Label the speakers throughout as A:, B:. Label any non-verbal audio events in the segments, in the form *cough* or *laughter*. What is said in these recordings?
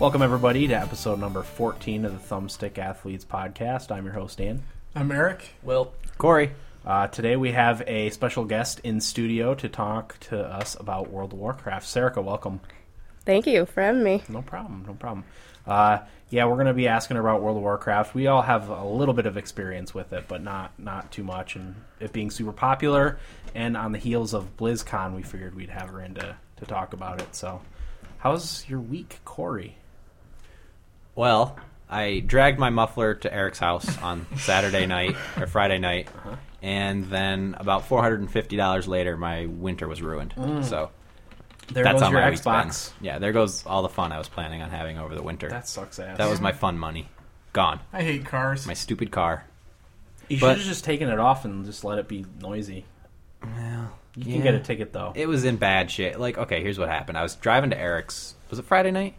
A: Welcome, everybody, to episode number 14 of the Thumbstick Athletes podcast. I'm your host, Dan.
B: I'm Eric.
C: Will.
D: Corey.
A: Uh, today, we have a special guest in studio to talk to us about World of Warcraft. Serica, welcome.
E: Thank you for having me.
A: No problem. No problem. Uh, yeah, we're going to be asking her about World of Warcraft. We all have a little bit of experience with it, but not not too much. And it being super popular, and on the heels of BlizzCon, we figured we'd have her in to, to talk about it. So, how's your week, Corey?
D: Well, I dragged my muffler to Eric's house on
A: *laughs*
D: Saturday night or Friday night,
A: Uh-huh.
D: and then about four hundred and fifty dollars later, my winter was ruined.
A: Mm.
D: So
A: There
D: that's
A: goes
D: how
A: your
D: my week's been.
A: Xbox.
D: Yeah, there goes all the fun I was planning on having over the winter.
A: That sucks ass.
D: that was my fun money, gone.
B: I hate cars.
D: My stupid car.
A: you should
D: but-
A: have just taken it off and just let it be noisy. you can
D: yeah.
A: get a ticket though.
D: It was in bad shape. Like, okay, here's what happened. I was driving to Eric's. Was it Friday night?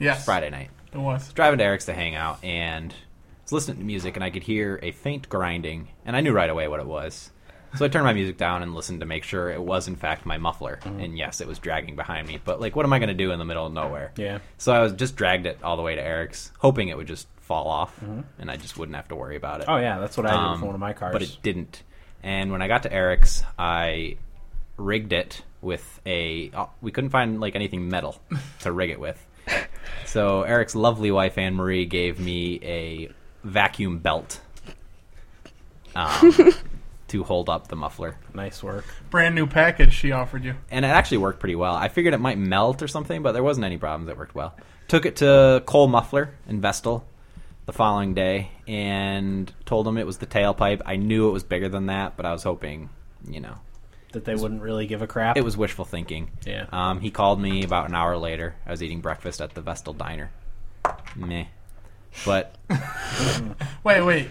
B: yes,
D: Friday night.
B: It was.
D: driving to Eric's to hang out and I was listening to music and I could hear a faint grinding and I knew right away what it was. So I turned my music down and listened to make sure it was in fact my muffler.
A: Mm-hmm.
D: And yes, it was dragging behind me, but like what am I going to do in the middle of nowhere?
A: yeah.
D: So I was just dragged it all the way to Eric's, hoping it would just fall off and I just wouldn't have to worry about it.
A: Mm-hmm. Oh yeah, that's what I did
D: Um,
A: with one of my cars.
D: But it didn't. And when I got to Eric's, I rigged it with a. oh, we couldn't find like anything
A: *laughs*
D: metal to rig it with. So Eric's lovely wife Anne Marie gave me a vacuum belt
A: *laughs*
D: um, to hold up the muffler,
A: nice work.
B: Brand new package she offered you.
D: and it actually worked pretty well. I figured it might melt or something, but there wasn't any problems. It worked well. Took it to Cole Muffler in Vestal the following day and told him it was the tailpipe. I knew it was bigger than that, but I was hoping, you know,
A: That they wouldn't really give a crap.
D: it was wishful thinking.
A: Yeah.
D: Um, he called me about an hour later. I was eating breakfast at the Vestal Diner. Meh. But
B: Wait, wait.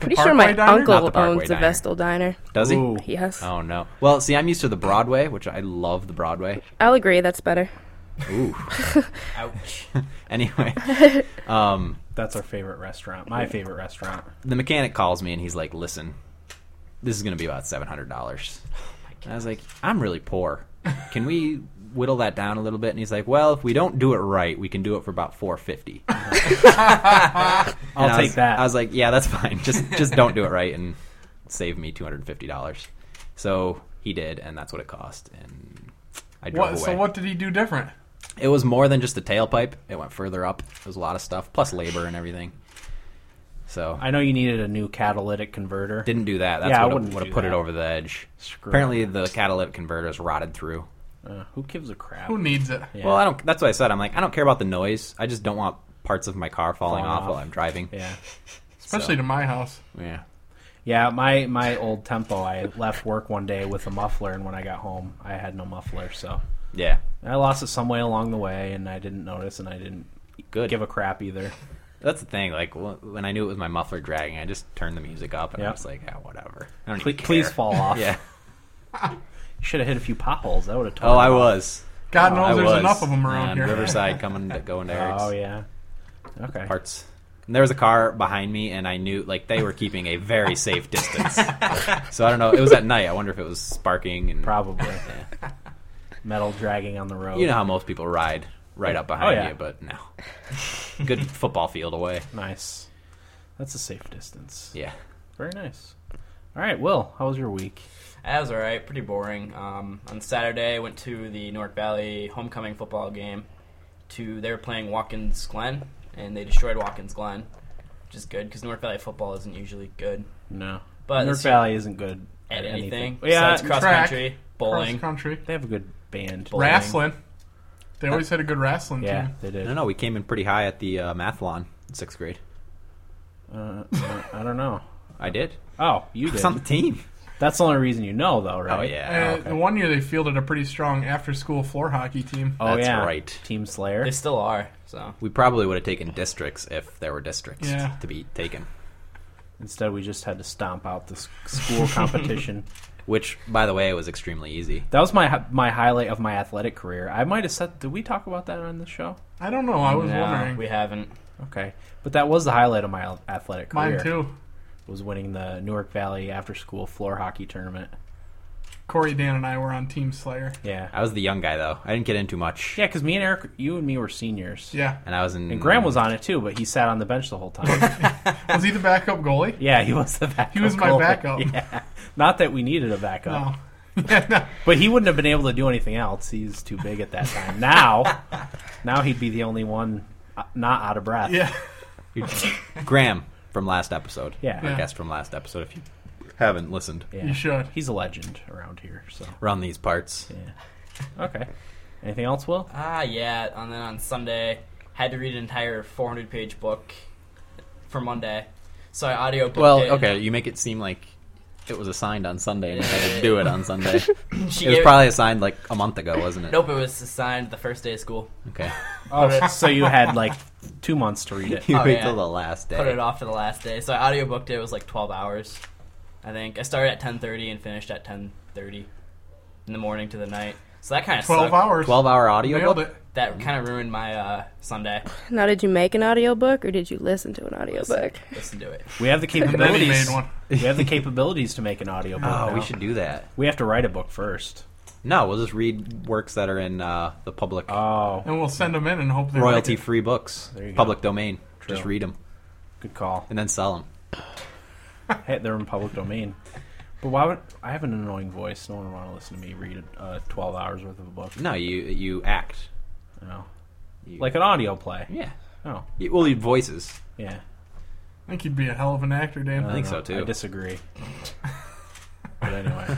E: Pretty
B: Parkway
E: sure my
B: Diner?
D: Not
E: uncle
D: the Parkway
E: owns the
D: Diner.
E: Vestal Diner.
D: does he?
A: Ooh.
E: Yes.
D: Oh no. Well, see, I'm used to the Broadway, which I love the Broadway.
E: I'll agree, that's better.
D: Ooh. Ouch. *laughs* anyway, um,
A: That's our favorite restaurant. My favorite restaurant.
D: the mechanic calls me and he's like, "Listen, this is going to be about seven hundred dollars." I was like, "I'm really poor. Can we whittle that down a little bit?" And he's like, "Well, if we don't do it right, we can do it for about four fifty. *laughs*
A: I'll
D: I
A: take
D: was,
A: that.
D: I was like, "Yeah, that's fine. Just just don't do it right and save me two hundred and fifty dollars." So he did, and that's what it cost. And I drove
B: What?
D: away.
B: So what did he do different?
D: It was more than just the tailpipe. It went further up. It was a lot of stuff, plus labor and everything. So
A: I know you needed a new catalytic converter.
D: Didn't do that. That's
A: Yeah, I
D: what
A: wouldn't
D: would
A: do
D: have put
A: that.
D: it over the edge.
A: Screw
D: Apparently, the catalytic converter is rotted through.
A: Uh, who gives a crap?
B: Who needs it?
A: Yeah.
D: Well, I don't. That's what I said. I'm like, I don't care about the noise. I just don't want parts of my car
A: Falling
D: falling, off,
A: off.
D: while I'm driving.
A: yeah.
B: Especially
D: So,
B: to my house.
D: yeah.
A: Yeah, my my old tempo. I left work one day with a muffler, and when I got home, I had no muffler, so
D: Yeah.
A: I lost it some way along the way, and I didn't notice, and I didn't
D: Good.
A: give a crap either.
D: That's the thing. Like wh- when I knew it was my muffler dragging, I just turned the music up and I
A: Yep.
D: was like, yeah, whatever. I don't
A: Please,
D: even care.
A: please fall off.
D: *laughs* Yeah.
A: should have hit a few potholes. That would have.
D: Oh, I was.
B: God knows
D: I
B: there's
D: was.
B: enough of them around
D: And
B: here. *laughs*
D: Riverside coming to going to Eric's.
A: Oh yeah. Okay.
D: parts. And there was a car behind me, and I knew like they were keeping a very
A: *laughs*
D: safe distance. so I don't know. It was at night. I wonder if it was sparking and
A: *laughs* Probably. Metal dragging on the road.
D: you know how most people ride right up behind
A: Oh, yeah.
D: you, but no. Good football field away.
A: Nice. That's a safe distance.
D: Yeah.
A: Very nice. All right, Will. How was your week?
C: That was alright, pretty boring. Um, on Saturday, I went to the North Valley homecoming football game. To They were playing Watkins Glen, and they destroyed Watkins Glen, which is good because North Valley football isn't usually good
A: No.
C: But
A: North
C: this year-
A: Valley isn't good
C: at anything.
A: Yeah,
C: Besides cross
B: track,
C: country,
B: Cross
C: bowling.
B: country.
A: they have a good band.
C: Bowling.
B: Wrestling. They always had a good wrestling
A: Yeah,
B: team.
A: they
D: I
A: did.
D: don't know. We came in pretty high at the uh, mathlon in sixth grade.
A: Uh, I- I don't know.
D: I did.
A: Oh, you
D: I
A: did.
D: was on the team.
A: That's the only reason you know, though, right?
B: Uh,
D: Oh yeah.
B: The one year they fielded a pretty strong after-school floor hockey team.
A: Oh
D: That's
A: yeah.
D: right.
A: Team Slayer.
C: They still are, so.
D: We probably would have taken districts if there were districts
B: Yeah.
D: to be taken.
A: Instead, we just had to stomp out the s- school
D: *laughs*
A: competition.
D: Which, by the way, was extremely easy.
A: that was my hi- my highlight of my athletic career. I might have said. Did we talk about that on the show?
B: I don't know. I was
C: no,
B: wondering.
C: we haven't.
A: Okay, but that was the highlight of my al- athletic career.
B: Mine too.
A: Was winning the Newark Valley after school floor hockey tournament.
B: Corey, Dan, and I were on Team Slayer.
A: Yeah.
D: I was the young guy though. I didn't get in too much.
A: Yeah, because me and Eric, you and me were seniors.
B: Yeah.
D: And I was in.
A: And Graham was on it too, but he sat on the bench the whole
B: *laughs*
A: time.
B: Was he the backup goalie?
A: yeah, he was the backup.
B: He was my
A: goalie.
B: backup.
A: *laughs* Yeah. Not that we needed a backup.
B: No. *laughs* Yeah, no.
A: But he wouldn't have been able to do anything else. He's too big at that time. Now, now he'd be the only one uh, not out of breath.
B: Yeah.
A: *laughs*
D: Graham from last episode.
A: Yeah.
D: Our
B: Yeah.
D: guest from last episode. If you haven't listened
A: Yeah.
B: You should.
A: He's a legend around here. So
D: around these parts,
A: yeah. Okay. Anything else, Will?
C: Ah, yeah. And then on Sunday, had to read an entire 400 page book for Monday. So I audio booked
D: well,
C: it.
D: okay, you make it seem like it was assigned on Sunday and I had to do it on
C: *laughs*
D: Sunday.
C: *laughs* She
D: it was
C: gave-
D: probably assigned like a month ago, wasn't it?
C: Nope, it was assigned the first day of school.
D: Okay. *laughs*
A: Oh, so you had like two months to read it.
D: You
C: Oh,
D: wait
C: yeah.
D: till the last day.
C: Put it off to the last day. So I audiobooked it. It was like 12 hours, I think. I started at 10.30 and finished at 10.30 in the morning to the night. So that kind of
B: 12
C: sucked.
B: hours.
D: Twelve hour audio.
B: Nailed it.
C: That kind of ruined my uh, Sunday.
E: Now, did you make an audiobook or did you listen to an audiobook?
C: Listen to it.
A: We
D: *laughs*
A: have the
B: And then he
A: capabilities.
B: made one.
A: we have the capabilities to make an audiobook.
D: Oh,
A: now.
D: we should do that.
A: We have to write a book first.
D: No, we'll just read works that are in uh, the public
A: Oh,
B: *laughs* And we'll send them in and hope they like
D: royalty
B: it.
D: free books,
A: There you go.
D: public domain.
A: True.
D: Just read them
A: good call.
D: and then sell them.
A: Hey, they're in public domain. But why would I have an annoying voice? No one would want to listen to me read uh, twelve hours worth of a book.
D: No, you you act.
A: No.
D: You-
A: Like an audio play.
D: yeah.
A: Oh,
D: You- Well, you voices.
A: yeah.
B: I think you'd be a hell of an actor, Dan.
A: I
D: think
A: don't
D: so,
A: know.
D: Oh,
A: I
D: too. *laughs*
A: disagree. but anyway.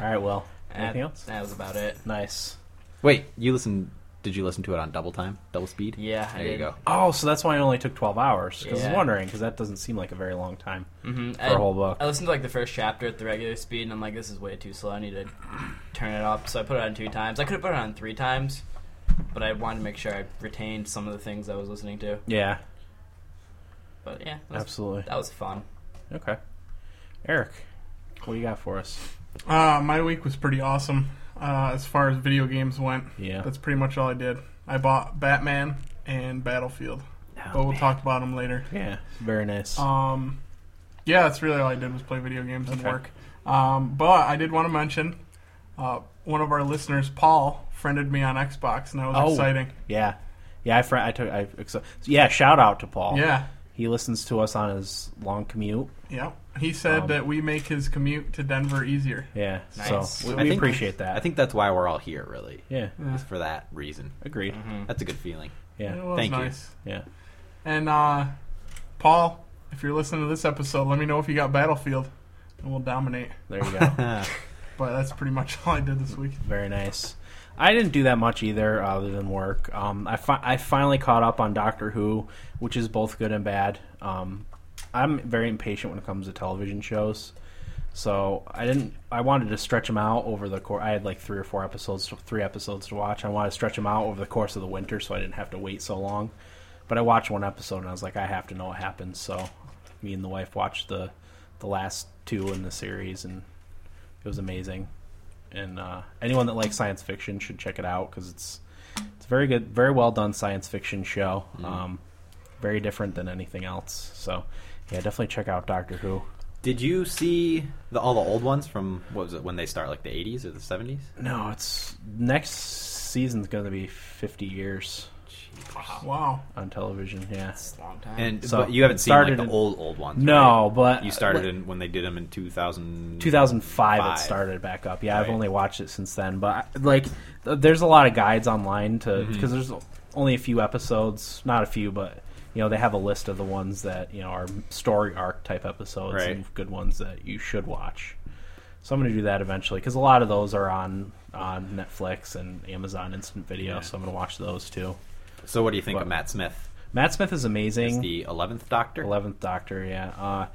A: All right, well. Anything
C: And
A: else?
C: That was about it.
A: Nice.
D: Wait, you listen? Did you listen to it on double time, double speed?
C: Yeah, I
D: There you
C: did.
D: go.
A: Oh, so that's why it only took 12 hours. Because I
C: Yeah.
A: was wondering, because that doesn't seem like a very long time
C: hmm
A: for a whole book.
C: I listened to like the first chapter at the regular speed, and I'm like, this is way too slow. I need to turn it up. So I put it on two times. I could have put it on three times, but I wanted to make sure I retained some of the things I was listening to.
A: Yeah,
C: But yeah, that was,
A: absolutely.
C: that was fun.
A: Okay. Eric, what do you got for us?
B: Uh, my week was pretty awesome uh, as far as video games went.
A: Yeah.
B: That's pretty much all I did. I bought Batman and Battlefield,
A: Oh,
B: but we'll talk about them later.
A: Yeah, very nice.
B: Um, yeah, that's really all I did was play video games and
A: Okay.
B: work. Um, but I did want to mention uh, one of our listeners, Paul, friended me on Xbox, and that was
A: Oh.
B: exciting.
A: yeah. Yeah, I, fr- I took. I, so, yeah, shout out to Paul.
B: Yeah,
A: He listens to us on his long commute.
B: yeah. He said
A: Um,
B: that we make his commute to Denver easier.
A: Yeah,
C: Nice.
A: so we,
D: I
A: we
D: think-
A: appreciate that.
D: I think that's why we're all here, really.
A: Yeah,
B: Yeah.
D: It's for that reason.
A: agreed.
D: That's a good feeling.
B: It
A: Yeah,
B: was
D: Thank you.
B: nice.
A: yeah.
B: And uh, Paul, if you're listening to this episode, let me know if you got Battlefield, and we'll dominate.
A: There you go.
B: But that's pretty much *laughs* all I did this week.
A: Very nice. I didn't do that much either, other than work. Um, I fi- I finally caught up on Doctor Who, which is both good and bad. Um, I'm very impatient when it comes to television shows, so I didn't. I wanted to stretch them out over the course. I had like three or four episodes, three episodes to watch. I wanted to stretch them out over the course of the winter, so I didn't have to wait so long. But I watched one episode and I was like, I have to know what happens. So me and the wife watched the the last two in the series, and it was amazing and uh, anyone that likes science fiction should check it out because it's it's a very good, very well done science fiction show.
D: Mm-hmm.
A: Um, very different than anything else. So yeah, definitely check out Doctor Who.
D: Did you see the, all the old ones from what was it when they start, like the '80s or the '70s?
A: No, it's next season's going to be 50 years
B: Wow.
A: on television. Yeah.
C: It's a long time.
D: And
A: So,
D: but you haven't
A: it
D: seen like
A: started
D: the
A: in-
D: old old ones.
A: No,
D: right?
A: but
D: you started in when they did them in 2000.
A: 2005
D: Five.
A: it started back up. Yeah, I've
D: Right.
A: only watched it since then, but I- like th- there's a lot of guides online to
D: Mm-hmm.
A: because there's only a few episodes, not a few, but you know, they have a list of the ones that, you know, are story arc type episodes
D: Right.
A: and good ones that you should watch. So I'm going to do that eventually cuz a lot of those are on on Netflix and Amazon Instant Video,
D: Yeah.
A: so I'm going to watch those too.
D: So what do you think of
A: But-
D: Matt Smith?
A: Matt Smith is amazing.
D: Is the 11th Doctor?
A: Eleventh Doctor, yeah. Uh,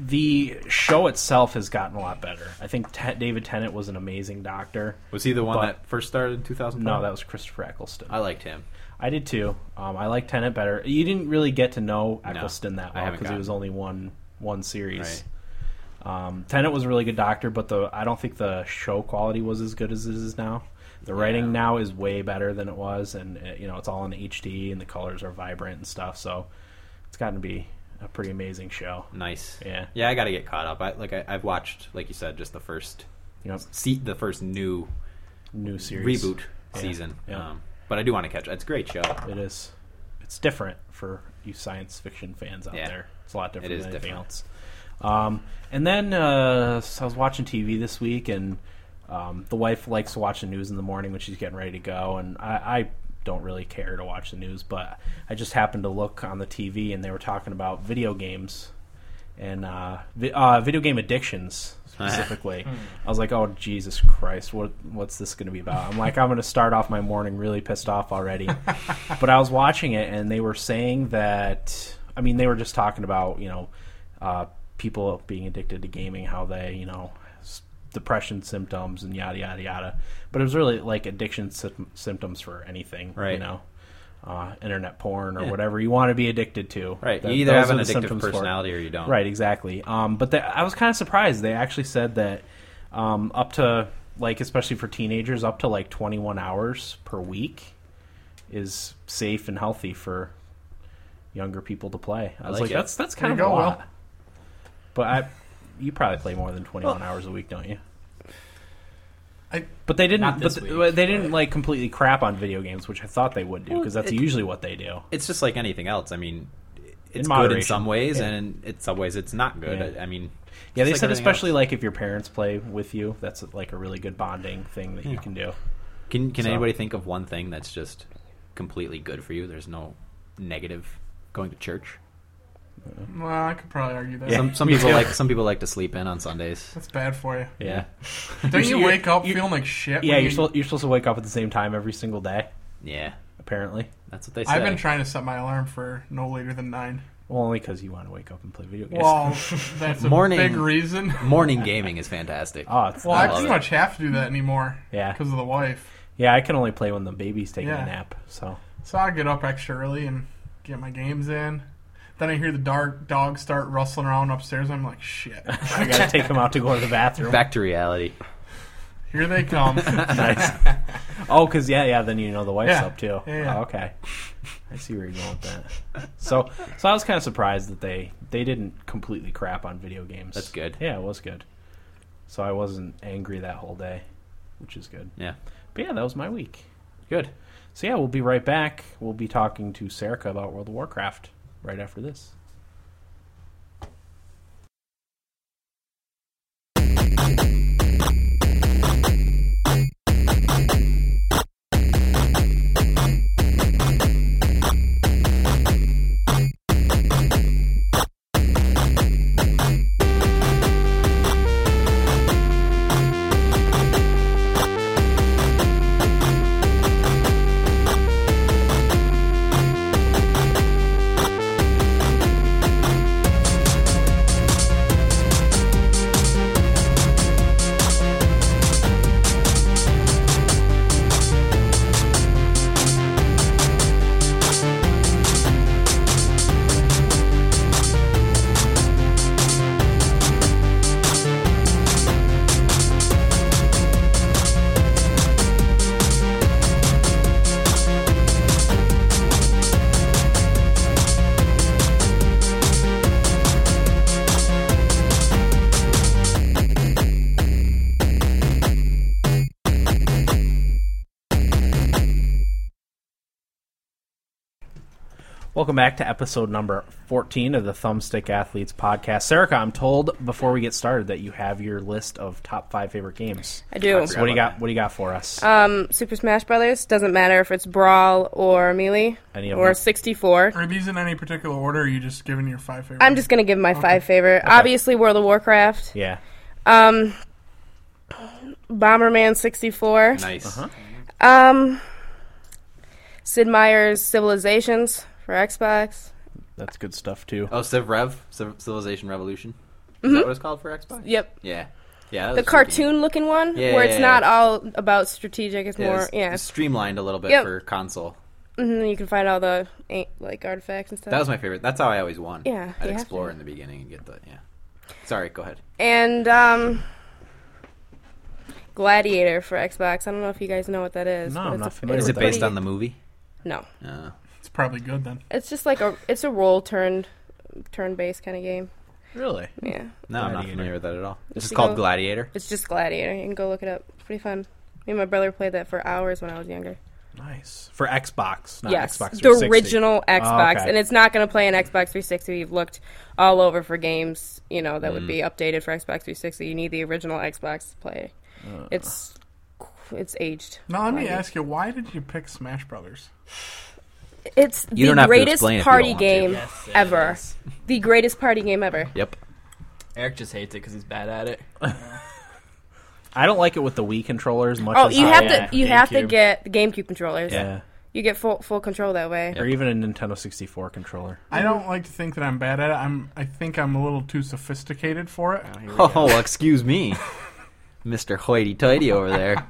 A: the show itself has gotten a lot better. I think Te- David Tennant was an amazing Doctor.
D: Was he the one
A: But-
D: that first started in 2000?
A: No, that was Christopher Eccleston.
D: I liked him.
A: I did too. Um, I like Tennant better. You didn't really get to know Eccleston that
D: I
A: well
D: haven't
A: because it was
D: gotten-
A: only one one series. Um, Tennant was a really good Doctor, but the I don't think the show quality was as good as it is now. The writing
D: Yeah.
A: now is way better than it was, and uh, you know it's all in HD and the colors are vibrant and stuff. So it's gotten to be a pretty amazing show.
D: Nice.
A: Yeah.
D: Yeah, I got to get caught up. I like I, I've watched, like you said, just the first
A: you know,
D: see the first new
A: new series
D: reboot
A: Yeah.
D: season.
A: Yeah.
D: Um, but I do want to catch it. It's a great show.
A: It is. It's different for you science fiction fans out
D: Yeah.
A: there. It's a lot different
D: It is
A: than anything
D: different.
A: else. Um, and then uh, so I was watching TV this week, and um, the wife likes to watch the news in the morning when she's getting ready to go, and I, I don't really care to watch the news, but I just happened to look on the TV, and they were talking about video games and uh, vi- uh, video game
D: *laughs*
A: addictions specifically. I was like, "Oh Jesus Christ, what what's this going to be about?" I'm like, "I'm going to start off my morning really pissed off
D: *laughs*
A: already." but I was watching it, and they were saying that I mean, they were just talking about you know uh, people being addicted to gaming, how they you know s- depression symptoms and yada yada yada. But it was really like addiction sym- symptoms for anything, You
D: Right.
A: know. Uh, internet porn or whatever you want to be addicted to.
D: Right.
A: That-
D: you either
A: those
D: have
A: are
D: an
A: the
D: addictive
A: symptoms for it.
D: personality or you don't.
A: Right, exactly. Um, but the, I was kind of surprised. They actually said that um, up to like, especially for teenagers, up to like 21 hours per week is safe and healthy for younger people to play. I,
D: I
A: was
D: like
A: like,
D: it.
A: that's that's
B: There
A: kind of
B: you
A: a
B: go, Will.
A: lot. But I, you probably play more than 21 hours a week, don't you?
B: I-
A: but they didn't.
C: Not
A: But
C: this
A: th-
C: week,
A: they didn't
C: but-
A: like completely crap on video games, which I thought they would do because that's
D: it-
A: usually what they do.
D: It's just like anything else. I mean, it's good in
A: moderation.
D: some ways,
A: Yeah.
D: and in some ways it's not good.
A: Yeah.
D: I, I mean,
A: Yeah, they
D: just like
A: said
D: everything
A: especially
D: else.
A: like if your parents play with you, that's like a really good bonding thing that you can do.
D: Can can
A: so-
D: anybody think of one thing that's just completely good for you? There's no negative. Going to church.
B: Well, I could probably argue that.
A: Um, *laughs*
D: some some people like some people like to sleep in on Sundays.
B: That's bad for you.
A: Yeah,
B: Don't
A: You're-
B: you
A: you're-
B: wake up
A: you're-
B: feeling like shit?
A: yeah.
B: when
A: You're
B: you-
A: supposed, you're supposed to wake up at the same time every single day.
D: Yeah,
A: Apparently,
D: that's what they say.
B: I've been trying to set my alarm for no later than nine.
A: well, only because you want to wake up and play video games.
B: Well,
A: *laughs*
B: that's a
D: Morning.
B: big reason.
D: Morning gaming is fantastic.
A: oh, it's
B: *laughs* Well,
A: not-
B: I
D: love
B: pretty
D: it.
B: much have to do that anymore
A: yeah,
B: because of the wife.
A: yeah. I can only play when the baby's taking
B: Yeah.
A: a nap. So
B: So I get up extra early and get my games in. Then I hear the dark dog start rustling around upstairs. I'm like, shit.
A: *laughs* I gotta take him out to go to the bathroom.
D: Back to reality.
B: Here they come.
A: Nice.
B: *laughs*
A: Oh, because yeah, yeah. Then you know the wife's
B: Yeah.
A: up too.
B: Yeah, yeah.
A: Oh, okay, I see where you're going with that. So, so I was kind of surprised that they they didn't completely crap on video games.
D: That's good.
A: Yeah, it was good. So I wasn't angry that whole day, which is good.
D: Yeah,
A: But yeah, that was my week.
D: good.
A: So yeah, we'll be right back. We'll be talking to Serica about World of Warcraft right after this. Welcome back to episode number 14 of the Thumbstick Athletes podcast. Serica, I'm told before we get started that you have your list of top 5 favorite games.
E: I do.
A: So what do you got what do you got for us?
E: Um, Super Smash Brothers doesn't matter if it's Brawl or Melee
A: Any of
E: or
A: them?
E: 64.
B: Are these in any particular order? Or are you just giving your five favorites?
E: I'm just gonna give my five favorite. Obviously, World of Warcraft,
A: Yeah.
E: um, Bomberman 64,
A: Uh-huh.
D: Nice.
E: um, Sid Meier's Civilizations for Xbox.
A: That's good stuff too.
D: Oh, Civ Rev, Civ- Civilization Revolution. Is that what it's called for Xbox?
E: Yep,
D: Yeah, yeah. that
E: Mm-hmm. the
D: was a good game.
E: cartoon-looking one
D: Yeah,
E: where
D: yeah,
E: it's
D: yeah.
E: not all about strategic. It's
D: Yeah,
E: more
D: it's-
E: yeah.
D: it's streamlined a little bit
E: Yep.
D: for console.
E: Mhm, you can find all the eh, like artifacts and stuff.
D: That was my favorite. That's how I always won.
E: Yeah,
D: I'd
E: you have
D: explore in the beginning and get the yeah. Sorry, go ahead.
E: and um, Gladiator for Xbox. I don't know if you guys know what that is.
A: No,
E: but
A: I'm
E: it's
A: not
E: a-
A: familiar
E: it's
D: Is
E: a
D: it based
E: pretty-
D: on the movie?
E: No,
D: Uh,
B: It's probably good then.
E: it's just like a it's a roll turned turn based kind of game.
A: Really?
E: Yeah.
D: No, I'm not
A: Gladiator.
D: familiar with that at all.
E: Just
D: It's just
E: to
D: called
E: go-
D: Gladiator.
E: It's just Gladiator. You can go look it up. It's pretty fun. Me and my brother played that for hours when I was younger.
A: Nice for Xbox, not
E: yes,
A: Uh, Xbox.
E: the
A: 360.
E: original Xbox,
A: okay.
E: and it's not going to play on Xbox 360. We've looked all over for games, you know, that would
A: Mm.
E: be updated for Xbox 360. You need the original Xbox to play.
A: Uh.
E: It's it's aged.
B: Now let me
E: Why?
B: ask you, why did you pick Smash Brothers?
E: It's
D: You don't
E: the
D: have to
E: greatest
D: explain if you don't
E: party
D: want to.
E: game
C: Yes, it
E: ever.
C: is.
E: The greatest party game ever.
D: Yep.
C: Eric just hates it because he's bad at it.
A: I don't like it with the Wii controllers much.
E: Oh,
A: as
E: you
A: I-
E: have
C: yeah,
E: to you have to
C: GameCube.
E: get the GameCube controllers.
A: yeah,
E: You get full full control that way.
A: or even a Nintendo 64 controller.
B: I don't like to think that I'm bad at it. I'm I think I'm a little too sophisticated for it.
C: Oh, here we go.
D: Oh, excuse
E: *laughs*
D: me, Mister Hoity Toity over there.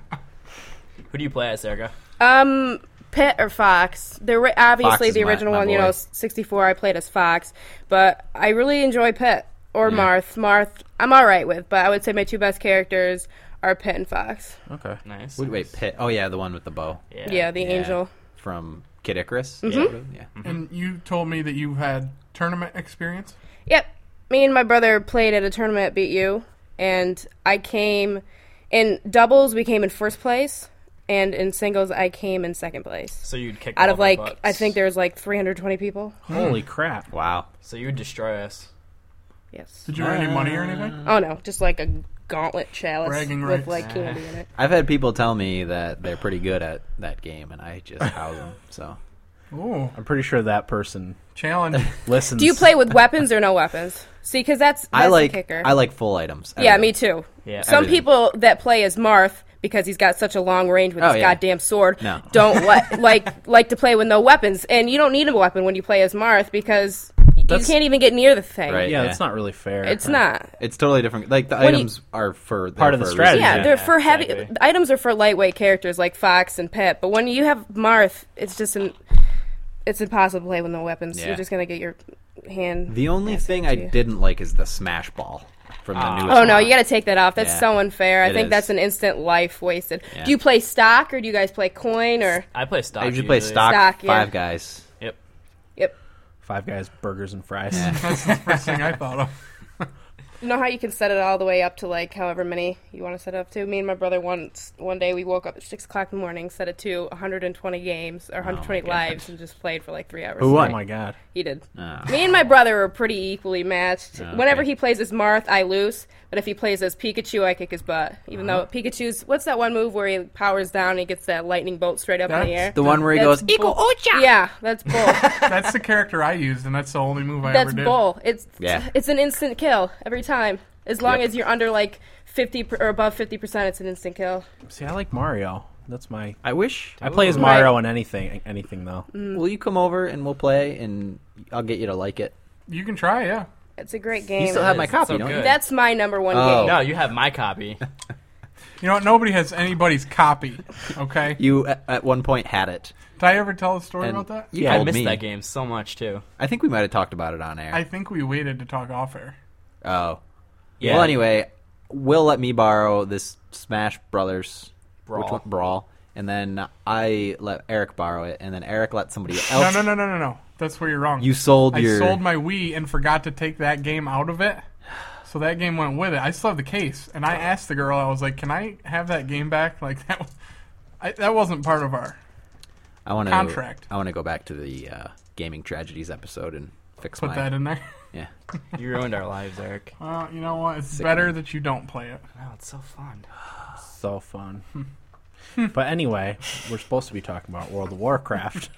C: Who do you play as, Erica?
E: Um, Pitt or Fox? They're ri- obviously
D: is
E: the
D: my-
E: original
D: my
E: one. You
D: boy.
E: know, sixty four. I played as Fox, but I really enjoy Pitt or Marth. Marth, I'm all right with, but I would say my two best characters are Pitt and Fox.
A: Okay,
C: Nice.
D: Wait, wait, Pit. Oh yeah, the one with the bow
E: Yeah, the
D: Yeah.
E: angel. Mm-hmm.
D: from Kid Icarus. Yeah.
B: And you told me that you had tournament experience.
E: Yep. Me and my brother played at a tournament at BU, and I came in doubles. We came in first place, and in singles, I came in second place.
C: So you'd kick
E: Out
C: all
E: of
C: their
E: like,
C: butts.
E: I think there's like 320 people.
A: holy crap!
D: Wow.
C: So you would destroy us.
E: Yes.
B: Did you earn any money or anything?
E: Oh no, just like a gauntlet chalice
B: Bragging rights.
E: with like candy in it.
D: I've had people tell me that they're pretty good at that game, and I just house them. So
B: Ooh,
A: I'm pretty sure that person
B: challenge.
A: listens.
E: Do you play with weapons or no weapons? See, because that's, that's
D: I
E: the
D: like
E: kicker.
D: I like full items.
E: yeah,
D: Everything.
E: me too.
C: Yeah.
E: Some
D: Everything.
E: people that play as Marth because he's got such a long range with
D: Oh,
E: his
D: yeah.
E: goddamn sword
D: No.
E: don't
D: *laughs*
E: let like like to play with no weapons, and you don't need a weapon when you play as Marth because
A: That's-
E: you can't even get near the thing.
D: Right.
A: Yeah,
D: Yeah.
A: it's not really fair.
E: It's not.
D: It's totally different. Like the
E: What do you-
D: items are for
A: Part of
D: they're
A: the
D: for a reason.
A: strategy.
E: Yeah,
A: Yeah,
E: they're for heavy
C: exactly.
E: items are for lightweight characters like Fox and Pet, but when you have Marth, it's just an it's impossible to play with no weapons.
D: Yeah.
E: You're just gonna get your hand.
D: The only
E: Yes,
D: thing
E: I
D: I
E: do.
D: didn't like is the smash ball from the newest.
E: Oh no,
D: one.
E: you got to take that off. That's
D: Yeah.
E: so unfair. I
D: It
E: think
D: is.
E: that's an instant life wasted.
D: Yeah.
E: Do you play stock or do you guys play coin or
C: I play stock.
D: I usually Oh, play stock,
E: Stock, yeah.
D: Five Guys.
C: Yep.
E: yep?
A: Five Guys burgers and fries. *laughs*
B: That's the first thing I thought of.
E: You know how you can set it all the way up to like however many you want to set it up to. Me and my brother once one day we woke up at six o'clock in the morning, set it to 120 games or 120
D: God.
E: lives, and just played for like three hours.
D: Who
A: Oh
D: won?
A: my god!
E: He did.
D: Oh.
E: Me and my brother were pretty equally matched.
D: Okay.
E: Whenever he plays as Marth, I lose. But if he plays as Pikachu, I kick his butt. Even though Pikachu's what's that one move where he powers down and he gets that lightning bolt straight up in the
B: That's
E: air?
D: The one where he
E: That's e-
D: goes
E: bull- Yeah, that's bull.
B: That's the character I used, and that's the only move I
E: that's
B: ever did.
E: bull. It's
D: Yeah.
E: it's an instant kill every time. As long
D: Yep.
E: as you're under like fifty per, or above fifty percent, it's an instant kill.
A: See, I like Mario. That's my.
D: I wish.
A: I play as
E: Right. Mm.
A: Mario in anything, anything though.
D: Will you come over and we'll play, and I'll get you to like it.
B: You can try, yeah.
E: It's a great game.
D: You still have my
C: It's so
D: copy, don't you?
C: good.
E: that's my number one
D: Oh.
E: game.
C: No, you have my copy.
D: *laughs*
B: You know what? Nobody has anybody's copy. Okay.
D: You at, at one point had it.
B: Did I ever tell a story
D: And
B: about that?
D: You
A: Yeah, I
C: I
D: told
C: missed
D: me.
C: that game so much too.
D: I think we might have talked about it on air.
B: I think we waited to talk off air.
D: Oh.
C: Yeah.
D: Well, anyway, Will let me borrow this Smash Brothers
C: Brawl.
D: which one? Brawl, and then I let Eric borrow it, and then Eric let somebody else.
B: No, no, no, no, no, no. That's where you're wrong.
D: You sold
B: I
D: your.
B: sold my Wii and forgot to take that game out of it. So that game went with it. I still have the case, and I asked the girl. I was like, "Can I have that game back?" *laughs* Like that. Was, I, that wasn't part of our.
D: I want to
B: contract.
D: I want to go back to the uh, gaming tragedies episode and fix
B: Put
D: my.
B: that in there. *laughs*
D: yeah.
C: You ruined our lives, Eric.
B: Well, you know what? It's
D: Sickening.
B: better that you don't play it.
C: No, it's so fun.
A: So
E: *laughs*
A: fun. *laughs* but anyway, we're supposed to be talking about World of
E: *laughs*
A: Warcraft.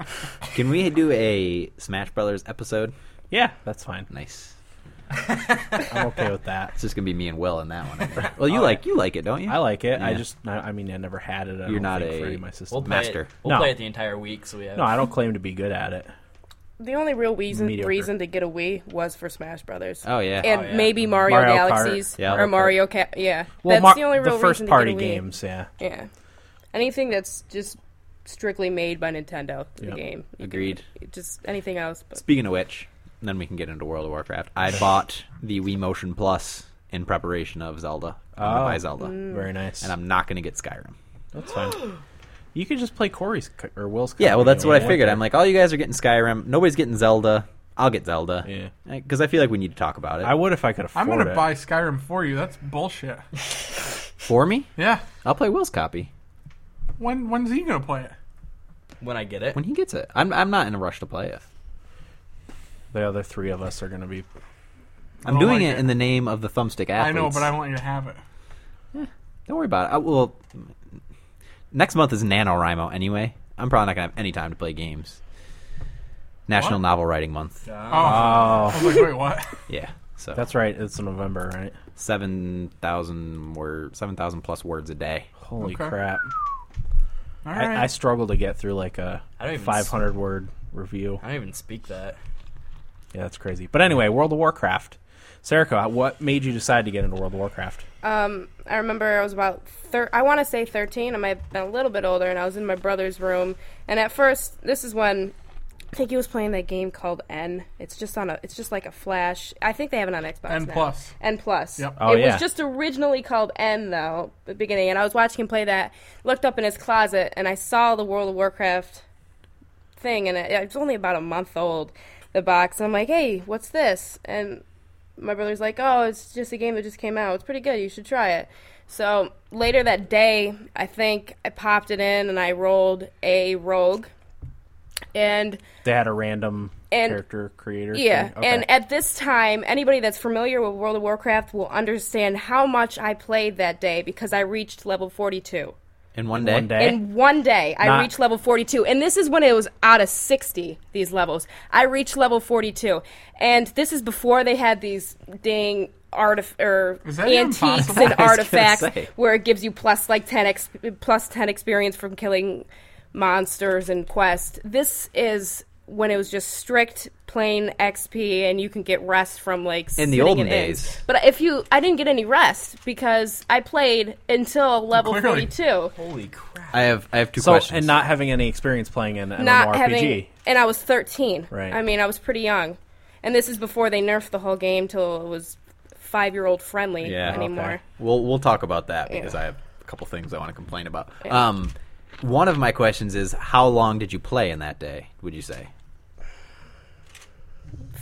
D: Can we do a Smash Brothers episode?
A: yeah, that's fine.
D: Nice.
A: I'm okay with that.
D: It's just gonna be me and Will in that one. I think. Well, you like you like it, don't you?
A: I like it. I
D: Yeah.
A: just, I, I mean, I never had it. I
D: You're
A: don't
D: not
A: think,
D: a-
A: for any of my
C: We'll
A: systems.
C: play
D: Master.
C: It. We'll
A: No.
C: play it the entire week, so we have.
A: No, I don't claim to be good at it.
E: The only real reason
A: Mediocre.
E: reason to get a Wii was for Smash Brothers.
D: Oh yeah.
E: and
C: Oh, yeah.
E: maybe Mario,
A: Mario Kart.
E: Galaxies
D: Yeah.
E: or
D: Mario Kart.
E: Mario Kart. Yeah,
A: Well,
E: that's
A: Mar-
E: the only real
A: first
E: reason to
A: party
E: get a Wii.
A: games. Yeah,
E: Yeah, anything that's just strictly made by Nintendo, the
A: Yeah.
E: game. You can-
D: Agreed.
E: just anything else, but
D: Speaking of which, then we can get into World of Warcraft. I bought the Wii Motion Plus in preparation of Zelda. I'm gonna
A: Oh.
D: buy Zelda,
E: Mm.
A: very nice.
D: and I'm not gonna get Skyrim.
A: that's fine. You could just play Corey's c- or Will's.
D: Yeah, well,
A: company
D: that's what I
A: anyway.
D: figured. I'm like, all you guys are getting Skyrim. Nobody's getting Zelda. I'll get Zelda.
A: Yeah.
D: Because I feel like we need to talk about it.
A: I would if I could afford
B: I'm gonna
A: it.
B: buy Skyrim for you. That's
A: *laughs*
B: bullshit.
D: For me,
B: Yeah.
D: I'll play Will's copy
B: When when's he gonna play it?
C: when I get it.
D: when he gets it. I'm I'm not in a rush to play it.
A: the other three of us are going to be. Oh
D: I'm
B: don't
D: doing
B: like
D: it in the name of the thumbstick athletes.
B: I know, but I want you to have it.
D: Don't worry about it. I will. Next month is NaNoWriMo anyway. I'm probably not going to have any time to play games. National
B: What?
D: Novel Writing Month.
B: Oh, I
A: Oh,
B: was like, wait, what?
D: Yeah. So
A: that's right. It's November, right?
D: 7,000 word, 7,000 plus words a day.
A: Holy
B: Okay.
A: crap!
B: All
A: *laughs* I,
B: right.
A: I struggle to get through like a
C: I don't even
A: 500 word review.
C: I don't even speak that.
A: Yeah, that's crazy. But anyway, World of Warcraft. Serica, what made you decide to get into World of Warcraft?
E: Um, I remember I was about thir- I want to say 13. I might have been a little bit older, and I was in my brother's room. And at first, this is when I think he was playing that game called N. It's just on a. It's just like a flash. I think they have it on Xbox.
B: N
E: now.
B: plus.
E: N plus.
B: Yep.
A: Oh,
E: it
A: yeah.
E: was just originally called N though, at the beginning. And I was watching him play that. Looked up in his closet, and I saw the World of Warcraft thing, and it, it was only about a month old. The box, and I'm like, hey, what's this? And my brother's like, "Oh, it's just a game that just came out. It's pretty good. You should try it." So later that day, I think I popped it in and I rolled a rogue, and
A: They had a random
E: And-
A: character creator.
E: yeah,
A: thing? Okay.
E: and at this time, anybody that's familiar with World of Warcraft will understand how much I played that day because I reached level forty-two.
D: In one day.
A: one day.
E: In one day, I
A: Not-
E: reached level 42. And this is when it was out of 60, these levels. I reached level 42. And this is before they had these dang artif- or
B: Is that even
E: antiques
B: possible? *laughs* I was
E: and
D: gonna
E: artifacts
D: say.
E: where it gives you plus like 10 ex- plus 10 experience from killing monsters and quests. This is when it was just strict plain XP and you can get rest from like
D: In the
E: sitting
D: olden
E: in inns.
D: days.
E: But if you I didn't get any rest because I played until level
B: Clearly.
E: 42
C: Holy crap!
D: I have I have two
A: so
D: questions.
A: and not having any experience playing an
E: not
A: MMORPG.
E: having and i was 13
A: Right.
E: i mean i was pretty young and this is before they nerfed the whole game till it was five year old friendly
D: Yeah.
E: anymore
A: Okay.
D: We'll we'll talk about that because I have a couple things I want to complain about. Um, one of my questions is how long did you play in that day? Would you say?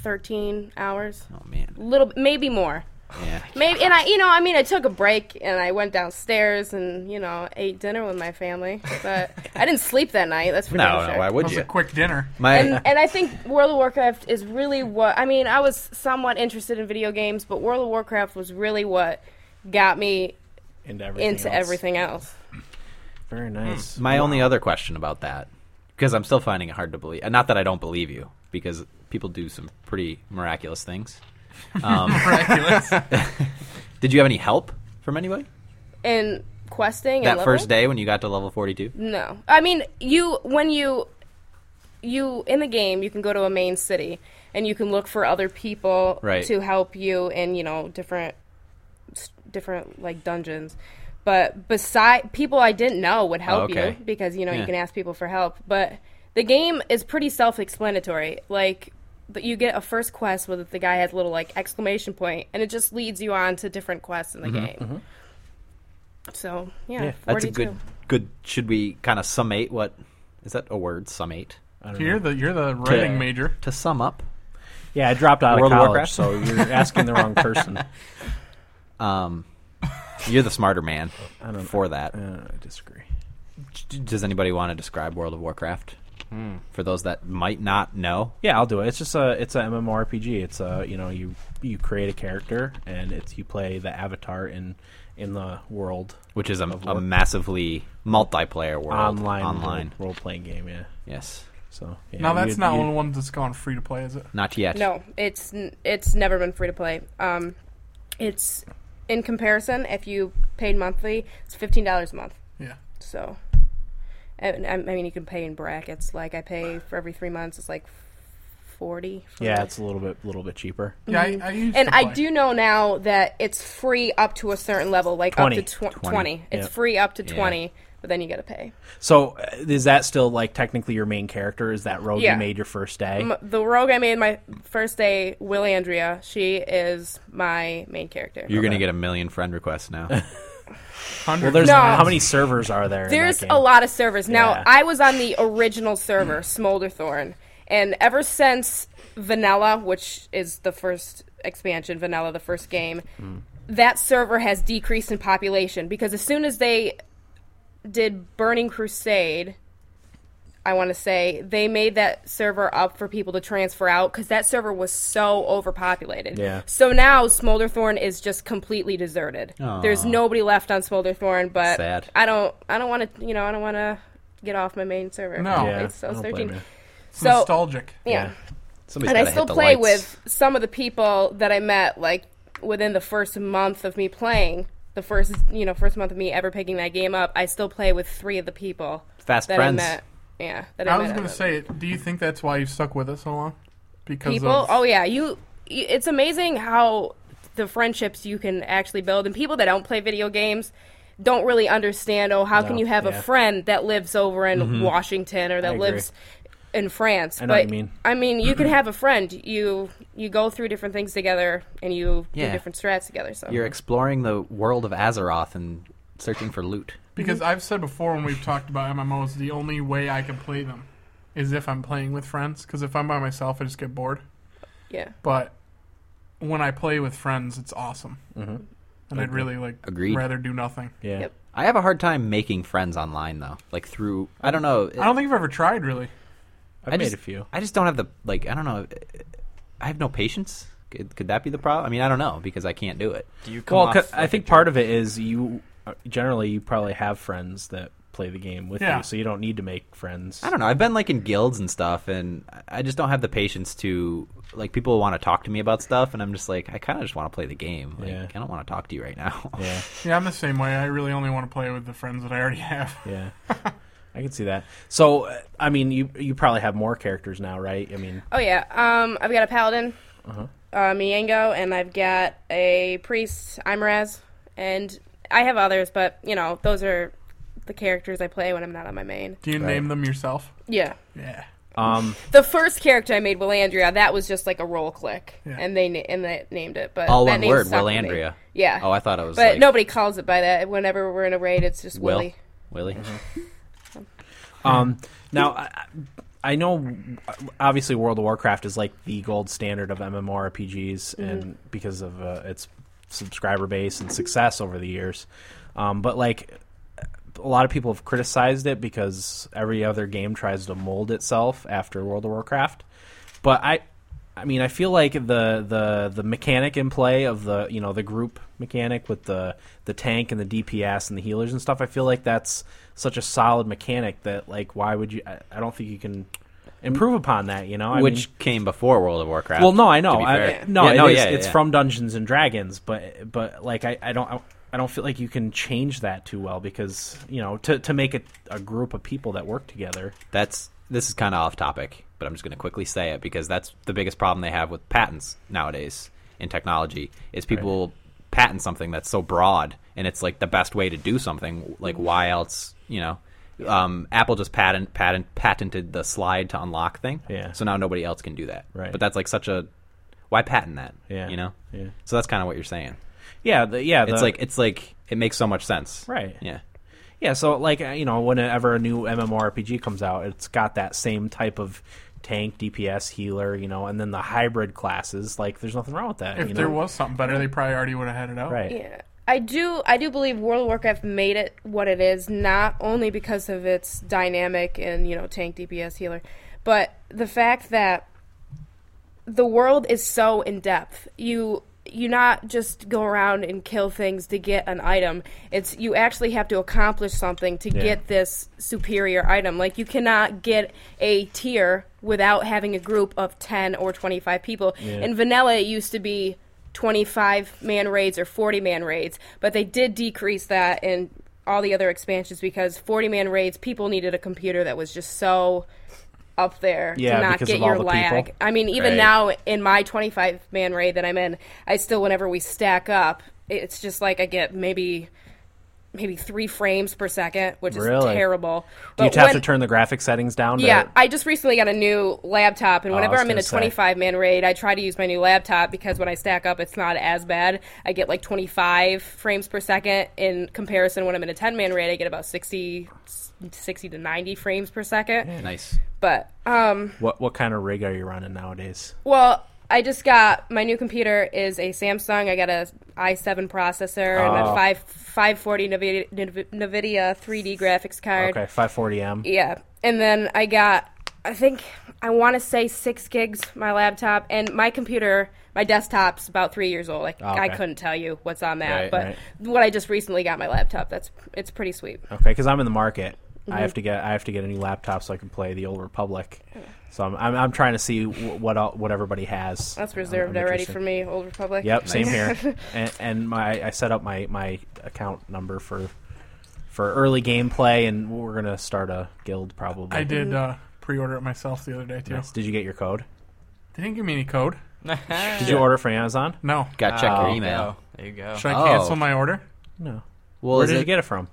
E: 13 hours
D: Oh man,
E: little maybe more
D: yeah.
E: maybe and i you know i mean i took a break and i went downstairs and you know ate dinner with my family but i didn't sleep that night that's for damn
D: No,
E: sure.
D: no. Why
B: That
D: would
B: was
D: you?
B: a quick dinner.
D: My
E: and, and I think World of Warcraft is really what I mean. I was somewhat interested in video games, but World of Warcraft was really what got me
A: into everything.
E: into
A: else.
E: everything else.
B: Hmm.
A: Very nice.
D: my only other question about that because I'm still finding it hard to believe. and Not that I don't believe you because people do some pretty miraculous things. Um,
B: Miraculous.
D: *laughs* Did you have any help from anybody
E: in questing
D: that
E: and
D: first day when you got to level 42?
E: No, I mean you when you you in the game you can go to a main city and you can look for other people
D: Right.
E: to help you in you know different s- different like dungeons. But beside people I didn't know would help
D: Oh, okay.
E: you because you know
D: Yeah.
E: you can ask people for help. But the game is pretty self-explanatory. Like but you get a first quest with the guy has a little like exclamation point and it just leads you on to different quests in the
D: Mm-hmm,
E: game. So, yeah,
A: Yeah,
E: 42.
D: That's a good good. Should we kind of summate what is that a word? Summate
A: I don't know.
B: you're the you're the writing major.
D: to sum up.
A: Yeah, I dropped out
D: World
A: of
D: of
A: college,
D: Warcraft?
A: so you're asking the
D: *laughs*
A: wrong person.
D: Um, you're the smarter man
A: I don't
D: for that.
A: Uh, I disagree.
D: D- Does anybody want to describe World of Warcraft
A: Hmm.
D: for those that might not know?
A: Yeah, I'll do it. It's just a it's a MMORPG. It's a you know you you create a character and it's you play the avatar in in the world
D: Which is a, a
A: War-
D: massively multiplayer world
A: online
D: Online,
A: role playing game. Yeah,
D: yes,
A: so yeah,
B: Now that's
A: you'd-
B: not
A: you'd-
B: one of the ones that's gone free to play, is it?
D: not yet.
E: No, it's n- it's never been free to play. Um, it's in comparison, if you paid monthly, it's fifteen dollars a month.
B: Yeah.
E: So, and, I I mean, you can pay in brackets. Like I pay for every three months, it's like forty. for-
A: Yeah, it's a little bit little bit cheaper.
B: Yeah, I, I used
E: And
B: to
E: I
B: play.
E: do know now that it's free up to a certain level, like
A: 20.
E: up to tw-
D: 20,
E: twenty. It's
A: yeah.
E: free up to twenty, but then you gotta pay.
A: So uh, is that still like technically your main character? Is that rogue
E: Yeah.
A: you made your first day?
E: M- The rogue I made my first day, Will Andrea, she is my main character.
D: You're gonna get a million friend requests now. *laughs*
B: 100.
A: well, there's
E: No.
A: how many servers are there? in that
E: There's
A: game?
E: a lot of servers. Now,
A: Yeah. *clears throat*
E: I was on the original server, Smolderthorn, And ever since Vanilla, which is the first expansion, Vanilla, the first game,
A: Hmm.
E: that server has decreased in population because as soon as they did Burning Crusade, I want to say they made that server up for people to transfer out because that server was so overpopulated.
A: Yeah.
E: So now Smolderthorn is just completely deserted.
D: Aw.
E: There's nobody left on Smolderthorn, but
D: Sad.
E: I don't, I don't want to, you know, I don't want to get off my main server.
B: No.
A: Yeah,
E: it's, I
A: I
E: was
A: don't blame
E: 13.
A: you.
B: It's
E: So
B: nostalgic.
E: yeah.
D: Somebody's
E: And I
D: gotta hit
E: still
D: the
E: play
D: lights.
E: with some of the people that I met like within the first month of me playing. The first, you know, first month of me ever picking that game up, I still play with three of the people
D: fast
E: that
D: friends.
E: I met. Yeah, that I,
B: I was
E: met
B: gonna
E: at-
B: say, do you think that's why you stuck with it so long? Because
E: people.
B: of,
E: Oh yeah, you. you- It's amazing how the friendships you can actually build, and people that don't play video games don't really understand. Oh, how can
A: No,
E: you have
A: yeah. Mm-hmm.
E: a friend that lives over in Washington or
A: I
E: that
A: agree.
E: lives in France?
A: I know what
E: but
A: you mean.
E: I mean, you can
A: *clears throat*
E: have a friend. You you go through different things together, and you
D: Yeah.
E: do different strats together. So
D: You're exploring the world of Azeroth and searching for loot.
B: because I've said before when we've talked about MMOs, the only way I can play them is if I'm playing with friends. Because if I'm by myself, I just get bored.
E: yeah,
B: But when I play with friends, it's awesome, mm-hmm. and I'd really like
D: Agreed.
B: rather do nothing.
A: Yeah.
E: Yep.
D: I have a hard time making friends online though. Like through I don't know.
B: I don't think I've ever tried really.
A: I've
D: I
A: made
D: just,
A: a few.
D: I just don't have the like. I don't know. uh, I have no patience. Could, could that be the problem? I mean, I don't know because I can't do it.
C: Do you come
A: Well,
C: off
A: 'cause I
C: like
A: think
C: a
A: part of it is you uh, generally you probably have friends that play the game with
B: Yeah.
A: you, so you don't need to make friends.
D: I don't know. I've been like in guilds and stuff, and I- I just don't have the patience to like. People want to talk to me about stuff, and I'm just like, I kind of just want to play the game. Like,
A: Yeah.
D: I don't want to talk to you right now.
A: Yeah,
B: Yeah, I'm the same way. I really only want to play with the friends that I already *laughs* have.
A: yeah. *laughs* I can see that. So, uh, I mean, you you probably have more characters now, right? I mean,
C: Uh,
E: oh yeah. Um, I've got a paladin, uh Miango, and I've got a priest, Imraz, and I have others, but you know, those are the characters I play when I'm not on my main.
B: Do you name them yourself?
E: Yeah.
B: Yeah.
A: um,
E: The first character I made, Willandria, that was just like a roll click,
B: Yeah.
E: and they na- and they named it. But
D: All
E: that
D: one
E: name
D: word,
E: stuck with me.
D: Willandria.
E: Yeah,
D: *laughs* Oh, I thought it was.
E: but
D: like,
E: nobody calls it by that. Whenever we're in a raid, it's just
D: Will.
E: Willie.
D: Willie.
A: Mm-hmm. um, now I, I know uh, obviously World of Warcraft is like the gold standard of MMORPGs,
C: Mm-hmm.
A: and because of uh, its subscriber base and success over the years, um, but like a lot of people have criticized it because every other game tries to mold itself after World of Warcraft. But I, I mean, I feel like the the the mechanic in play of the you know the group mechanic with the the tank and the DPS and the healers and stuff. I feel like that's such a solid mechanic that like why would you? I, I don't think you can improve upon that. You know, I
D: Which
A: mean-
D: came before World of Warcraft.
A: well, no, I know,
D: be
A: I,
D: fair.
A: no,
D: Yeah,
A: it
D: no,
A: is-
D: yeah,
A: it's
D: yeah.
A: from Dungeons and Dragons, but but like I, I don't I don't feel like you can change that too well because you know to to make it a group of people that work together.
D: that's this is kind of off topic, but I'm just going to quickly say it because that's the biggest problem they have with patents nowadays in technology is people patent something that's so broad and it's like the best way to do something. Like
A: Mm-hmm.
D: why else, you know? Um, Apple just patent patent patented the slide to unlock thing,
A: Yeah.
D: So now nobody else can do that,
A: Right.
D: But that's like such a why patent that,
A: Yeah.
D: You know,
A: Yeah.
D: So that's kind of what you're saying.
A: Yeah, the, yeah,
D: It's
A: the-
D: like it's like it makes so much sense,
A: Right.
D: Yeah,
A: Yeah, so like uh, you know, whenever a new MMORPG comes out, it's got that same type of tank, DPS, healer, you know, and then the hybrid classes. Like, there's nothing wrong with that.
B: If
A: you know?
B: there was something better, they probably already would have had it out.
A: right,
E: Yeah, I do. I do believe World of Warcraft made it what it is, not only because of its dynamic and you know tank DPS healer, but the fact that the world is so in depth. You you not just go around and kill things to get an item. It's you actually have to accomplish something to
A: Yeah.
E: get this superior item. Like you cannot get a tier without having a group of 10 or 25 people. In vanilla it used to be 25 man raids or 40 man raids, but they did decrease that in all the other expansions because 40 man raids people needed a computer that was just so up there
A: Yeah,
E: to not
A: because
E: get
A: of all
E: your
A: the
E: lag.
A: people.
E: I mean, even
D: Right.
E: now in my 25 man raid that I'm in, I still, whenever we stack up, it's just like I get maybe maybe three frames per second, which is
A: Really?
E: terrible.
A: Do you
E: But
A: have
E: when-
A: to turn the graphic settings down? To,
E: yeah, I just recently got a new laptop, and
A: Oh,
E: whenever
A: was
E: I'm in
A: gonna
E: a
A: say.
E: 25 man raid, I try to use my new laptop because when I stack up, it's not as bad. I get like 25 frames per second. In comparison, when I'm in a 10 man raid, I get about 60, 60 to 90 frames per second.
C: *laughs*
D: Nice.
E: But um,
A: What what kind of rig are you running nowadays?
E: Well, I just got my new computer is a Samsung. I got a i7 processor and
A: Oh.
E: a five five forty Nvidia, Nvidia 3D graphics card.
A: Okay, 540M.
E: Yeah, and then I got I think I want to say six gigs my laptop and my computer. My desktop's about three years old. Like
A: Oh, okay.
E: I couldn't tell you what's on that,
D: Right,
E: but
A: right.
E: what I just recently got my laptop. That's it's pretty sweet.
A: Okay, because I'm in the market.
E: Mm-hmm.
A: I have to get I have to get a new laptop so I can play the old Republic. So I'm I'm, I'm trying to see wh- what all, what everybody has.
E: That's reserved already for me, Old Republic.
A: Yep, same
E: *laughs*
A: here. and, and my I set up my my account number for for early gameplay, and we're gonna start a guild probably.
B: I
E: Mm-hmm.
B: did uh, pre-order it myself the other day too.
A: Nice. Did you get your code?
B: They didn't give me any code.
A: Did you order from Amazon?
B: No.
D: Got to check
A: Oh,
D: your email.
C: There you go.
B: Should I
D: Oh.
B: cancel my order?
A: No.
D: Well,
A: Where
D: is
A: did
D: it
A: you get it from?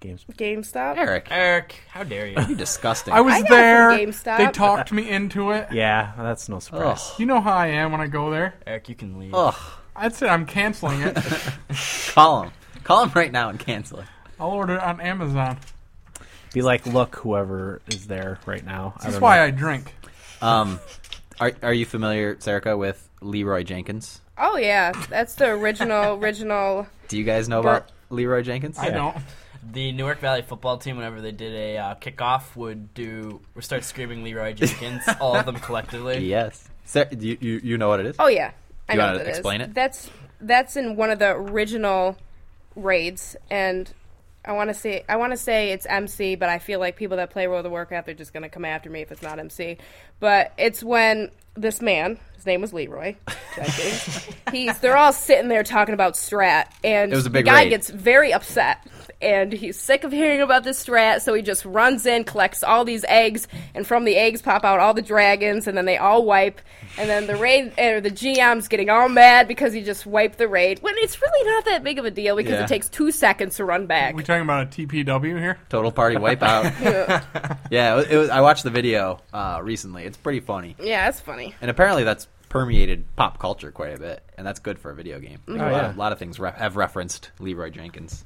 A: Games.
E: GameStop.
D: Eric?
C: Eric, how dare you?
D: *laughs* You disgusting.
B: I was
E: I got it from
B: there.
E: GameStop.
B: They talked me into it.
A: Yeah, that's no
D: Ugh.
A: surprise.
B: You know how I am when I go there.
C: Eric, you can leave.
D: Ugh.
B: I'd say I'm canceling it.
A: *laughs*
D: Call him. Call him right now and cancel it.
B: I'll order it on Amazon.
A: Be like, look, whoever is there right now. I
B: That's
A: don't
B: why
A: know.
B: I drink.
D: Um, are are you familiar, Serica, with Leroy Jenkins?
E: Oh yeah, that's the original *laughs* original.
D: Do you guys know
E: But-
D: about Leroy Jenkins?
B: I don't.
C: The Newark Valley football team, whenever they did a uh, kickoff, would do would start screaming *laughs* Leroy Jenkins, all of them collectively.
D: Yes. Ser- do you, you you know what it is?
E: Oh yeah, I
D: You
E: know
D: wanna
E: what that is.
D: explain it?
E: That's that's in one of the original raids, and I want to say I want to say it's MC, but I feel like people that play World of Warcraft are just gonna come after me if it's not MC. But it's when this man, his name was
D: *laughs*
E: Leroy, Jenkins, he's they're all sitting there talking about Strat, and
D: It was a big
E: the guy
D: raid.
E: gets very upset. And he's sick of hearing about this strat, so he just runs in, collects all these eggs, and from the eggs pop out all the dragons, and then they all wipe. And then the raid or the GM's getting all mad because he just wiped the raid. When it's really not that big of a deal because
D: Yeah.
E: it takes two seconds to run back.
B: We talking about a TPW here?
D: Total
E: *laughs*
D: party wipeout. yeah, it was, it was. I watched the video uh, recently. It's pretty funny,
E: yeah, that's funny.
D: and apparently that's permeated pop culture quite a bit, and that's good for a video game. Like, a, lot
A: yeah.
D: of, lot of things re- have referenced Leroy Jenkins.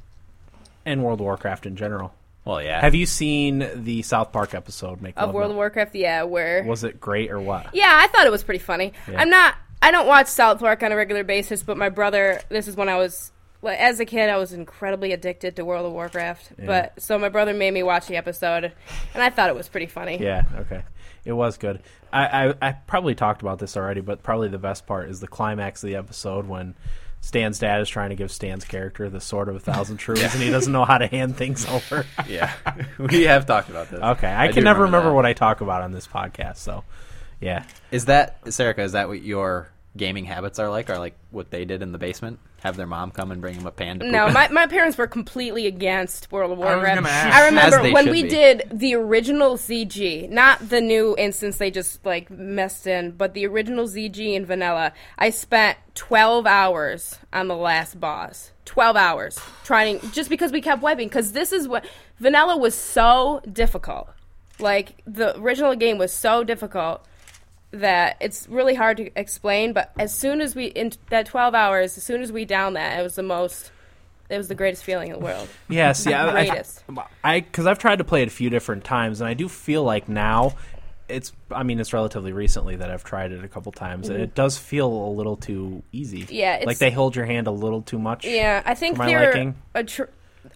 A: And World of Warcraft in general.
D: Well, yeah.
A: Have you seen the South Park episode? Make
E: Of
A: Love
E: World
A: Not-
E: of Warcraft, yeah, where
A: Was it great or what?
E: Yeah, I thought it was pretty funny. I'm not. I don't watch South Park on a regular basis, but my brother. This is when I was. well, As a kid, I was incredibly addicted to World of Warcraft. But so my brother made me watch the episode, and I thought it was pretty funny.
A: Yeah, okay. It was good. I, I, I probably talked about this already, but probably the best part is the climax of the episode when Stan's dad is trying to give Stan's character the sword of a thousand truths and he doesn't know how to hand things over.
D: yeah, *laughs* we have talked about this.
A: Okay, I,
D: do
A: can never remember,
D: that.
A: what I talk about on this podcast, so yeah.
D: Is that Serica? Is that what your gaming habits are like? Are like what they did in the basement? Have their mom come and bring them a pan to poop
E: No,
D: in?
E: my, my parents were completely against World of
B: was
E: Warcraft.
B: gonna ask.
E: I
D: As
E: remember
D: they
E: when
D: should
E: we
D: be.
E: did the original ZG, not the new instance they just like messed in, but the original ZG in vanilla. I spent 12 hours on the last boss. 12 hours trying just because we kept wiping cuz this is what vanilla was so difficult. Like the original game was so difficult that it's really hard to explain, but as soon as we in that 12 hours, as soon as we down that, it was the most it was the greatest feeling in the world.
A: Yeah, see, I, I,
E: Greatest.
A: I, because I've tried to play it a few different times, and I do feel like now, it's, I mean, it's relatively recently that I've tried it a couple times, and it does feel a little too easy.
E: Mm-hmm. Yeah, it's-
A: like they hold your hand a little too much.
E: Yeah, I think
A: for my
E: they're
A: liking.
E: a tr-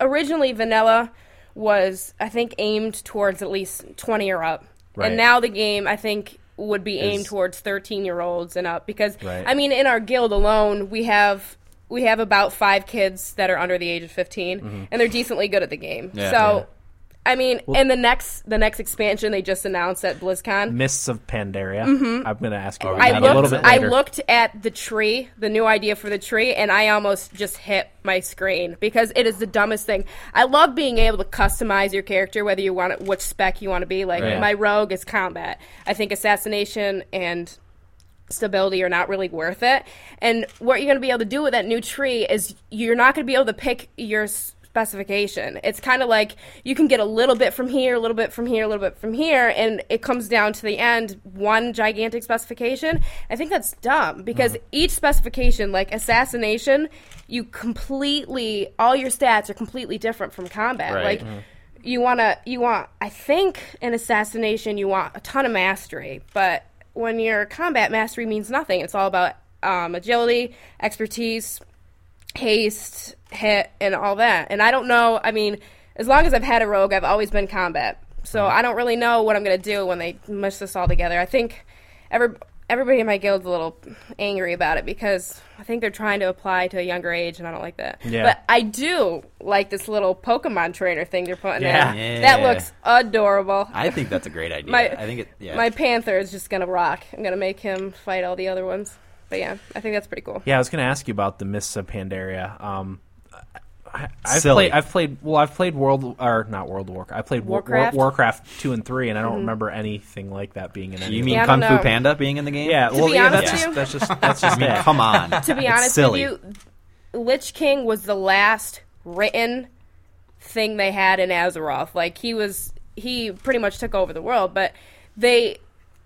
E: originally vanilla was I think aimed towards at least 20 or up.
A: Right.
E: And now the game I think would be aimed
A: Is-
E: towards 13 year olds and up because
A: Right.
E: I mean in our guild alone we have we have about 5 kids that are under the age of 15
A: Mm-hmm.
E: and they're decently good at the game.
D: Yeah.
E: so I mean, and the next the next expansion they just announced at BlizzCon.
A: Mists of Pandaria. I'm going to ask you about
E: I
A: that
E: looked,
A: a little bit
E: Mm-hmm. I
A: later.
E: looked at the tree, the new idea for the tree, and I almost just hit my screen because it is the dumbest thing. I love being able to customize your character, whether you want it, which spec you want to be. Like
A: Right.
E: my rogue is combat. I think assassination and stability are not really worth it. And what you're going to be able to do with that new tree is you're not going to be able to pick your s- specification. It's kind of like you can get a little bit from here, a little bit from here, a little bit from here, and it comes down to the end one gigantic specification. I think that's dumb because each specification, like assassination, you completely all your stats are completely different from combat.
D: Right.
E: Like Mm-hmm. you want to you want i think in assassination you want a ton of mastery but when your combat mastery means nothing it's all about um, agility expertise haste hit and all that and i don't know i mean as long as i've had a rogue i've always been combat so
A: Mm-hmm.
E: i don't really know what i'm going to do when they mush this all together i think every, everybody in my guild's a little angry about it because i think they're trying to apply to a younger age and i don't like that
A: Yeah.
E: but I do like this little Pokemon trainer thing you're putting
A: Yeah.
E: in.
D: Yeah.
E: That looks adorable.
D: *laughs* I think that's a great idea.
E: My-
D: I think it. Yeah.
E: My Panther is just gonna rock. I'm gonna make him fight all the other ones. But yeah, I think that's pretty cool.
A: Yeah, I was going to ask you about the Mists of Pandaria. Um, I, I've
D: Silly.
A: played. I've played. Well, I've played World or not World of Warcraft. I played War-
E: Warcraft? Mm-hmm.
A: War, Warcraft two and three, and I don't remember anything like that being in any.
D: you
A: of
D: mean
E: Yeah, I
D: Kung
E: don't
D: Fu
E: know.
D: Panda being in the game?
A: Yeah, well,
E: be
A: yeah,
E: honest
A: that's
E: with
A: just
E: you-
A: that's just that's just
D: I mean,
A: it.
D: come
E: *laughs*
D: on.
E: To be honest
D: silly.
E: with you, Lich King was the last written thing they had in Azeroth. Like he was, he pretty much took over the world. But they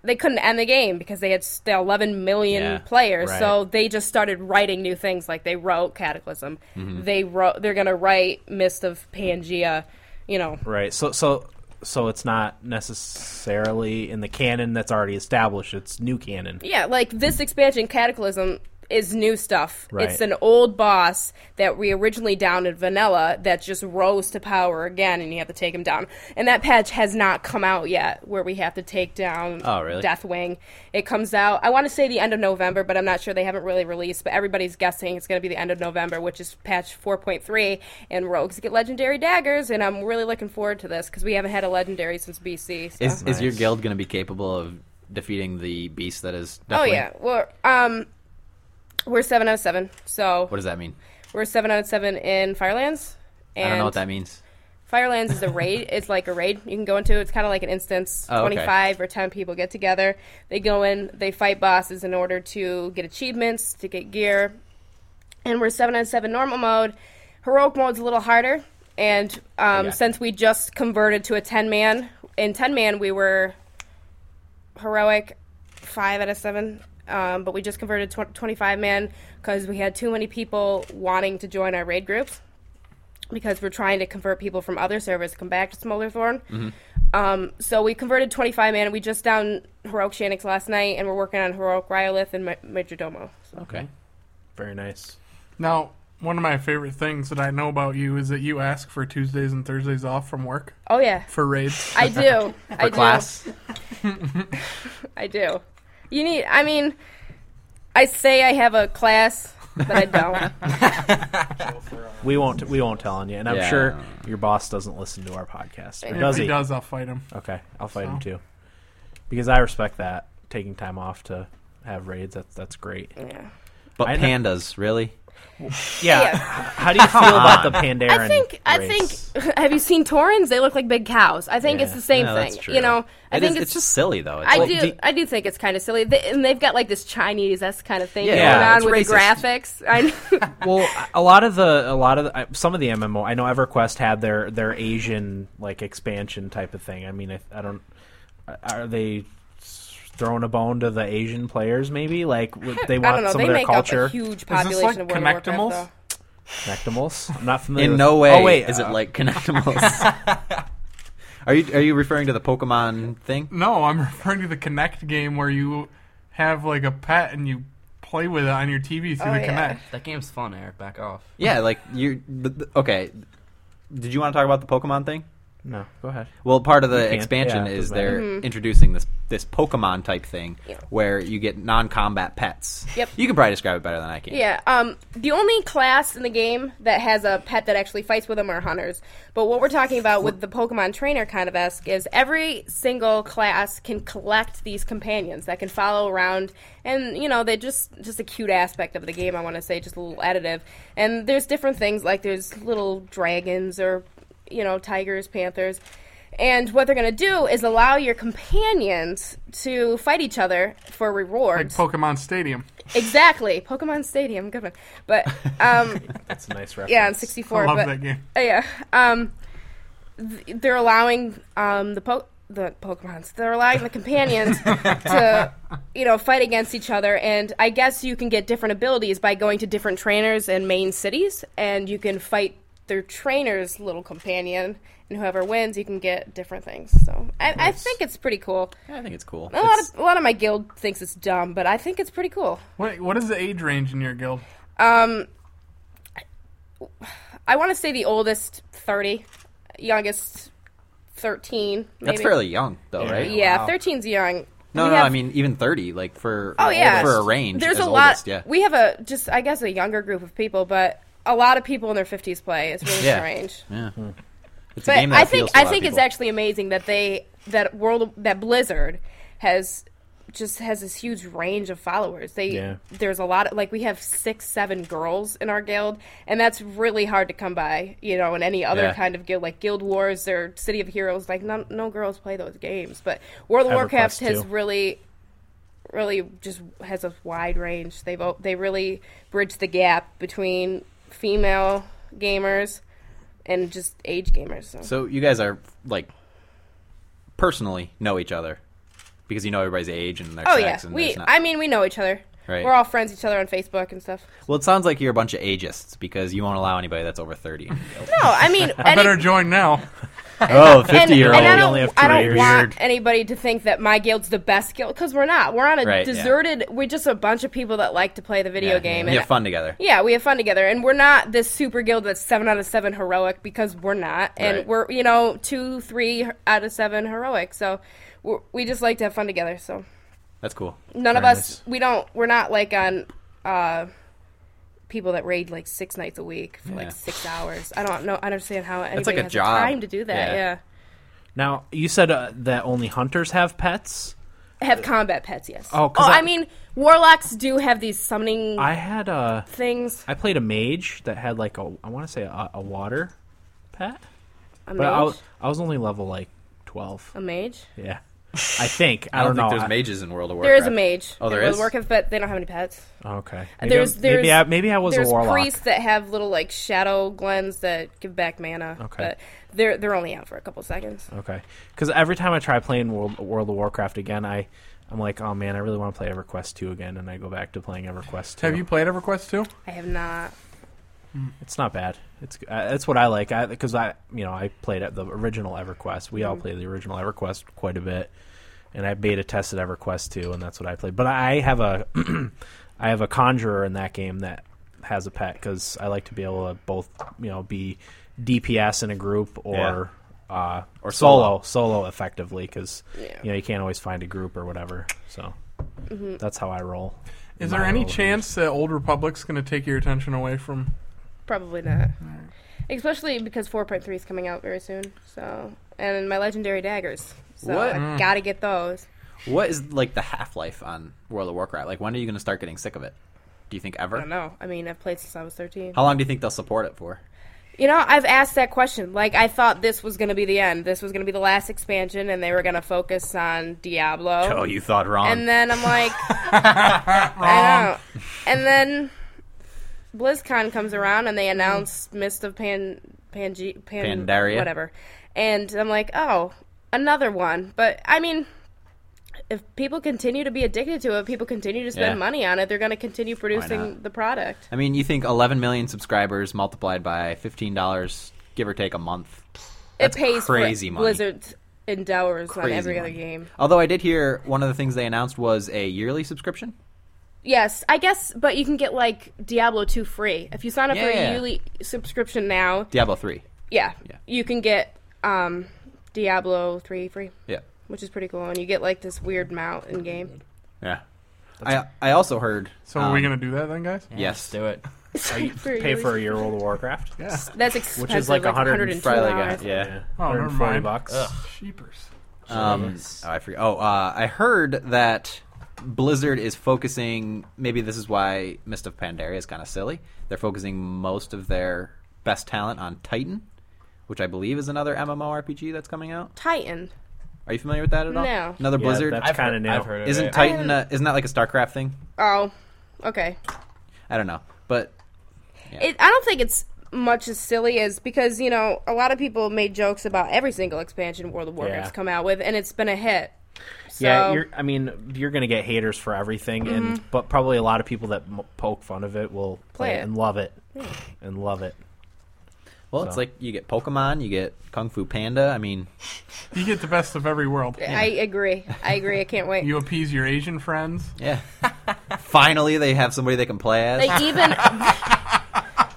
E: they couldn't end the game because they had s- the 11 million
D: Yeah,
E: players.
A: right.
E: So they just started writing new things. Like they wrote Cataclysm.
D: Mm-hmm.
E: They wrote. They're gonna write Mist of Pangea. You know,
A: Right. So so so it's not necessarily in the canon that's already established. It's new canon.
E: Yeah, like this expansion, Cataclysm, is new stuff.
A: Right.
E: It's an old boss that we originally downed in vanilla that just rose to power again, and you have to take him down. And that patch has not come out yet, where we have to take down
D: Oh, really?
E: Deathwing. It comes out, I want to say the end of November, but I'm not sure they haven't really released. But everybody's guessing it's going to be the end of November, which is patch 4.3, and rogues get legendary daggers. And I'm really looking forward to this because we haven't had a legendary since BC. So.
D: Is is your guild going to be capable of defeating the beast that is?
E: Oh
D: Deathwing?
E: yeah. Well, um, we're seven out of seven. So
D: What does that mean?
E: we're seven out of seven in Firelands. And
D: I don't know what that means.
E: Firelands
D: *laughs*
E: is a raid. It's like a raid you can go into. It's kind of like an instance.
D: Oh, okay.
E: Twenty-five or ten people get together. They go in. They fight bosses in order to get achievements, to get gear. And we're seven out of seven normal mode. Heroic mode's a little harder. And um,
D: Yeah.
E: since we just converted to a ten-man, in ten-man we were heroic five out of seven. Um, but we just converted tw- 25 man because we had too many people wanting to join our raid groups because we're trying to convert people from other servers to come back to Smolderthorn. Um, so we converted 25 man. We just down heroic Shanix last night, and we're working on heroic Ryolith and Ma- Majordomo. So.
D: Okay.
A: Very nice.
B: Now, one of my favorite things that I know about you is that you ask for Tuesdays and Thursdays off from work
E: Oh yeah,
B: for raids.
D: *laughs*
E: I do. I
D: For class.
E: do. I do. You need. I mean, I say I have a class, but I
D: *laughs*
E: don't.
A: We won't we won't tell on you, and I'm
D: Yeah.
A: sure your boss doesn't listen to our podcast. Or
E: If
A: does
B: If
A: he?
B: he does, I'll fight him.
A: Okay, I'll fight him
B: So.
A: too, because I respect that taking time off to have raids. That's that's great.
E: yeah.
D: But
A: I know-
D: pandas, really?
A: Yeah.
E: Yeah. *laughs*
A: How do you feel about the Pandaren?
E: I think I
A: race?
E: think *laughs* have you seen taurins? They look like big cows. I think it's
A: Yeah.
E: the same
D: No,
E: thing.
D: that's
E: You
D: true.
E: know, I
D: It
E: think
D: is-
E: it's,
D: it's just silly though. It's
E: I
D: like-
E: do, I do think it's kind of silly, they, and they've got like this Chinese esque kind of thing
D: Yeah,
A: yeah,
E: going on with
D: it's
E: the graphics. *laughs* I,
A: well, a lot of the a lot of the, uh, some of the MMO. I know EverQuest had their their Asian like expansion type of thing. I mean, I, I don't are they throwing a bone to the Asian players? Maybe like
E: *laughs*
A: would they
E: I don't
A: want
E: know.
A: some of
E: They
A: their
E: make
A: culture.
E: up a huge
B: like
E: population of World of
B: Connectimals?
E: Warcraft. Though.
A: Connectimals? I'm not familiar.
D: In
A: with-
D: no way
A: Oh wait,
D: is
A: uh,
D: it like
A: *laughs*
D: connectables. are you are you referring to the Pokemon thing?
B: No, I'm *laughs* referring to the Connect game where you have like a pet and you play with it on your TV through
E: Oh,
B: the
E: yeah.
B: Connect.
C: That game's fun, Eric. Back off.
D: Yeah, like you. th- th- Okay. Did you want to talk about the Pokemon thing?
A: no? Go ahead.
D: Well, part of the
A: can.
D: expansion
A: Yeah, it
D: is
A: doesn't matter.
D: they're introducing this this Pokemon type thing
E: Mm-hmm. Yeah.
D: where you get non-combat pets.
E: Yep.
D: You can probably describe it better than I can.
E: Yeah, um, the only class in the game that has a pet that actually fights with them are hunters. But what we're talking about with the Pokemon trainer kind of esque is every single class can collect these companions that can follow around, and you know they just just a cute aspect of the game. I want to say just a little additive. And there's different things like there's little dragons or you know tigers, panthers. And what they're going to do is allow your companions to fight each other for
B: Like
E: rewards.
B: Pokemon Stadium.
E: exactly. Pokemon Stadium, good one. But
B: *laughs*
E: um,
A: That's a nice reference.
E: *laughs* yeah, on
B: I
E: 64.
B: love
E: but,
B: that game.
E: uh, yeah. Um, th- they're allowing um, the po- the Pokemons. They're allowing
B: *laughs*
E: the companions to, you know, fight against each other. And I guess you can get different abilities by going to different trainers in main cities, and you can fight their trainer's little companion. And whoever wins, you can get different things. So I, I think it's pretty cool.
D: Yeah, I think it's cool.
E: A lot
D: It's-
E: of a lot of my guild thinks it's dumb, but I think it's pretty cool.
B: What what is the age range in your guild?
E: Um, I want to say the oldest thirty, youngest thirteen. Maybe.
D: that's fairly young, though, right?
E: Yeah,
C: Wow.
E: thirteen's young.
D: No,
E: We
D: no,
E: have-
D: I mean even thirty, like for
E: oh yeah,
D: for a range.
E: There's
D: as
E: a lot.
D: oldest, yeah.
E: We have a just I guess a younger group of people, but a lot of people in their fifties play. It's really
D: Yeah.
E: strange.
D: yeah. It's a
E: But
D: game that
E: I think
D: appeals to a
E: I
D: lot of
E: think it's
D: people.
E: actually amazing that they that world that Blizzard has just has this huge range of followers. They
A: Yeah.
E: there's a lot of like we have six seven girls in our guild, and that's really hard to come by. You know, in any other
D: Yeah.
E: kind of guild like Guild Wars or City of Heroes, like no, no girls play those games. But World of
A: EverQuest,
E: Warcraft has
A: too.
E: really really just has a wide range. They have they really bridge the gap between female gamers and just age gamers. So.
D: So you guys are like personally know each other because you know everybody's age and their
E: Oh yeah,
D: sex. and
E: we.
D: there's not-
E: I mean, we know each other.
D: Right.
E: We're all friends with each other on Facebook and stuff.
D: well, it sounds like you're a bunch of ageists because you won't allow anybody that's
E: *laughs*
D: over thirty. *laughs*
E: No, I mean,
B: I better join now.
D: oh,
E: and,
D: 50 year
E: and I
A: You
D: old.
A: only
E: don't,
A: have two
E: I don't
A: years.
E: want
A: Weird.
E: anybody to think that my guild's the best guild because we're not. We're on a
D: Right, yeah.
E: deserted. We're just a bunch of people that like to play the video game.
D: You
E: and
D: have fun together.
E: Yeah, we have fun together, and we're not this super guild that's seven out of seven heroic because we're not, and
D: Right.
E: we're you know two, three out of seven heroic. So we're, we just like to have fun together. So
D: That's cool.
E: none of
A: Very
E: us we don't we're not like on uh people that raid like six nights a week for
D: Yeah.
E: like six hours i don't know i don't understand how anybody
D: That's like a
E: has the
D: job.
E: time to do that
D: Yeah.
E: yeah,
A: Now you said uh, that only hunters have pets.
E: have combat pets yes
A: Oh, 'cause
E: oh
A: I-
E: I, mean warlocks do have these summoning
A: I had a.
E: things
A: I played a mage that had like a. I want to say a, a water pet,
E: a
A: but I
E: mage
A: was, I was only level like twelve.
E: a mage
A: Yeah, I think I,
D: I don't,
A: know.
D: think there's
A: I-
D: mages in World of Warcraft.
E: there is a mage
D: Oh, there
E: in World
D: is?
E: of Warcraft, but they don't have any pets
A: Okay. Maybe
E: There's-
A: I, maybe I,
E: there's-
A: maybe I was a
E: there's
A: warlock.
E: priests that have little like shadow glens that give back mana
A: Okay. Oh.
E: but they're they're only out for a couple seconds
A: Okay, because every time I try playing World, World of Warcraft again, I I'm like, oh man, I really want to play EverQuest two again, and I go back to playing EverQuest two.
B: Have you played EverQuest 2?
E: i have not
A: It's not bad. It's uh, that's what I like. I because I you know I played at the original EverQuest. We all played the original EverQuest quite a bit, and I beta tested EverQuest two, and that's what I played. But I have a *clears throat* I have a conjurer in that game that has a pet because I like to be able to both you know be DPS in a group or uh,
D: Or
A: solo solo effectively because
E: Yeah.
A: you know you can't always find a group or whatever. So that's how I roll.
B: Is
A: My
B: there any
A: roll is-
B: chance that Old Republic's going to take your attention away from?
E: Probably not. Especially because 4.3 is coming out very soon. So, and my legendary daggers. So
D: What?
E: I gotta get those.
D: What is like the half life on World of Warcraft? Like, when are you going to start getting sick of it? Do you think
E: I
D: ever?
E: don't know. I mean, I've played since I was 13.
D: How long do you think they'll support it for?
E: You know, I've asked that question. Like, I thought this was gonna be the end. This was gonna be the last expansion, and they were gonna focus on Diablo.
D: Oh, you thought wrong.
E: And then I'm
D: *laughs*
E: like, I know. And then BlizzCon comes around and they announce Mist of Pan, Pange, Pan,
D: Pandaria.
E: whatever. And I'm like, oh, another one. But I mean, if people continue to be addicted to it, people continue to spend
D: Yeah.
E: money on it. They're going to continue producing
D: not?
E: the product.
D: I mean, you think 11 million subscribers multiplied by $15, give or take a month. That's
E: it pays
D: crazy
E: for
D: money.
E: Blizzard's endowers on
D: Crazy
E: every other
D: money.
E: game.
D: Although I did hear one of the things they announced was a yearly subscription.
E: Yes, I guess, but you can get like Diablo 2 free. If you sign up for
D: Yeah.
E: a yearly subscription now,
D: Diablo 3.
E: Yeah.
D: Yeah.
E: You can get um, Diablo 3 free,
D: Yeah.
E: which is pretty cool. And you get like this weird mount in game.
D: Yeah. I I also heard
B: So are we
D: um,
B: going to do that then, guys?
D: Yes.
C: Let's do
E: *laughs*
C: it.
A: Pay for a year World of Warcraft.
B: Yeah.
E: That's expensive.
A: Which is like 100
E: 102
D: probably like a-
E: dollars.
D: yeah.
B: Oh, never
A: 140
B: mind.
A: bucks.
B: Sheepers.
D: Um, oh, I forget. Oh, uh, I heard that Blizzard is focusing. Maybe this is why Mist of Pandaria is kind of silly. They're focusing most of their best talent on Titan, which I believe is another MMORPG that's coming out.
E: Titan.
D: Are you familiar with that at all?
E: No.
D: Another
A: Yeah,
D: Blizzard.
A: that's
C: I've
A: kind of
C: heard-
A: new.
C: I've heard of
D: Isn't
C: it.
D: Titan?
E: I
D: Uh, isn't that like a StarCraft thing?
E: Oh, okay.
D: I don't know, but
E: It, I don't think it's much as silly as because you know a lot of people made jokes about every single expansion World of Warcraft's
A: Yeah.
E: come out with, and it's been a hit. So,
A: Yeah, you're, I mean, you're going to get haters for everything, and but probably a lot of people that m- poke fun of it will play,
E: Play
A: it
E: it.
A: and love it, and love it.
D: well, it's
A: So.
D: like you get Pokemon, you get Kung Fu Panda. I mean,
B: You get the best of every world.
E: I agree. I agree. I
A: *laughs*
E: can't wait.
B: You appease your Asian friends.
D: yeah. *laughs* Finally, they have somebody they can play as. *laughs*
E: they even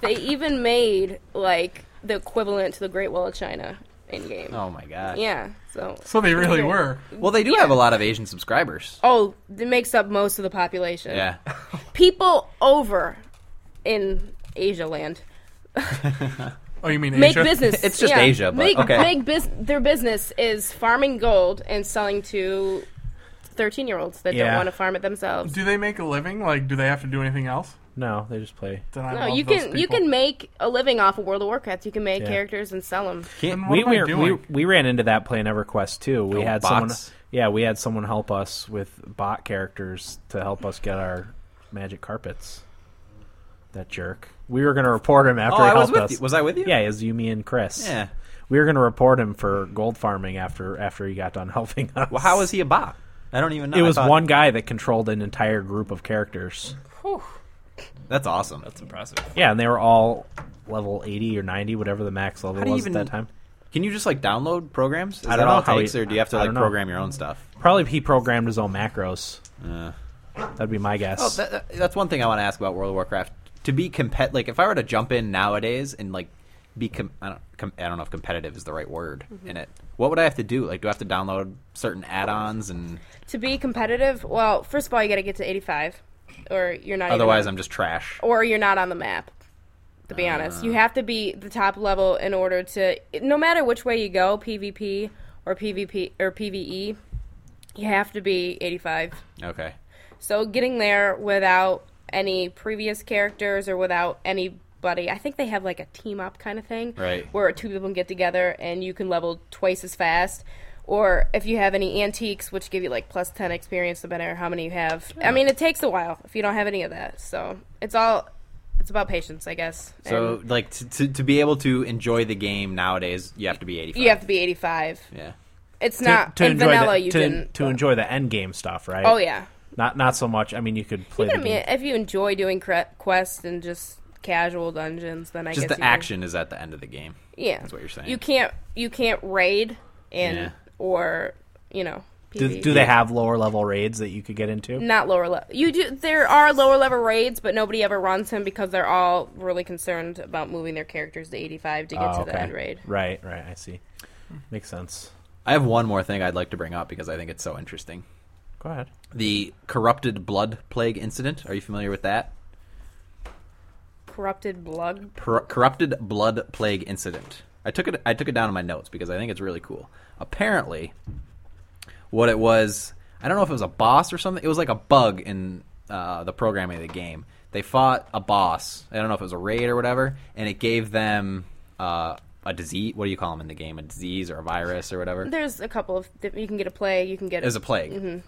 E: they even made like the equivalent to the Great Wall of China in game.
D: Oh my god.
E: Yeah. So
B: So they really were.
D: Well, they do have a lot of Asian subscribers.
E: oh, it makes up most of the population.
D: Yeah.
A: Oh,
E: People over in Asia land
B: Oh, you mean
E: make
B: Asia?
E: business.
D: *laughs* It's just
E: yeah,
D: Asia, but
E: make,
D: okay.
E: Make bus- their business is farming gold and selling to thirteen year olds that don't
A: Yeah.
E: want to farm it themselves.
B: Do they make a living? Like, do they have to do anything else?
A: No, they just play.
B: Then I
E: no,
B: love
E: you
B: those
E: can you
B: people.
E: can make a living off of World of Warcraft. You can make
A: Yeah.
E: characters and sell them.
B: Then what
A: we,
B: am I
A: were- we,
B: doing?
A: we ran into that playing EverQuest too. We
D: Oh,
A: had
D: bots?
A: someone, yeah, we had someone help us with bot characters to help us get our magic carpets. That jerk. We were going to report him after
D: Oh,
A: he
D: I was
A: helped
D: with
A: us.
D: you. Was I with you?
A: Yeah, it was Yumi and Chris.
D: Yeah.
A: we were going to report him for gold farming after after he got done *laughs* helping us.
D: Well, how is he a bot? I don't even know.
A: It
D: I
A: was
D: thought-
A: one guy that controlled an entire group of characters.
D: That's awesome.
C: That's impressive.
A: Yeah, and they were all level eighty or ninety, whatever the max level
D: How do you
A: was
D: even-
A: at that time.
D: Can you just like download programs? Is
A: I don't
D: that all
A: know
D: it
A: how
D: takes,
A: he-
D: or do you have to
A: I
D: like
A: don't know.
D: program your own stuff?
A: Probably he programmed his own macros.
D: Uh.
A: That'd be my guess.
D: Oh, that, that- that's one thing I want to ask about World of Warcraft. To be compet, like if I were to jump in nowadays and like be, com- I don't, com- I don't know if competitive is the right word
E: Mm-hmm.
D: in it. What would I have to do? Like, do I have to download certain add-ons and
E: To be competitive, well, first of all, you got to get to 85, or you're not. even-
D: otherwise I'm just trash?
E: or you're not on the map. To be honest, you have to be the top level in order to. No matter which way you go, PvP or PvP or PVE, you have to be 85.
D: Okay,
E: So getting there without any previous characters or without anybody, I think they have like a team up kind of thing,
D: Right.
E: Where two people can get together and you can level twice as fast. Or if you have any antiques, which give you like plus ten experience, no matter how many you have. I mean, it takes a while if you don't have any of that. So it's all it's about patience, I guess.
D: so
E: And
D: like to, to to be able to enjoy the game nowadays, you have to be 85.
E: you have to be eighty-five.
D: yeah.
E: It's
A: to,
E: not
A: to
E: in
A: enjoy
E: vanilla.
A: the,
E: you
A: to,
E: didn't.
A: to enjoy the end game stuff, right?
E: oh yeah.
A: Not not so much. I mean, you could play the
E: Even I mean,
A: game.
E: if you enjoy doing cre- quests and just casual dungeons, then I
D: Just
E: guess
D: the
E: you can-
D: action is at the end of the game.
E: Yeah, that's
D: what you're saying.
E: You can't you can't raid and
D: Yeah.
E: or you know
A: Do,
E: PvE.
A: do they have lower level raids that you could get into?
E: not lower level. You do there are lower level raids, but nobody ever runs them because they're all really concerned about moving their characters to 85 to get
A: Oh,
E: to
A: okay.
E: the end raid.
A: Right, right. I see. Makes sense.
D: I have one more thing I'd like to bring up because I think it's so interesting.
A: Go ahead.
D: The corrupted blood plague incident. Are you familiar with that?
E: Corrupted blood.
D: Cor- corrupted blood plague incident. I took it. I took it down in my notes because I think it's really cool. Apparently, what it was, I don't know if it was a boss or something. It was like a bug in uh, the programming of the game. They fought a boss. I don't know if it was a raid or whatever, and it gave them uh, a disease. What do you call them in the game? A disease or a virus or whatever.
E: There's a couple of that you can get a play. You can get
D: It was a plague.
E: Mm-hmm.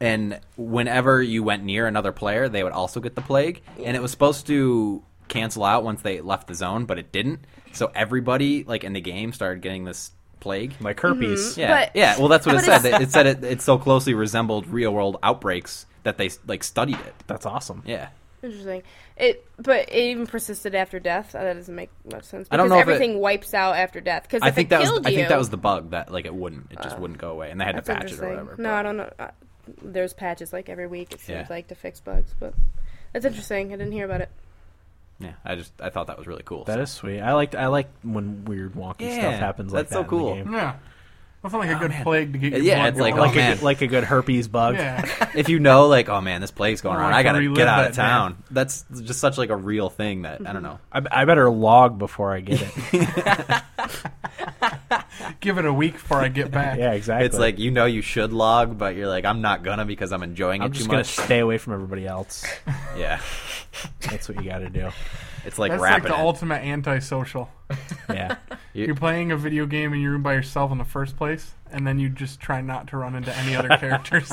D: And whenever you went near another player, they would also get the plague. And it was supposed to cancel out once they left the zone, but it didn't. So everybody, like in the game, started getting this plague.
A: Like herpes.
D: Yeah,
E: But-
D: yeah. Well, that's what it
E: but
D: said.
E: it's-
D: It, it said it, it so closely resembled real world outbreaks that they like studied it.
A: That's awesome.
D: Yeah,
E: interesting. It but it even persisted after death. Oh, that doesn't make much sense because
D: I don't know if it-
E: everything wipes out after death. Because
D: I think that was
E: killed
D: I
E: you, Oh.
D: think that was the bug that like it wouldn't. It just wouldn't go away, and they had to
E: That's
D: patch it or
E: interesting.
D: whatever.
E: No,
D: but-
E: I don't know. Uh, There's patches like every week. It seems
D: Yeah.
E: like to fix bugs, but that's interesting. I didn't hear about it.
D: Yeah, I just I thought that was really cool.
A: That is sweet. I like I like when weird wonky
D: Yeah,
A: stuff happens like
D: that's so
A: that
D: cool.
A: in the game.
B: Yeah. That's not
A: Oh,
B: like a good plague to get your
D: Yeah,
B: blood
D: it's like,
B: going.
A: Like
D: oh,
A: a
D: man.
A: good- like a good herpes bug.
B: *laughs* yeah.
D: if you know like oh man this plague's going
B: Oh,
D: on
B: I
D: i
B: can
D: gotta
B: relive
D: get out of
B: that, man.
D: town that's just such like a real thing that i don't know
A: I, I better log before I
D: *laughs*
A: get it.
B: Give it a week before I get
A: *laughs*
B: back.
A: yeah, exactly.
D: it's like you know you should log but you're like i'm not gonna because i'm enjoying
A: I'm
D: it
A: just
D: too
A: gonna *laughs*
D: much
A: stay away from everybody else.
D: yeah
A: That's what you got to do.
D: it's like
B: That's like
D: rapping
B: the
D: it.
B: ultimate antisocial.
D: *laughs*
A: Yeah.
D: You-
B: You're playing a video game in your room by yourself in the first place, and then you just try not to run into any other characters.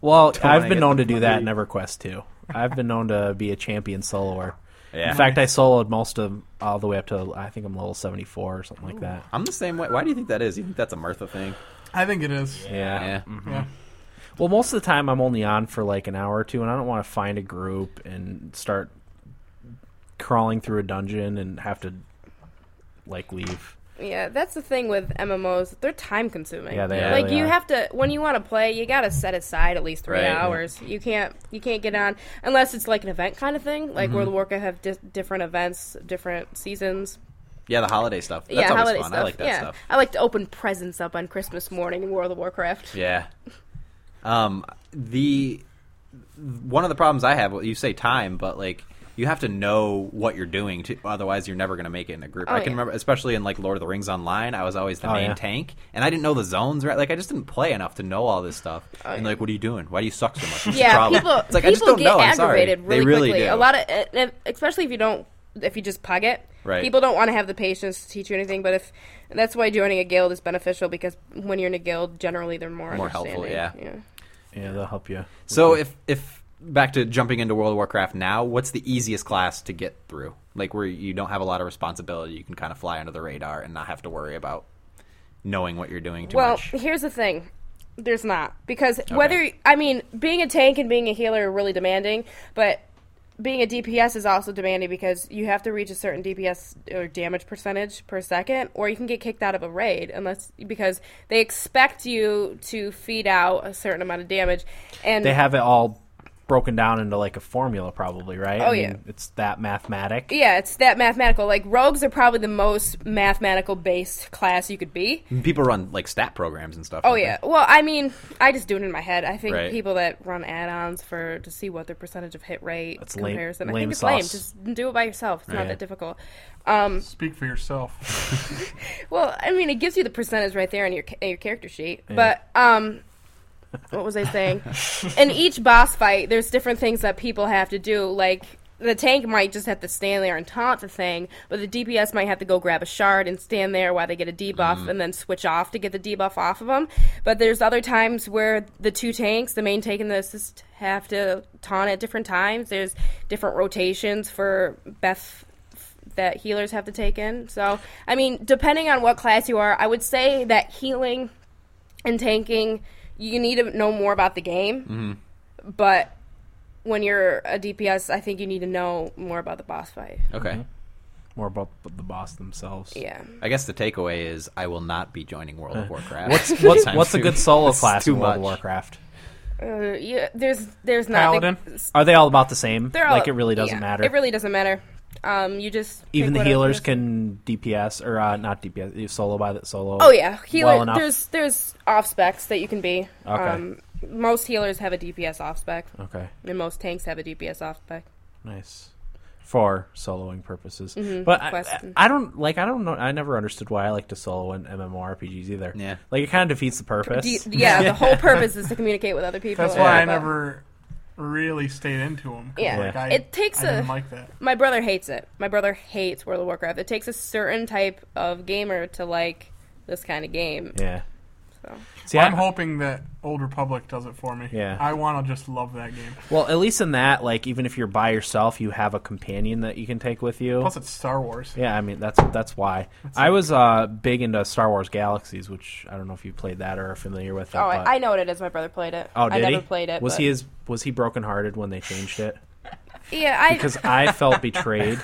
A: Well,
D: wanna
A: I've
D: get
A: been known
D: the
A: to do that in
D: money.
A: EverQuest too. I've been known to be a champion soloer.
D: Yeah.
A: In fact, I soloed most of all the way up to I think I'm level 74 or something like that.
D: I'm the same way. Why do you think that is? You think that's a Mirtha thing?
B: I think it is. Yeah.
D: Yeah.
B: yeah.
A: Well, most of the time I'm only on for like an hour or two, and I don't want to find a group and start crawling through a dungeon and have to like leave.
E: Yeah, that's the thing with MMOs. They're time consuming.
A: Yeah, they
D: Yeah.
E: like
A: really
E: you
A: are.
E: have to when you want to play, you got to set aside at least 3
D: Right, yeah.
E: hours. You can't you can't get on unless it's like an event kind of thing,
D: Mm-hmm.
E: like World of Warcraft have di- different events, different seasons.
D: Yeah, the holiday stuff. That's
E: yeah,
D: always
E: holiday
D: fun.
E: stuff.
D: I like that
E: yeah.
D: stuff.
E: I like to open presents up on Christmas morning in World of Warcraft.
D: Yeah. Um, the one of the problems I have, well, you say time, but like you have to know what you're doing to otherwise you're never going to make it in a group.
E: Oh,
D: I can
E: yeah.
D: remember especially in like Lord of the Rings online, I was always the
A: Oh,
D: main
A: yeah.
D: tank and I didn't know the zones right. Like I just didn't play enough to know all this stuff. and like what are you doing? Why do you suck so much? *laughs* What's your
E: Oh, Yeah,
D: problem?
E: people
D: it's like
E: people
D: I just don't
E: get
D: know. I'm sorry.
E: aggravated really,
D: they really
E: quickly.
D: do.
E: A lot of and- and especially if you don't if you just pug it.
D: Right.
E: People don't want to have the patience to teach you anything, but if and that's why joining a guild is beneficial because when you're in a guild, generally they're more
D: More helpful,
E: understanding.
A: Yeah, they'll help you.
D: So if if back to jumping into World of Warcraft now, what's the easiest class to get through? Like where you don't have a lot of responsibility, you can kind of fly under the radar and not have to worry about knowing what you're doing too
E: Well,
D: much.
E: here's the thing. There's not because whether I mean being a tank and being a healer are really demanding, but being a DPS is also demanding because you have to reach a certain DPS or damage percentage per second, or you can get kicked out of a raid unless because they expect you to feed out a certain amount of damage, and
A: They have it all broken down into like a formula probably, right?
E: Oh,
A: I
E: yeah.
A: mean, it's that mathematic.
E: yeah, it's that mathematical. Like rogues are probably the most mathematical based class you could be.
D: And people run like stat programs and stuff.
E: Oh
D: don't they?
E: yeah. Well, I mean, I just do it in my head. I think
D: Right.
E: people that run add-ons for to see what their percentage of hit rate
A: That's lame-
E: comparison. I
A: lame
E: think it's lame.
A: sauce.
E: Just do it by yourself. It's not
A: Yeah.
E: that difficult.
B: Speak for yourself.
E: Well, I mean, it gives you the percentage right there in your ca- in your character sheet. But um, what was I saying? in each boss fight, there's different things that people have to do. Like the tank might just have to stand there and taunt the thing, but the DPS might have to go grab a shard and stand there while they get a debuff, and then switch off to get the debuff off of them. But there's other times where the two tanks, the main tank and the assist, have to taunt at different times. There's different rotations for Beth that healers have to take in. So, I mean, depending on what class you are, I would say that healing and tanking, you need to know more about the game. But when you're a DPS, I think you need to know more about the boss fight.
D: Okay.
A: Mm-hmm. More about the boss themselves.
E: Yeah.
D: I guess the takeaway is I will not be joining World of
A: Uh,
D: Warcraft. *laughs*
A: What's what's,
D: anytime
A: what's a
D: soon.
A: good solo
D: *laughs* It's
A: class
D: too
A: in World of
D: much.
A: Warcraft?
E: Uh, yeah there's there's not
B: Paladin.
A: Are they all about the same?
E: they're all-
A: like it really doesn't
E: yeah,
A: matter.
E: It really doesn't matter. Um, you just
A: Even
E: pick
A: the
E: whatever
A: healers
E: is-
A: can DPS or uh, not DPS you solo by that solo.
E: Oh yeah, healer.
A: well enough.
E: there's there's off specs that you can be.
A: Okay.
E: Um, most healers have a DPS off spec,
A: Okay,
E: and most tanks have a DPS off spec.
A: nice for soloing purposes.
E: Mm-hmm,
A: but I,
E: quest.
A: I- I don't like. I don't know. I never understood why I like to solo in MMORPGs either.
D: Yeah.
A: like it kind of defeats the purpose.
E: D- yeah,
B: *laughs*
E: the whole purpose is to communicate with other people.
B: That's why I
E: But
B: never really stayed into them.
E: Yeah.
B: Like, I,
E: It takes
B: I didn't
E: a-
B: like that.
E: My brother hates it. My brother hates World of Warcraft. It takes a certain type of gamer to like this kind of game.
A: yeah.
E: So.
A: See,
B: I'm
A: I-
B: hoping that Old Republic does it for me.
A: Yeah.
B: I want to just love that game.
A: Well, at least in that, like, even if you're by yourself, you have a companion that you can take with you.
B: Plus, it's Star Wars.
A: Yeah, I mean that's that's why I was uh, big into Star Wars Galaxies, which I don't know if you played that or are familiar with. It,
E: Oh,
A: but-
E: I, I know what it is. My brother played it.
A: oh, did
E: I
A: he?
E: never played it.
A: Was
E: but-
A: he as was he brokenhearted when they changed it?
E: Yeah, I. *laughs*
A: Because I felt betrayed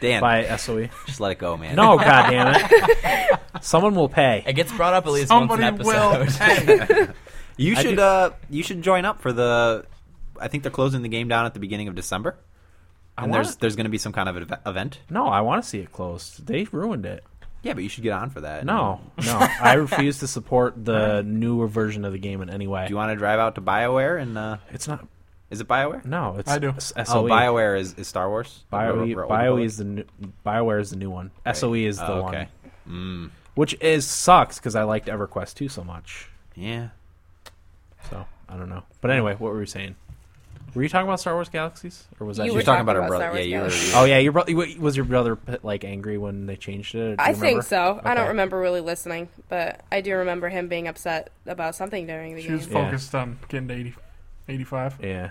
D: Dan,
A: by E. SOE.
D: just let it go, man.
A: *laughs* No, goddamn it!
E: *laughs*
A: Someone will pay.
C: It gets brought up at least
B: Somebody
C: once an *laughs*
B: will.
C: episode.
B: Hey,
D: You
A: I
D: should
A: do-
D: uh you should join up for the I think they're closing the game down at the beginning of December. And
A: wanna-
D: there's there's going to be some kind of an ev- event.
A: No, I want to see it closed. They ruined it.
D: Yeah, but you should get on for that.
A: No, no, I refuse to support the newer version of the game in any way.
D: Do you want to drive out to BioWare and uh
A: It's not.
D: is it BioWare?
A: No, it's
B: I do.
A: SOE.
D: Oh, BioWare is, is Star Wars.
A: BioE,
D: Or- or- or-
A: BioE E. is the new, BioWare is the new one. SOE E is the
D: Oh,
A: one.
D: okay.
A: which is sucks because I liked EverQuest 2 so much.
D: Yeah.
A: So I don't know. But anyway, what were we saying? Were you talking about Star Wars Galaxies, or was that
E: You
A: you?
E: were
D: talking about
E: talking
D: her
E: about Star
D: brother. Yeah,
E: Wars
D: you
E: guy.
D: were.
A: oh yeah, your brother was your brother like angry when they changed it. Do
E: I
A: you remember?
E: think so. I don't
A: Okay.
E: remember really listening, but I do remember him being upset about something during the
B: She
E: game.
B: was focused on getting to 80, 85.
A: Yeah.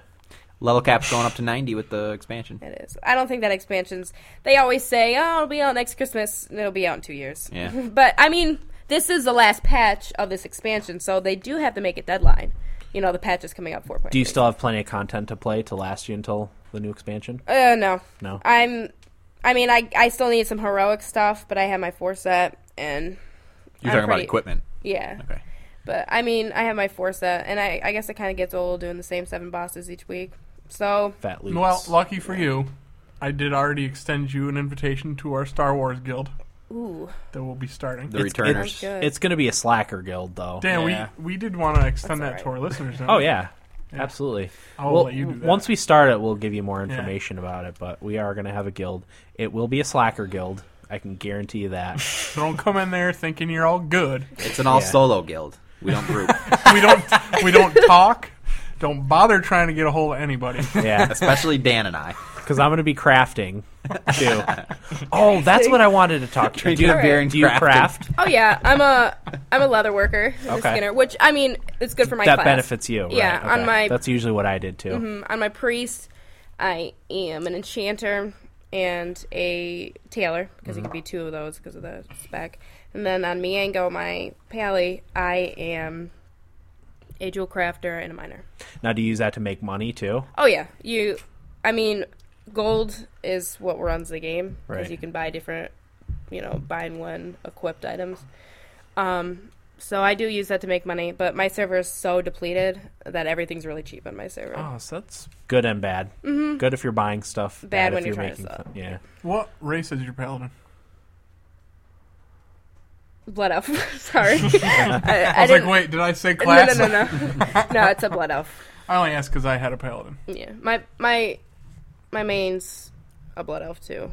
D: Level cap's going up to 90 with the expansion.
E: It is. I don't think that expansions. They always say, "Oh, it'll be out next Christmas. and It'll be out in two years." *laughs*
D: Yeah.
E: but I mean, this is the last patch of this expansion, so they do have to make a deadline. You know, the patch is coming out four point.
A: Do you still have plenty of content to play to last you until the new expansion?
E: Uh, no.
A: No.
E: I'm. I mean, I I still need some heroic stuff, but I have my four set and I'm
D: You're talking about
E: pretty-
D: equipment.
E: yeah.
D: Okay.
E: But I mean, I have my four set, and I I guess it kind of gets old doing the same seven bosses each week. So
A: Fat Luke's.
B: Well, lucky for you, I did already extend you an invitation to our Star Wars guild
E: ooh,
B: that we'll be starting.
D: The
A: It's-
D: returners.
E: it's good.
A: it's going to be a slacker guild, though.
B: Dan,
C: Yeah.
B: we, we did want to extend that
E: That's
B: to our listeners. didn't
A: Oh
B: we?
A: yeah, absolutely.
B: I'll
A: well,
B: let you do that.
A: once we start it, we'll give you more information about it. But we are going to have a guild. It will be a slacker guild. I can guarantee you that.
B: *laughs* So don't come in there thinking you're all good.
D: It's an all
A: Yeah.
D: solo guild. We don't
A: *laughs*
D: group,
B: We don't we don't talk. Don't bother trying to get a hold of anybody.
A: yeah,
D: especially Dan and I.
A: because I'm going to be crafting too.
B: *laughs*
A: oh, that's what I wanted to talk to you. Do you,
E: Alright. beer
A: do you *laughs* craft?
E: oh yeah, I'm a I'm a leather worker, I'm a
A: Okay.
E: skinner, which I mean, it's good for my
A: that
E: class.
A: benefits you.
E: Yeah,
A: right,
E: on
A: okay.
E: my-
A: That's usually what I did too.
E: Um, I'm a priest. I am an enchanter and a tailor because it could be two of those because of the spec. And then on Miango, my pally, I am a jewel crafter and a miner.
A: Now, do you use that to make money too?
E: Oh yeah, you. I mean, gold is what runs the game because
A: Right.
E: you can buy different, you know, buy and one equipped items. Um, so I do use that to make money, but my server is so depleted that everything's really cheap on my server.
A: Oh, so that's good and bad. Mm-hmm. Good if you're buying stuff. Bad,
E: Bad
A: if
E: when you're trying to
A: making.
E: sell.
A: th- yeah.
B: What race is your paladin?
E: Blood elf. *laughs* Sorry, I, I
B: I was like,
E: didn't.
B: wait, did I say
E: no,
B: class?
E: no, no, no, no. It's a blood elf.
B: I only asked because I had a paladin.
E: Yeah, my my my main's a blood elf too.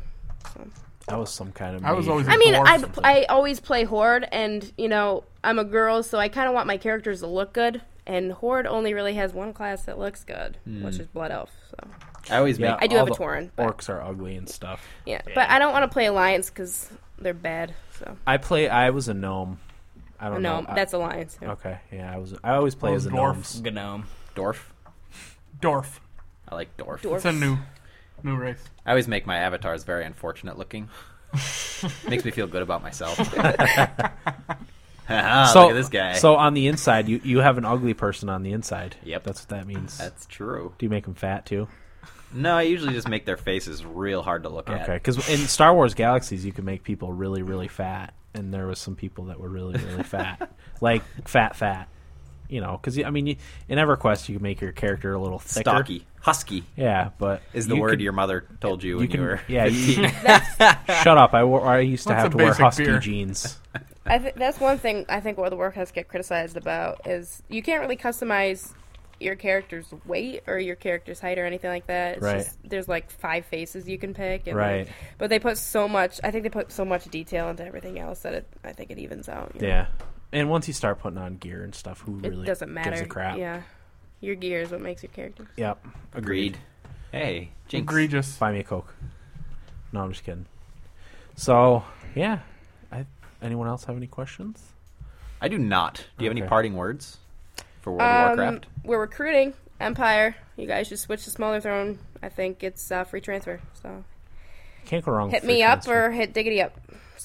A: That was some kind of.
B: I was
A: major- *laughs*
B: always. a
E: I mean,
B: dwarf.
E: I, I always play Horde, and, you know, I'm a girl, so I kind of want my characters to look good. And Horde only really has one class that looks good, which is Blood Elf. So
D: I always
A: Yeah,
D: make.
E: I do have
A: all
E: a
A: the
E: Tauren, but-
A: Orcs are ugly and stuff.
E: yeah, but I don't want to play Alliance because they're bad. So
A: I play. I was a gnome. I don't
E: no,
A: know. Oh, I-
E: that's Alliance. yeah.
A: okay. Yeah, I was. I always play
B: I
A: as
B: was
A: a
B: dwarf.
A: gnome.
C: Gnome.
D: Dwarf.
B: Dwarf.
D: I like dwarf.
E: Dwarf.
B: It's a new new race.
D: I always make my avatars very unfortunate looking. Makes me feel good about myself. Haha,
A: So
D: Ah, look at this guy.
A: So on the inside, you you have an ugly person on the inside.
D: Yep.
A: that's what that means.
D: That's true.
A: Do you make them fat too?
D: No, I usually just make their faces real hard to look at.
A: Okay, because in Star Wars Galaxies, you can make people really really fat, and there was some people that were really really fat, like fat fat. You know, because I mean, you, in EverQuest, you can make your character a little thicker.
D: Stocky, husky
A: Yeah, but
D: is the
A: you
D: word
A: could-
D: your mother told you, when
A: can-
D: you were.
A: yeah, you- *laughs* Shut up! I, wore, I used to
B: What's
A: have to
B: a
A: wear
B: basic
A: husky
B: beer?
A: jeans.
E: I th- that's one thing I think World of Warcraft get criticized about is you can't really customize your character's weight or your character's height or anything like that. It's
A: Right.
E: just there's like five faces you can pick. And
A: Right.
E: Like, but they put so much. I think they put so much detail into everything else that it. I think it evens out. you know?
A: Yeah. And once you start putting on gear and stuff, who
E: It
A: really
E: doesn't matter.
A: gives a crap?
E: Yeah. Your gear is what makes your character.
A: Yep.
D: Agreed. Hey, Jinx.
B: Egregious.
A: Buy me a Coke. No, I'm just kidding. So, yeah. I, anyone else have any questions?
D: I do not. Do you have any
A: Okay.
D: parting words for World
E: Um,
D: of Warcraft?
E: We're recruiting Empire. You guys should switch to smaller throne. I think it's uh, free transfer. So
A: Can't go wrong.
E: hit
A: with free
E: me up
A: transfer.
E: or hit Diggity up.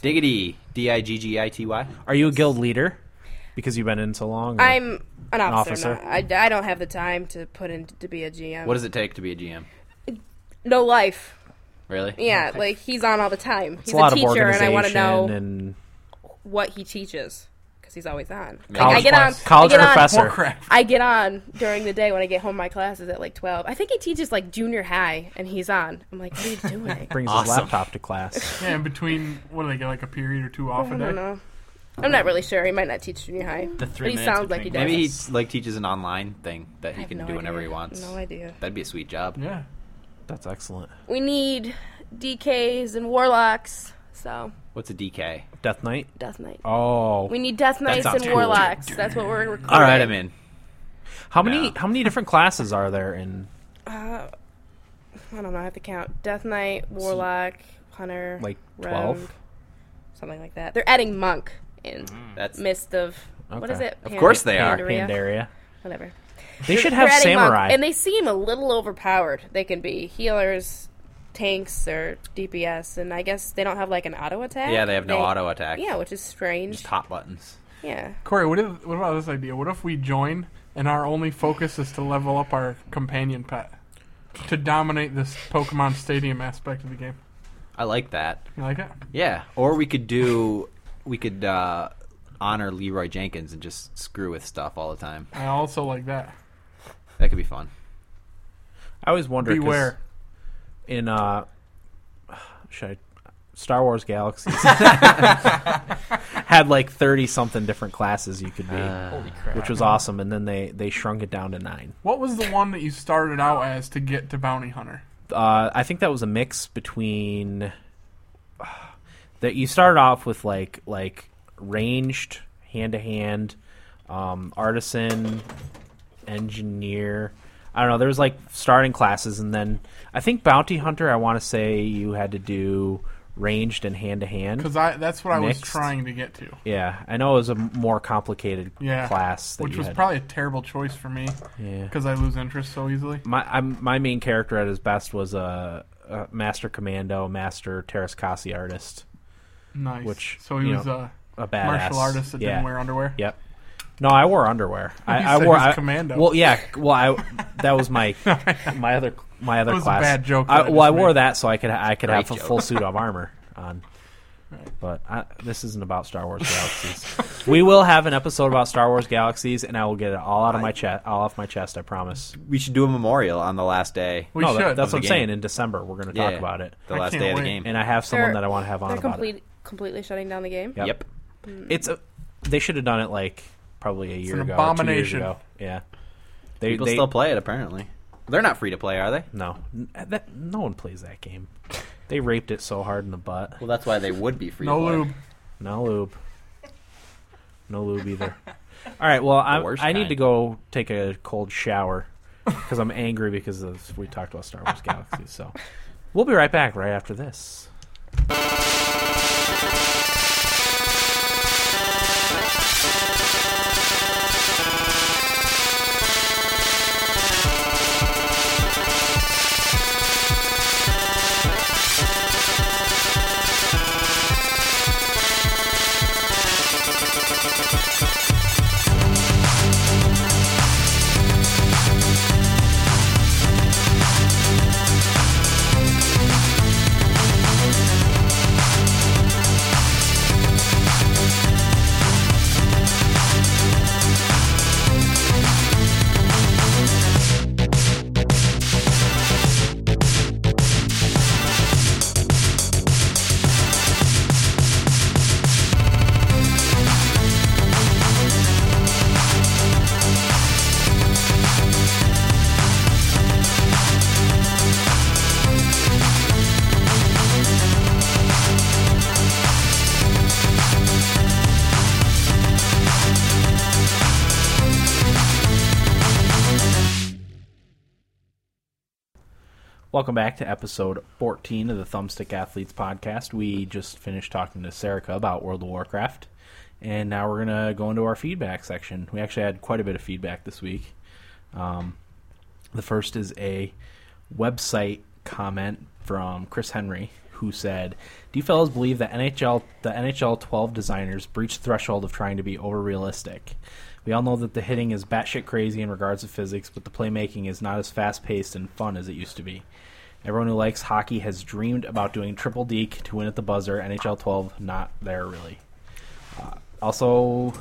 D: Diggity. D I G G I T Y.
A: Are you a guild leader? Because you've been in so long. or-
E: I'm an officer.
A: officer?
E: now. I, I don't have the time to put in to be a GM.
D: What does it take to be a GM?
E: no life?
D: Really?
E: Yeah, like he's on all the time.
A: It's
E: He's
A: a lot of
E: a teacher, and
A: organization
E: I want to know
A: and
E: what he teaches because he's always on. Like,
D: College
E: I get on.
B: class.
A: college
E: I get on-
A: professor.
B: Warcraft.
E: I get on during the day when I get home. My class is at like twelve. I think he teaches like junior high, and he's on. I'm like, what are you
A: *laughs*
E: doing?
A: *laughs* brings his
D: Awesome.
A: laptop to class.
B: Yeah, in between, what do they get? Like a period or two off
E: I
B: a
E: don't
B: day.
E: know. I'm not really sure. He might not teach junior high.
C: The
E: But
C: three
E: he
C: minutes
E: sounds like he
C: between
E: does.
D: Maybe he
C: classes.
D: like teaches an online thing that he
E: I have
D: can
E: no
D: do whenever
E: idea.
D: he wants.
E: No idea.
D: That'd be a sweet job.
B: Yeah.
A: That's excellent.
E: We need DKs and warlocks. So
D: What's a DK?
A: Death Knight.
E: Death Knight.
A: Oh,
E: We need death knights
D: sounds
E: and
D: cool.
E: warlocks. That's what we're recruiting.
D: All right, I'm in.
A: how many
D: Yeah.
A: how many different classes are there in
E: Uh, I don't know. I have to count. Death Knight, Warlock, Hunter,
A: Like
E: Rogue.
A: 12?
E: something like that. They're adding Monk in
D: That's
E: Mist of what is
A: Okay.
E: it?
D: Mm. Of course they are.
E: Pandaria?
A: Pandaria.
E: Whatever.
A: They should
E: They're
A: have
E: adding monk,
A: samurai.
E: and they seem a little overpowered. They can be healers, tanks, or DPS, and I guess they don't have like an auto attack.
D: yeah, they have no auto attack.
E: Yeah, which is strange.
D: just hot buttons.
E: Yeah.
B: Corey, what, is, what about this idea? What if we join and our only focus is to level up our companion pet to dominate this Pokemon Stadium aspect of the game?
D: I like that.
B: You like it?
D: Yeah, or we could do we could uh, honor Leroy Jenkins and just screw with stuff all the time.
B: I also like that.
D: That could be fun.
A: I always wonder. 'cause
B: Beware.
A: In uh, should I, Star Wars Galaxies *laughs* had like thirty something different classes you could be,
C: Holy crap.
A: which was awesome. And then they they shrunk it down to nine.
B: What was the one that you started out as to get to Bounty Hunter?
A: Uh, I think that was a mix between *sighs* that you started off with like like ranged hand to hand, um, artisan, engineer. I don't know. There was like starting classes, and then I think bounty hunter. I want to say you had to do ranged and hand to hand.
B: Because I that's what I was
A: Mixed.
B: trying to get to.
A: Yeah, I know it was a more complicated
B: Yeah.
A: class that
B: Which
A: you
B: was
A: had.
B: probably a terrible choice for me
A: yeah.
B: because I lose interest so easily.
A: My I'm, my main character at his best was a, a master commando, master Terrascasi artist.
B: Nice.
A: Which,
B: so he
A: you
B: was
A: know,
B: a
A: a badass
B: martial artist that
A: yeah.
B: didn't wear underwear.
A: Yep. No, I wore underwear.
B: *laughs* You
A: I, I
B: said
A: wore
B: he's
A: I,
B: commando.
A: Well, yeah. Well,
B: *laughs*
A: I that was my my other my other
B: That was a
A: class.
B: bad joke that
A: I,
B: I
A: well, I
B: just
A: wore
B: made.
A: that so I could I could have
D: Great
A: a
D: joke.
A: full
D: *laughs*
A: suit of armor on. But I, this isn't about Star Wars Galaxies. we will have an episode about Star Wars Galaxies, and I will get it all out of my chest, all off my chest. I promise.
D: We should do a memorial on the last day.
B: We
A: no, that-
B: should.
A: that's
D: the
A: what I'm
D: game.
A: saying. In December, we're going to talk
D: Yeah.
A: about it,
D: The
B: I
D: last
B: can't
D: day of the
B: wait.
D: game.
A: and I have someone
E: They're-
A: that I want to have on
E: They're
A: about
E: complete, Mm. completely shutting down the game.
A: Yep.
D: yep.
A: it. It's a, they should have done it like probably a year
B: an
A: ago,
B: abomination.
A: two years ago. Yeah, they,
D: People
A: they-
D: still play it apparently. They're not free to play, are they?
A: No, N- that no one plays that game. They raped it so hard in the butt.
D: Well, that's why they would be free.
B: No
D: to play.
B: lube.
A: No lube. No lube
D: *laughs*
A: either. All right. Well, I,
D: worst
A: I need
D: kind.
A: to go take a cold shower because I'm angry because of we talked about Star Wars Galaxy. So we'll be right back right after this. Welcome back to episode 14 of the Thumbstick Athletes podcast. We just finished talking to Serica about World of Warcraft, and now we're going to go into our feedback section. We actually had quite a bit of feedback this week. Um, the first is a website comment from Chris Henry, who said, "Do you fellows believe that NHL the NHL 12 designers breached the threshold of trying to be over realistic? We all know that the hitting is batshit crazy in regards to physics, but the playmaking is not as fast paced and fun as it used to be. Everyone who likes hockey has dreamed about doing triple deke to win at the buzzer. NHL 12, not there really. Uh, also,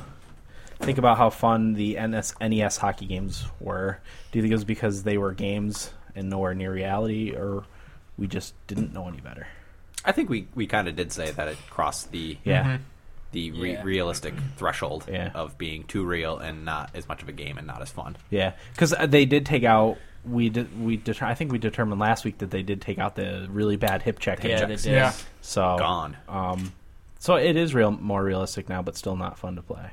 A: think about how fun the NS, NES E hockey games were. Do you think it was because they were games and nowhere near reality, or we just didn't know any better?
D: I think we, we kind of did say that it crossed the
A: Yeah. Mm-hmm.
D: the re-
C: Yeah.
D: realistic threshold
A: Yeah.
D: of being too real and not as much of a game and not as fun.
A: Yeah, because uh, they did take out. We did. We deter- I think we determined last week that they did take out the really bad hip check.
C: Yeah, they
A: injects.
C: did.
B: Yeah.
A: So
D: Gone.
A: Oh. Um, so it is real more realistic now, but still not fun to play.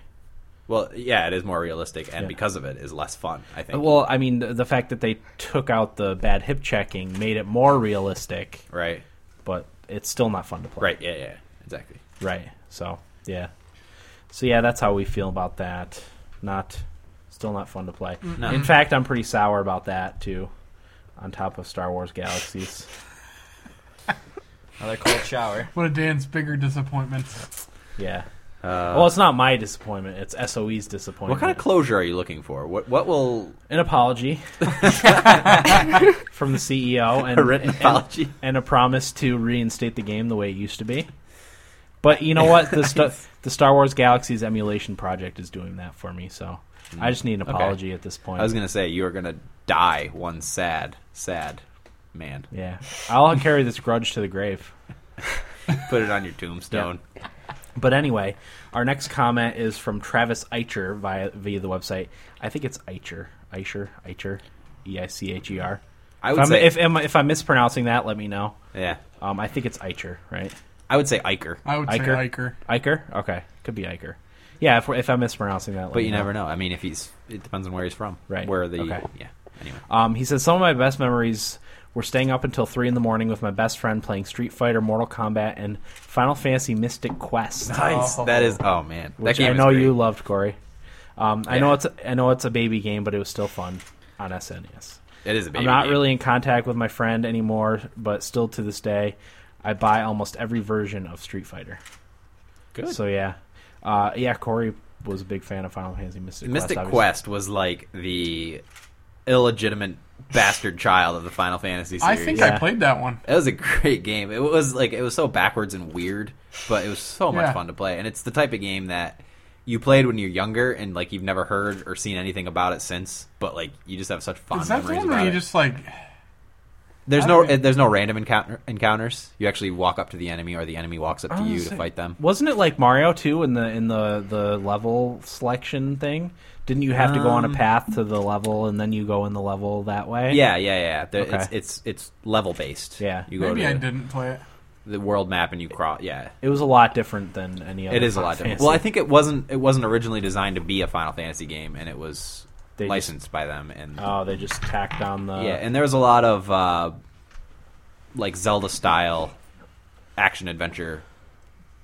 D: Well, yeah, it is more realistic, and
A: Yeah.
D: because of it, is less fun. I think.
A: Well, I mean, the, the fact that they took out the bad hip checking made it more realistic,
D: right,
A: but it's still not fun to play.
D: right, yeah, yeah, exactly.
A: Right. So yeah. So yeah, that's how we feel about that. Not still not fun to play.
D: No.
A: In fact, I'm pretty sour about that too. On top of Star Wars
D: *laughs*
A: Galaxies.
C: Another cold
A: *laughs*
C: shower.
B: One of Dan's bigger disappointments.
A: Yeah.
D: Uh,
A: Well, it's not my disappointment. It's SOE's disappointment.
D: what kind of closure are you looking for? What what will
A: an
D: *laughs*
A: apology *laughs* from the CEO Oh, and
D: *laughs* a written
A: and-
D: apology?
A: and a promise to reinstate the game the way it used to be. But you know what? The
D: *laughs*
A: sta- the Star Wars Galaxies emulation project is doing that for me. So I just need an
D: Okay.
A: apology at this point.
D: I was gonna say you are gonna die one sad, sad man.
A: Yeah, I'll carry this grudge to the grave.
D: Put it on your tombstone.
A: But anyway, our next comment is from Travis Eicher via via the website. I think it's Eicher, Eicher, Eicher, E I C H E R.
D: I
A: If
D: would
A: I'm
D: say,
A: if, am I- if I'm mispronouncing that, let me know.
D: yeah,
A: Um, I think it's Eicher, right?
D: I would say Iker,
B: I would
A: Iker?
B: say Iker.
A: Eicher. Okay, could be Eicher. Yeah, if, we're- if I'm mispronouncing that, let
D: but
A: me
D: you never know. I mean, if he's, it depends on where he's from,
A: Right.
D: Where the
A: Okay.
D: yeah.
B: *laughs*
D: Anyway,
A: Um, he says some of my best memories were staying up until three in the morning with my best friend playing Street Fighter, Mortal Kombat, and Final Fantasy Mystic Quest.
D: *laughs* nice. That is oh man,
A: which
D: that game
A: I
D: is
A: know
D: great.
A: you loved, Corey. Um, I
D: Yeah.
A: know it's I know it's a baby game, but it was still fun on SNES.
D: It is a baby.
A: I'm not
D: game.
A: really in contact with my friend anymore, but still to this day, I buy almost every version of Street Fighter.
D: good.
A: So yeah, uh, yeah, Corey was a big fan of Final Fantasy Mystic,
D: Mystic
A: Quest. obviously.
D: Quest was like the illegitimate bastard child of the Final Fantasy
B: I
D: series.
B: think
A: Yeah.
B: I played that one.
D: *laughs* It was a great game. It was like it was so backwards and weird, but it was so much
B: Yeah.
D: fun to play. And it's the type of game that you played when you're younger and like you've never heard or seen anything about it since, but like you just have such fond
B: Is that the
D: memories
B: one
D: about
B: where you
D: it.
B: just like?
D: there's
B: I
D: no eh,
B: don't-
D: there's no random encounter encounters. You actually walk up to the enemy or the enemy walks up to
A: I was
D: you
A: gonna
D: to
A: say-
D: fight them.
A: Wasn't it like Mario too in the in the the level selection thing? Didn't you have to go on a
D: Um,
A: path to the level and then you go in the level that way?
D: Yeah, yeah, yeah. There-
A: Okay.
D: It's it's it's level based.
A: Yeah.
D: you go
B: Maybe
D: to
B: I
D: the-
B: didn't play it.
D: the world map and you cross. Yeah,
A: It was a lot different than any other.
D: it is a
A: Final
D: lot different.
A: Fantasy.
D: Well, I think it wasn't it wasn't originally designed to be a Final Fantasy game, and it was
A: They just-
D: licensed by them. And
A: Oh, they just tacked on the
D: yeah, and there was a lot of uh, like Zelda style action adventure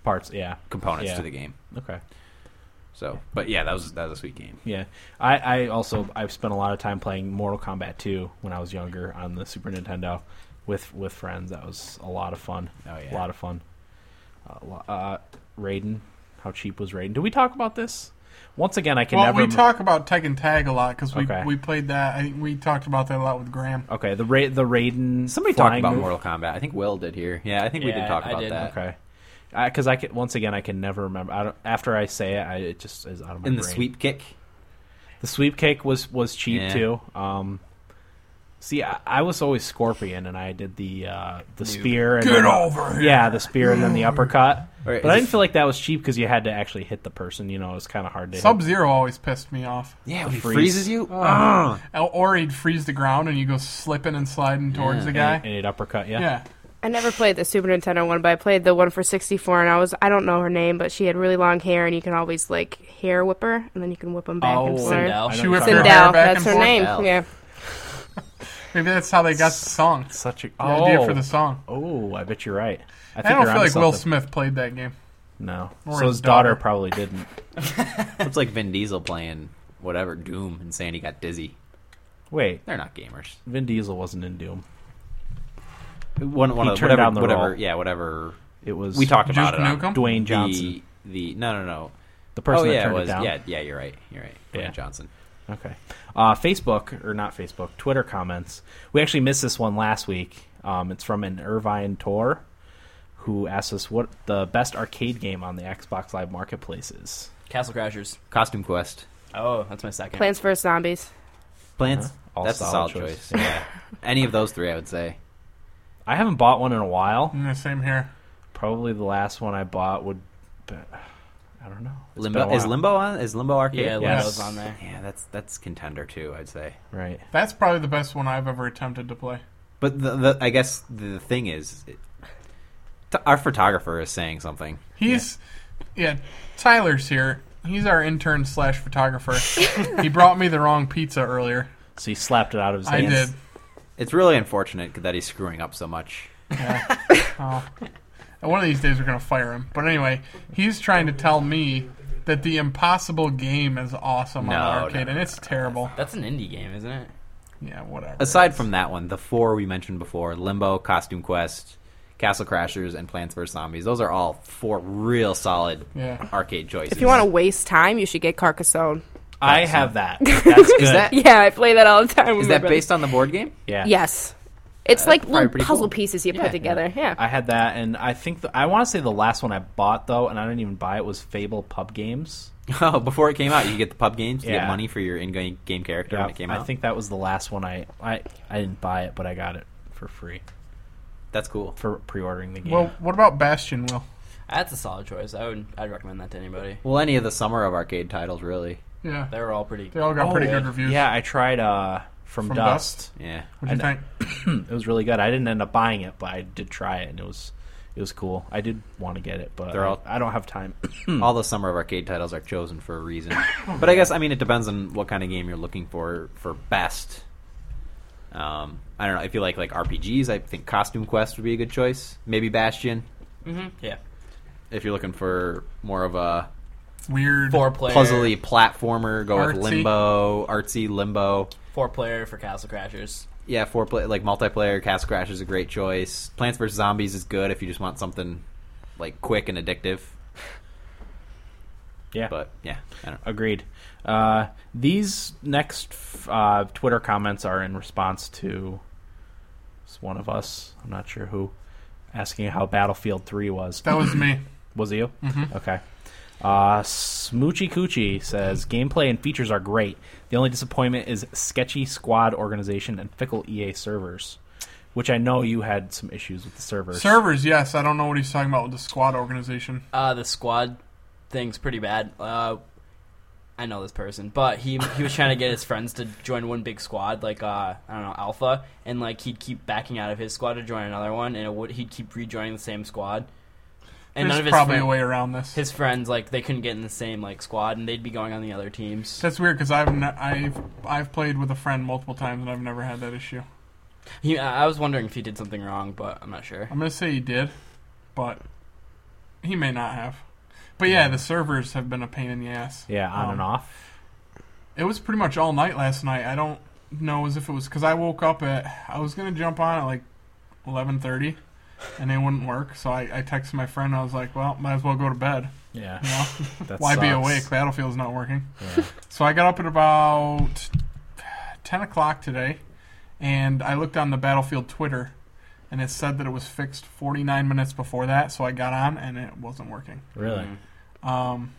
A: parts. Yeah.
D: components
A: Yeah.
D: to the game.
A: Okay.
D: So, but yeah, that was that was a sweet game.
A: Yeah. I, I also I've spent a lot of time playing Mortal Kombat 2 when I was younger on the Super Nintendo with with friends. That was a lot of fun.
D: Oh, yeah.
A: A lot of fun. Uh, lo- uh, Raiden, how cheap was Raiden? Did we talk about this? Once again, I can
B: Well,
A: never
B: we
A: m-
B: talk about Tekken Tag a lot because we
A: Okay.
B: we played that. I think we talked about that a lot with Graham.
A: Okay, the Ra- the Raiden.
D: Somebody talked
A: flying
D: about
A: move.
D: Mortal Kombat. I think Will did here. Yeah, I think we
C: Yeah,
D: did talk
C: I
D: about
C: did.
D: that.
A: Okay, because I can once again I can never remember. I don't, after I say it, I, it just is out of my
D: And the
A: brain.
D: sweep kick.
A: The sweep cake was was cheap
D: Yeah.
A: too. Um, see, I, I was always Scorpion, and I did the uh, the spear. And then,
B: over
A: Yeah, the spear and then the uppercut.
D: All right,
A: But I
D: is
A: didn't feel like that was cheap because you had to actually hit the person. You know, it was kind of hard to.
B: Sub
A: hit.
B: Zero always pissed me off.
D: Yeah, when he
A: freeze.
D: freezes *laughs* you. Ah.
B: Or- Or he'd freeze the ground and you go slipping and sliding towards
D: Yeah.
B: the guy.
A: And, and it uppercut, yeah.
B: yeah.
E: I never played the Super Nintendo one, but I played the one for 64, and I was I don't know her name, but she had really long hair, and you can always like hair whip her, and then you can whip them back and
A: Oh,
E: forth.
C: Sindel.
A: I know
B: She
A: you're
B: whipped
A: talking
B: her
E: Sindel,
A: about.
B: hair back and
E: that's her
B: forth.
E: name.
D: Sindel.
E: Yeah,
B: Maybe that's how they got the song.
A: Such a
B: The
A: oh,
B: idea for the song.
A: oh, I bet you're right. I,
B: I,
A: think
B: don't
A: you're
B: feel
A: onto
B: like Will
A: something.
B: Smith played that game.
A: No,
B: Or
A: so
B: his
A: his daughter.
B: daughter.
A: probably didn't.
D: It's like Vin Diesel playing whatever Doom and saying he got dizzy.
A: Wait,
D: They're not gamers.
A: Vin Diesel wasn't in Doom.
D: One, one
A: He
D: of
A: turned
D: whatever,
A: down the
D: whatever,
A: role.
D: yeah, whatever.
A: It was
D: We talked
B: Duke
D: about it. on
B: Nukem?
A: Dwayne Johnson,
D: The, the no, no, no.
A: the person
D: oh
A: that
D: yeah,
A: turned
D: it was.
A: it down.
D: Yeah, yeah, you're right. You're right. Dwayne
A: Yeah.
D: Johnson.
A: Okay. Uh, Facebook or not Facebook, Twitter comments. We actually missed this one last week. Um, it's from an Irvine Tor, who asked us what the best arcade game on the Xbox Live Marketplace is.
C: Castle Crashers.
D: Costume Quest.
C: Oh, that's my second.
E: Plants vs Zombies.
D: Plants.
A: Uh-huh. All
D: That's
A: solid
D: a solid
A: choice. *laughs*
D: choice. Yeah. Any of those three, I would say.
A: I haven't bought one in a while.
B: Mm, same here.
A: Probably the last one I bought would. Be, I don't know. It's been
D: Limbo
A: a
D: is
A: while.
D: Limbo on? Is Limbo arcade?
C: Yeah,
A: Yes.
C: Limbo's on there.
D: Yeah, that's that's contender too. I'd say.
A: right?
B: That's probably the best one I've ever attempted to play.
D: But the, the I guess the thing is, it, t- our photographer is saying something.
B: He's, yeah, Tyler's here. He's our intern slash photographer. he brought me the wrong pizza earlier.
A: So he slapped it out of his
B: I
A: hands.
B: did.
D: It's really unfortunate that he's screwing up so much.
B: Yeah. oh. And One of these days we're gonna fire him. But anyway, he's trying to tell me that the Impossible game is awesome
D: No,
B: on the arcade,
D: no,
B: and it's terrible.
C: That's an indie game, isn't it?
B: Yeah, whatever.
D: Aside from that one, the four we mentioned before Limbo, Costume Quest, Castle Crashers, and Plants vs. Zombies those are all four real solid
B: Yeah.
D: arcade choices.
E: If you want to waste time, you should get Carcassonne.
A: I have
D: *laughs*
A: that. That's good.
D: Is
E: *laughs*
D: that,
E: Yeah, I play that all the time. with
D: is
E: my
D: that
E: brother.
D: based on the board game? *laughs*
A: yeah.
E: Yes. It's like
D: probably
E: little
D: pretty
E: puzzle
D: cool.
E: pieces you
D: Yeah.
E: put together. Yeah.
A: I had that, and I think the, I want to say the last one I bought though, and I didn't even buy it was Fable Pub Games.
D: Oh, before it came out, you could get the pub games, you
A: Yeah.
D: get money for your in game character when it came out.
A: I think that was the last one I, I I didn't buy it, but I got it for free
D: That's cool.
A: for pre-ordering the game.
B: Well, what about Bastion? Will
C: That's a solid choice. I would I'd recommend that to anybody.
D: Well, any of the summer of arcade titles, really.
B: yeah,
C: They were all pretty.
B: they all got pretty
D: Oh,
A: yeah.
B: good reviews.
A: Yeah, I tried uh, From,
B: From
A: Dust.
D: Yeah.
B: what do you
A: I
B: think?
A: it was really good. I didn't end up buying it, but I did try it, and it was it was cool. I did want to get it, but
D: They're
A: I,
D: all-
A: I don't have
D: *coughs*
A: time.
D: All the summer of arcade titles are chosen for a reason. but I guess I mean it depends on what kind of game you're looking for for best. Um, I don't know. If you like like RPGs, I think Costume Quest would be a good choice. Maybe Bastion.
C: hmm Yeah.
D: If you're looking for more of a
B: Weird.
C: Four player.
D: puzzly platformer, go
B: Artsy.
D: with Limbo, artsy Limbo.
C: Four player for Castle Crashers.
D: Yeah, four play like multiplayer. Castle Crash is a great choice. Plants vs Zombies is good if you just want something like quick and addictive.
A: yeah,
D: But yeah, I don't.
A: agreed. Uh, these next f- uh, Twitter comments are in response to it's one of us. I'm not sure who asking how Battlefield Three was. *laughs*
B: That was
D: *clears throat*
B: me.
A: Was it you? Mm-hmm. Okay. Uh, Smoochy Coochie says gameplay and features are great. The only disappointment is sketchy squad organization and fickle EA servers, which I know you had some issues with the servers.
B: Servers, yes. I don't know what he's talking about with the squad organization.
C: Uh, the squad thing's pretty bad. Uh, I know this person, but he he was trying to get his friends to join one big squad, like uh, I don't know, Alpha, and like he'd keep backing out of his squad to join another one, and it would, he'd keep rejoining the same squad. And none
B: There's
C: of his
B: probably
C: friend-
B: a way around this.
C: his friends like they couldn't get in the same like squad, and they'd be going on the other teams.
B: That's weird because I've ne- I've I've played with a friend multiple times and I've never had that issue.
C: He, I I was wondering if he did something wrong, but I'm not sure.
B: I'm gonna say he did, but he may not have. But yeah, the servers have been a pain in the ass.
A: Yeah, on and
B: Um,
A: off.
B: It was pretty much all night last night. I don't know as if it was because I woke up at I was gonna jump on at like 11:30, and it wouldn't work. So I, I texted my friend. I was like, well, might as well go to bed.
A: Yeah.
B: *laughs* You know?
A: *laughs* That
B: Why be
A: sucks.
B: awake? Battlefield's not working.
A: Yeah.
B: So I got up at about 10 o'clock today, and I looked on the Battlefield Twitter, and it said that it was fixed 49 minutes before that, so I got on, and it wasn't working.
A: Really?
C: Mm.
B: Um,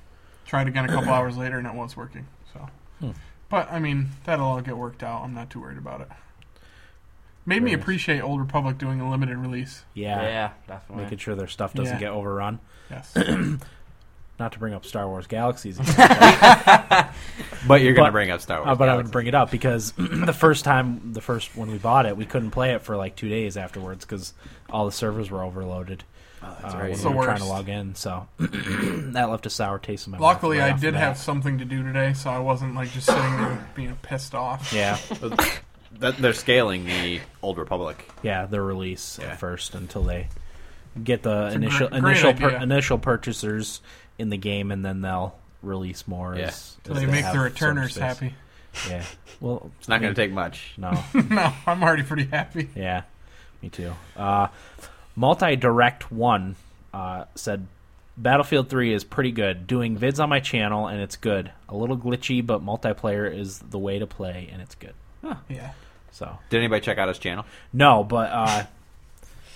B: tried again a
A: *clears throat*
B: couple hours later, and it was working. So,
A: Hmm.
B: But, I mean, that'll all get worked out. I'm not too worried about it. Made me
A: Very nice.
B: appreciate Old Republic doing a limited release.
A: Yeah.
C: Yeah, definitely.
A: Making sure their stuff doesn't
B: Yeah.
A: get overrun. *clears throat*
B: Yes.
A: Not to bring up Star Wars
B: *laughs*
A: Galaxies, again,
D: But you're gonna
A: But-
D: bring up Star Wars.
A: uh, but I would
D: Galaxy.
A: bring it up because *clears throat* the first time, the first when we bought it, we couldn't play it for like two days afterwards because all the servers were overloaded.
D: Oh, that's
A: uh,
D: right.
A: when
B: It's
A: we
B: the
A: were trying to
B: worst.
A: log in. So *clears throat* that left a sour taste in my mouth.
B: Luckily,
A: right
B: I
A: off the
B: did
A: bat.
B: *laughs* have something to do today, so I wasn't, like, just sitting there being pissed off.
A: Yeah,
D: That- they're scaling the Old Republic.
A: yeah, the release
D: Yeah.
A: at first until they get the
B: It's a
A: initial
B: gr- great
A: initial pur-
B: idea.
A: initial purchasers in the game, and then they'll release more.
D: Yeah.
A: as,
B: Till
A: as
B: they make
A: have
B: the
A: some
B: returners
A: space.
B: happy.
A: Yeah. Well,
D: It's not gonna take much.
A: No.
B: *laughs* no, I'm already pretty happy. *laughs*
A: Yeah, me too. Uh, Multi Direct One uh, said, "Battlefield Three is pretty good. Doing vids on my channel, and it's good. A little glitchy, but multiplayer is the way to play, and it's good."
B: Yeah.
A: So
D: Did anybody check out his channel?
A: no, but uh, *laughs*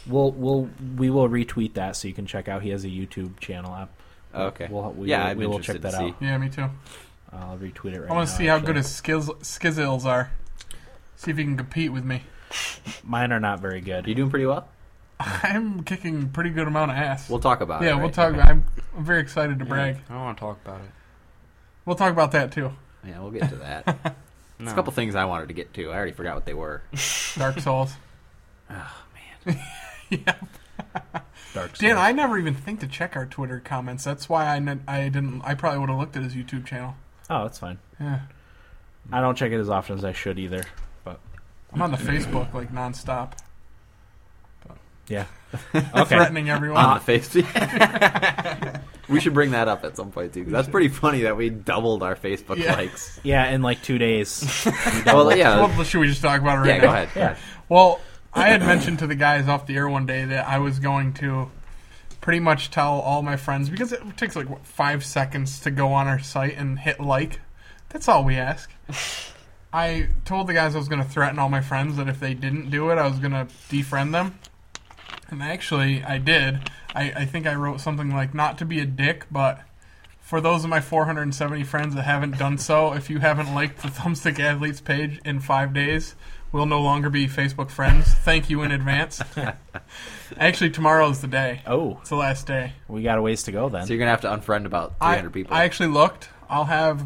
A: we'll we'll we will retweet that so you can check out. He has a YouTube channel up.
D: Okay.
A: We'll, we
D: yeah,
A: will,
D: I'm
A: we will check
D: interested
A: that
D: to see.
A: out.
B: Yeah, me too.
A: I'll retweet it right
B: I want
A: now,
B: to see how
A: actually.
B: good his skills, skizzles are. See if he can compete with me. *laughs*
A: mine are not very
D: You
A: good.
D: doing pretty well.
B: I'm kicking a pretty good amount of ass.
D: We'll talk about it.
B: yeah, we'll
D: right?
B: talk.
D: Okay.
B: I'm, I'm very excited to brag.
C: I don't want to talk about it.
B: We'll talk about that too.
D: Yeah, we'll get to
A: *laughs*
D: that. There's
C: No.
D: a couple things I wanted to get *laughs* to. I already forgot what they were.
B: Dark Souls.
A: Dark Souls.
B: Dan, I never even think to check our Twitter comments. That's why I, ne- I didn't. I probably would have looked at his YouTube channel.
A: Oh, that's fine.
B: Yeah,
A: I don't check it as often as I should either. But
B: I'm on the Facebook like nonstop,
A: yeah.
B: *laughs*
A: Okay.
B: threatening everyone.
D: on the Facebook. *laughs* we should bring that up at some point too, because that's pretty funny that we doubled our Facebook
B: Yeah. *laughs*
D: likes.
A: Yeah, in like two days.
D: Well, yeah,
B: well, should we just talk about it right
D: yeah.
B: now?
D: Go ahead.
A: Yeah.
B: Well, I had mentioned to the guys off the air one day that I was going to pretty much tell all my friends because it takes like what, five seconds to go on our site and hit like. That's all we ask. I told the guys I was going to threaten all my friends that if they didn't do it, I was going to defriend them. And actually, I did. I, I think I wrote something like, not to be a dick, but for those of my 470 friends that haven't done so, if you haven't liked the *laughs* Thumbstick Athletes page in five days, we'll no longer be Facebook friends. Thank you in
A: *laughs*
B: advance. Actually, tomorrow is the day.
A: Oh,
B: It's the last day.
A: we got a ways to go then.
D: So you're gonna have to unfriend about
B: I-
D: 300 people.
B: I actually looked. I'll have,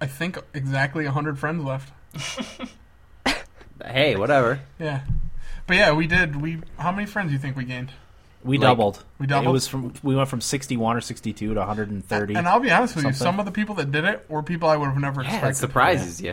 B: I think, exactly 100 friends left.
D: hey, whatever.
B: Yeah. But yeah, we did. We How many friends do you think we gained?
A: We
D: Like-
A: doubled.
B: We doubled?
A: It was from we went from 61 or 62 to 130.
B: And I'll be honest with you,
A: Something.
B: some of the people that did it were people I would have never
D: Yeah,
B: expected.
D: that surprises you.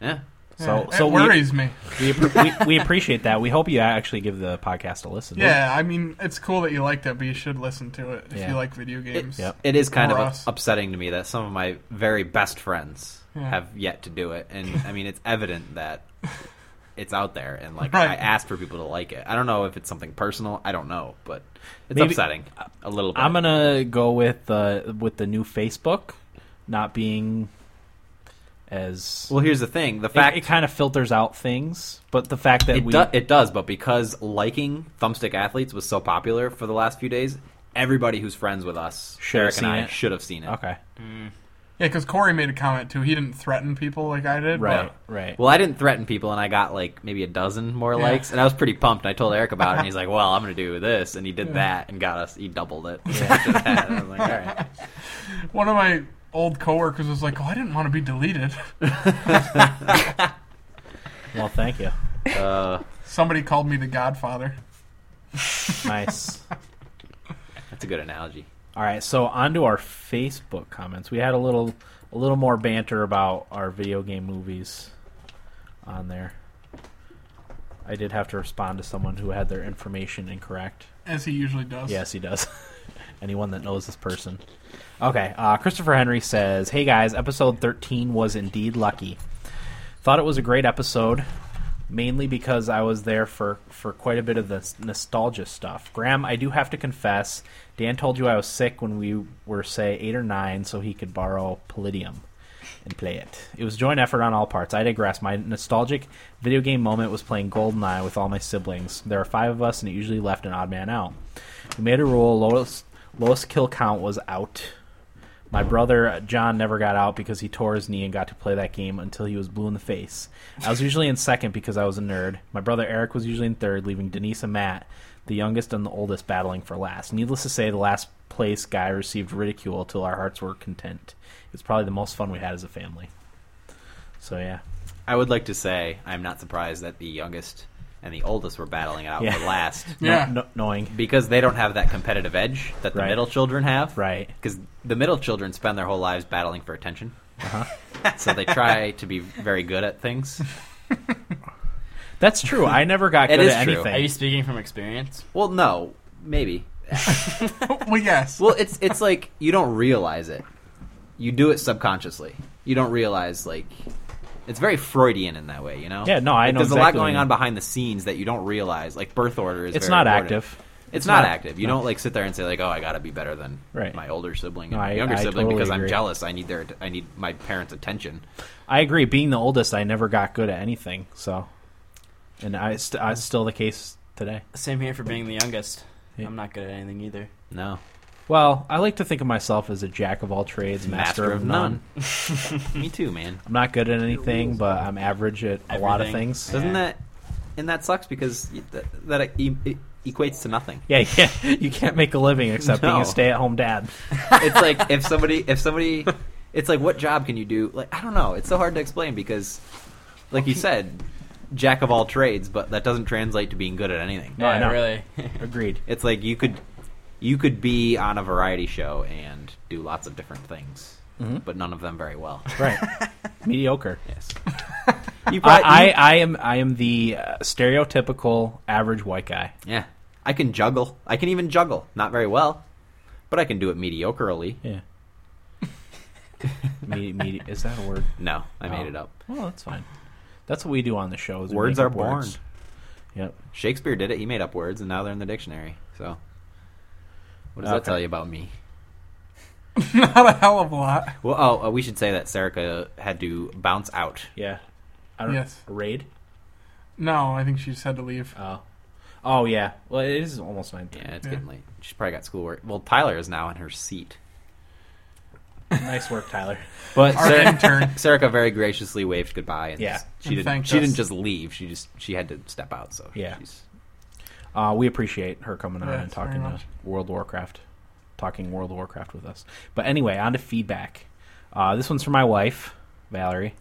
D: Yeah.
B: Yeah,
A: so so
B: it
A: we,
B: worries me.
A: we, we we appreciate that. We hope you actually give the podcast a listen.
B: Yeah, I mean, it's cool that you liked it, but you should listen to it if
A: Yeah.
B: you like video games.
A: Yep.
D: It is kind
B: Or
D: of
B: us.
D: upsetting to me that some of my very best friends
B: Yeah.
D: have yet to do it, and I mean it's
B: *laughs*
D: evident that it's out there, and like
B: Right.
D: I asked for people to like it. I don't know if it's something personal. I don't know, but it's
A: Maybe-
D: upsetting a little bit.
A: I'm gonna go with the with the new Facebook not being as
D: well, here's the thing: the
A: It-
D: fact
A: it, kind of filters out things, but the fact that
D: It,
A: we
D: do, it does, but because liking Thumbstick Athletes was so popular for the last few days, everybody who's friends with us,
A: Should have
D: Eric and
A: seen
D: I,
A: it.
D: should have seen it.
A: okay
B: Yeah, because Corey made a comment too. He didn't threaten people like I did.
A: right right
D: Well, I didn't threaten people, and I got like maybe a dozen more
B: Yeah.
D: likes, and I was pretty pumped. I told Eric about it,
A: *laughs*
D: and he's like, "Well, I'm going to do this," and he did that, and got us. He doubled it. And I was
A: *laughs*
D: like, "All right."
B: but One of my old coworkers was like, "Oh, I didn't want to be deleted." *laughs*
A: well thank you
D: Uh,
B: Somebody called me the Godfather. *laughs*
A: nice
D: that's a good analogy.
A: all right so on to our Facebook comments we had a little a little more banter about our video game movies on there I did have to respond to someone who had their information incorrect
B: As he usually does.
A: Yes, he does. *laughs* Anyone that knows this person. Okay, uh, Christopher Henry says, "Hey guys, episode 13 was indeed lucky. Thought it was a great episode, mainly because I was there for for quite a bit of the s- nostalgia stuff. Graham, I do have to confess, Dan told you I was sick when we were say eight or nine, so he could borrow Palladium." and play it. It was joint effort on all parts. I digress. My nostalgic video game moment was playing GoldenEye with all my siblings. There are five of us, and it usually left an odd man out. We made a rule: lowest lowest kill count was out. My brother John never got out because he tore his knee and got to play that game until he was blue in the face. I was usually in second because I was a nerd. My brother Eric was usually in third, leaving Denise and Matt, the youngest and the oldest, battling for last. Needless to say, the last place guy received ridicule till our hearts were content. It was probably the most fun we had as a family. So yeah,
D: I would like to say I'm not surprised that the youngest and the oldest were battling it out
A: Yeah.
D: for last
A: No-
B: Yeah.
A: no- knowing
D: because they don't have that competitive edge that the
A: Right.
D: middle children have.
A: right,
D: because the middle children spend their whole lives battling for attention.
A: Uh-huh.
D: *laughs* so they try to be very good at things.
A: that's true. I never got
D: *laughs* It
A: good
D: is
A: at
D: true.
A: anything.
C: Are you speaking from experience?
D: Well, no, maybe.
B: *laughs* well, yes.
D: Well, it's it's like you don't realize it. You do it subconsciously. You don't realize like it's very Freudian in that way, you know.
A: Yeah, no, I
D: Like,
A: know
D: There's a lot
A: exactly what
D: going
A: you
D: on
A: mean.
D: behind the scenes that you don't realize. Like birth order is.
A: it's
D: very
A: not
D: important.
A: active.
D: It's, not,
A: not-
D: active. You
A: no.
D: don't like sit there and say like, "Oh, I got to be better than
A: Right.
D: my older sibling
A: No,
D: and my
A: I-
D: younger
A: I
D: sibling
A: totally
D: because I'm
A: agree.
D: jealous. I need their I need my parents' attention."
A: I agree. Being the oldest, I never got good at anything. So, and I, st-
D: Mm.
A: I it's still the case today.
C: Same here for being the youngest.
A: Yeah.
C: I'm not good at anything either.
D: No,
A: Well, I like to think of myself as a jack of all trades, master, of none.
D: none. *laughs* Me
A: *laughs*
D: too, man.
A: I'm not good at anything, but I'm average at a lot of
C: Everything.
A: things.
C: Yeah.
D: Doesn't that and that sucks because y- that, that e- e- equates to nothing.
A: Yeah, *laughs* yeah. You can't make a living except being
D: No.
A: a stay-at-home dad.
D: It's like if somebody if somebody it's like what job can you do? Like I don't know. It's so hard to explain because like you said jack of all trades, but that doesn't translate to being good at anything.
A: No, I
C: yeah,
A: know.
C: really. *laughs*
A: Agreed.
D: It's like you could you could be on a variety show and do lots of different things,
A: Mhm.
D: but none of them very well. *laughs*
A: Right. Mediocre.
D: Yes. You probably,
A: I, I, I am I am the uh, stereotypical average white guy.
D: yeah. I can juggle. I can even juggle, not very well, but I can do it mediocrely.
A: *laughs* Yeah. Medi- medi- is that a word?
D: No, I made
A: Oh.
D: it up.
A: Well, that's fine. That's what we do on the show. is we
D: Words
A: make
D: are
A: up
D: born.
A: words. Yep.
D: Shakespeare did it. He made up words, and now they're in the dictionary. So, what does that
A: Okay.
D: tell you about me?
B: Not a hell of a lot.
D: Well, oh, uh, we should say that Serica had to bounce out.
A: Yeah. I don't,
B: Yes.
A: Raid.
B: No, I think she just had
A: *laughs*
B: to leave.
A: Oh. Oh yeah. Well, it is almost nine.
D: Yeah, it's
B: Yeah.
D: getting late. She's probably got schoolwork. Well, Tyler is now in her seat.
A: *laughs* nice work, Tyler.
D: But
B: Our
D: Ser- *laughs*
B: intern.
D: Serica very graciously waved goodbye, and
A: Yeah.
D: s- she
B: And
D: didn't.
B: thanked
D: She
B: us.
D: didn't just leave. She just she had to step out. So
A: Yeah.
D: she's-
A: Uh, we appreciate her coming on
B: Yes,
A: and talking
B: very
A: to
B: much.
A: World of Warcraft, talking World of Warcraft with us. But anyway, on to feedback. Uh, this one's from my wife, Valerie.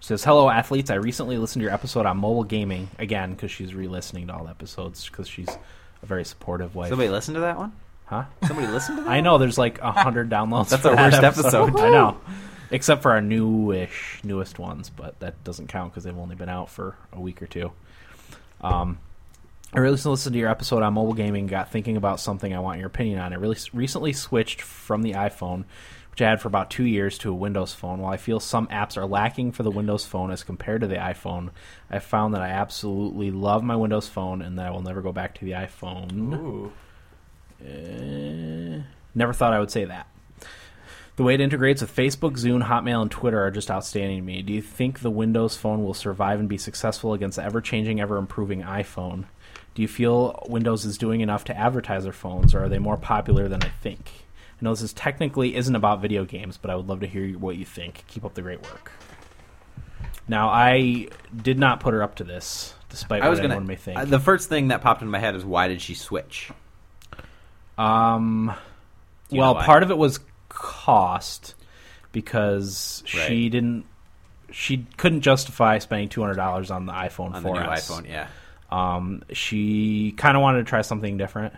A: She says, "Hello, athletes. I recently listened to your episode on mobile gaming again because she's re-listening to all the episodes because she's a very supportive wife."
D: somebody listened to that one.
A: huh?
D: Somebody listened to
A: *laughs*
D: that.
A: I know. There's like a hundred downloads.
D: That's
A: for
D: our
A: that
D: worst episode.
A: I know, except for our newish, newest ones, but that doesn't count because they've only been out for a week or two. Um, I really listened to your episode on mobile gaming. and Got thinking about something I want your opinion on. I really s- recently switched from the iPhone, which I had for about two years, to a Windows Phone. While I feel some apps are lacking for the Windows Phone as compared to the iPhone, I found that I absolutely love my Windows Phone and that I will never go back to the iPhone.
C: Ooh.
A: Eh, never thought I would say that. The way it integrates with Facebook, Zune, Hotmail, and Twitter are just outstanding to me. Do you think the Windows Phone will survive and be successful against the ever changing, ever improving iPhone? Do you feel Windows is doing enough to advertise their phones, or are they more popular than I think? I know this is technically isn't about video games, but I would love to hear what you think. Keep up the great work. Now, I did not put her up to this, despite
D: I was
A: what
D: gonna.
A: anyone may think.
D: uh, the first thing that popped in my head is why did she switch?
A: Um,
D: you
A: well,
D: know why?
A: part of it was cost because she
D: Right.
A: didn't, she couldn't justify spending two hundred dollars on the iPhone
D: On the new
A: 4S.
D: iPhone, yeah,
A: Um, she kind of wanted to try something different.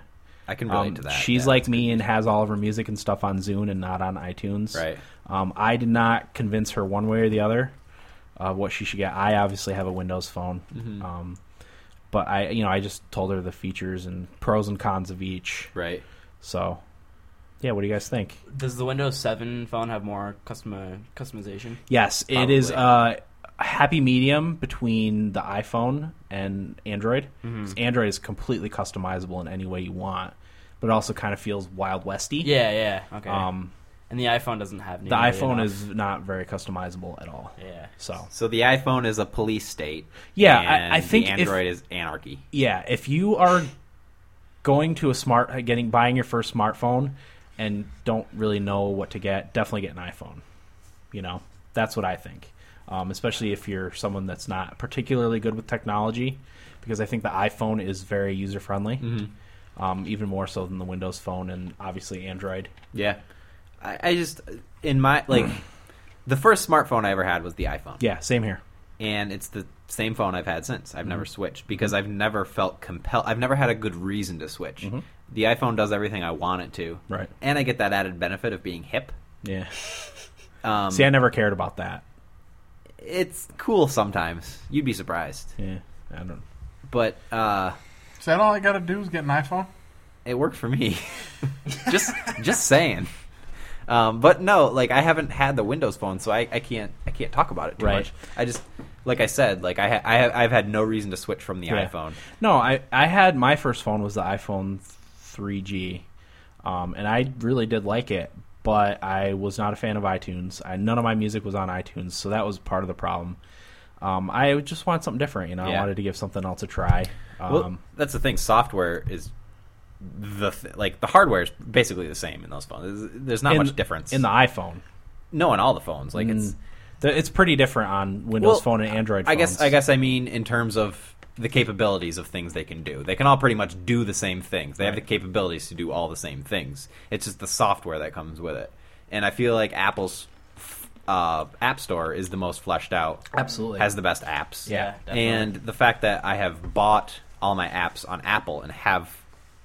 D: I can relate
A: Um,
D: to that.
A: she's
D: yeah.
A: like me and has all of her music and stuff on Zune and not on iTunes.
D: Right.
A: Um, I did not convince her one way or the other uh, what she should get. I obviously have a Windows phone,
D: Mm-hmm.
A: um, but I, you know, I just told her the features and pros and cons of each.
D: right.
A: So, yeah, what do you guys think?
C: Does the Windows 7 phone have more custom customization?
A: Yes, it is uh,
D: Probably.
A: a happy medium between the iPhone and Android. 'Cause Android is completely customizable in any way you want, but it also kind of feels Wild Westy.
C: Yeah, yeah. Okay.
A: Um,
C: and the iPhone doesn't have
A: the
C: nearly
A: iPhone
C: enough.
A: is not very customizable at all.
C: Yeah.
A: So,
D: So the iPhone is a police state.
A: Yeah, I-
D: and
A: I think
D: the
A: if-
D: Android is anarchy.
A: yeah, if you are going to a smart, getting buying your first smartphone, and don't really know what to get, definitely get an iPhone. You know, that's what I think. Um, especially if you're someone that's not particularly good with technology, because I think the iPhone is very user friendly, um, even more so than the Windows Phone and obviously Android.
D: Yeah, I, I just in my
A: *clears throat*
D: like the first smartphone I ever had was the iPhone.
A: Yeah, same here.
D: and it's the same phone I've had since. I've
A: Mm-hmm.
D: never switched because I've never felt compelled. I've never had a good reason to switch. The iPhone does everything I want it to,
A: Mm-hmm. Right.
D: And I get that added benefit of being hip.
A: Yeah.
D: Um,
A: See, I never cared about that.
D: it's cool sometimes. You'd be surprised,
A: Yeah, I don't.
D: but uh,
B: Is that all I gotta do is get an iPhone?
D: it worked for me. *laughs* just, just saying. Um, but no, like I haven't had the Windows phone, so I, I can't I can't talk about it too
A: Right.
D: much. I just, like I said, like I ha- I have, I've had no reason to switch from the
A: Yeah.
D: iPhone.
A: No, I I had my first phone was the iPhone 3G, um, and I really did like it, but I was not a fan of iTunes. I, none of my music was on iTunes, so that was part of the problem. Um, I just wanted something different, you know. I
D: Yeah.
A: wanted to give something else a try. Um,
D: Well, that's the thing. Software is the th- like the hardware is basically the same in those phones. There's, there's not
A: um, in-
D: much difference.
A: in the Mm. iPhone.
D: no, in all the phones, like it's
A: Th- It's pretty different on Windows
D: Well,
A: Phone and Android.
D: I guess
A: phones.
D: I guess I mean in terms of the capabilities of things they can do. They can all pretty much do the same things. They have the capabilities to do all the same things. It's just the software that comes with it. And I feel like Apple's f- uh, app store is the most fleshed out,
A: Absolutely.
D: has the best apps.
A: Yeah,
C: definitely.
D: and the fact that I have bought all my apps on Apple and have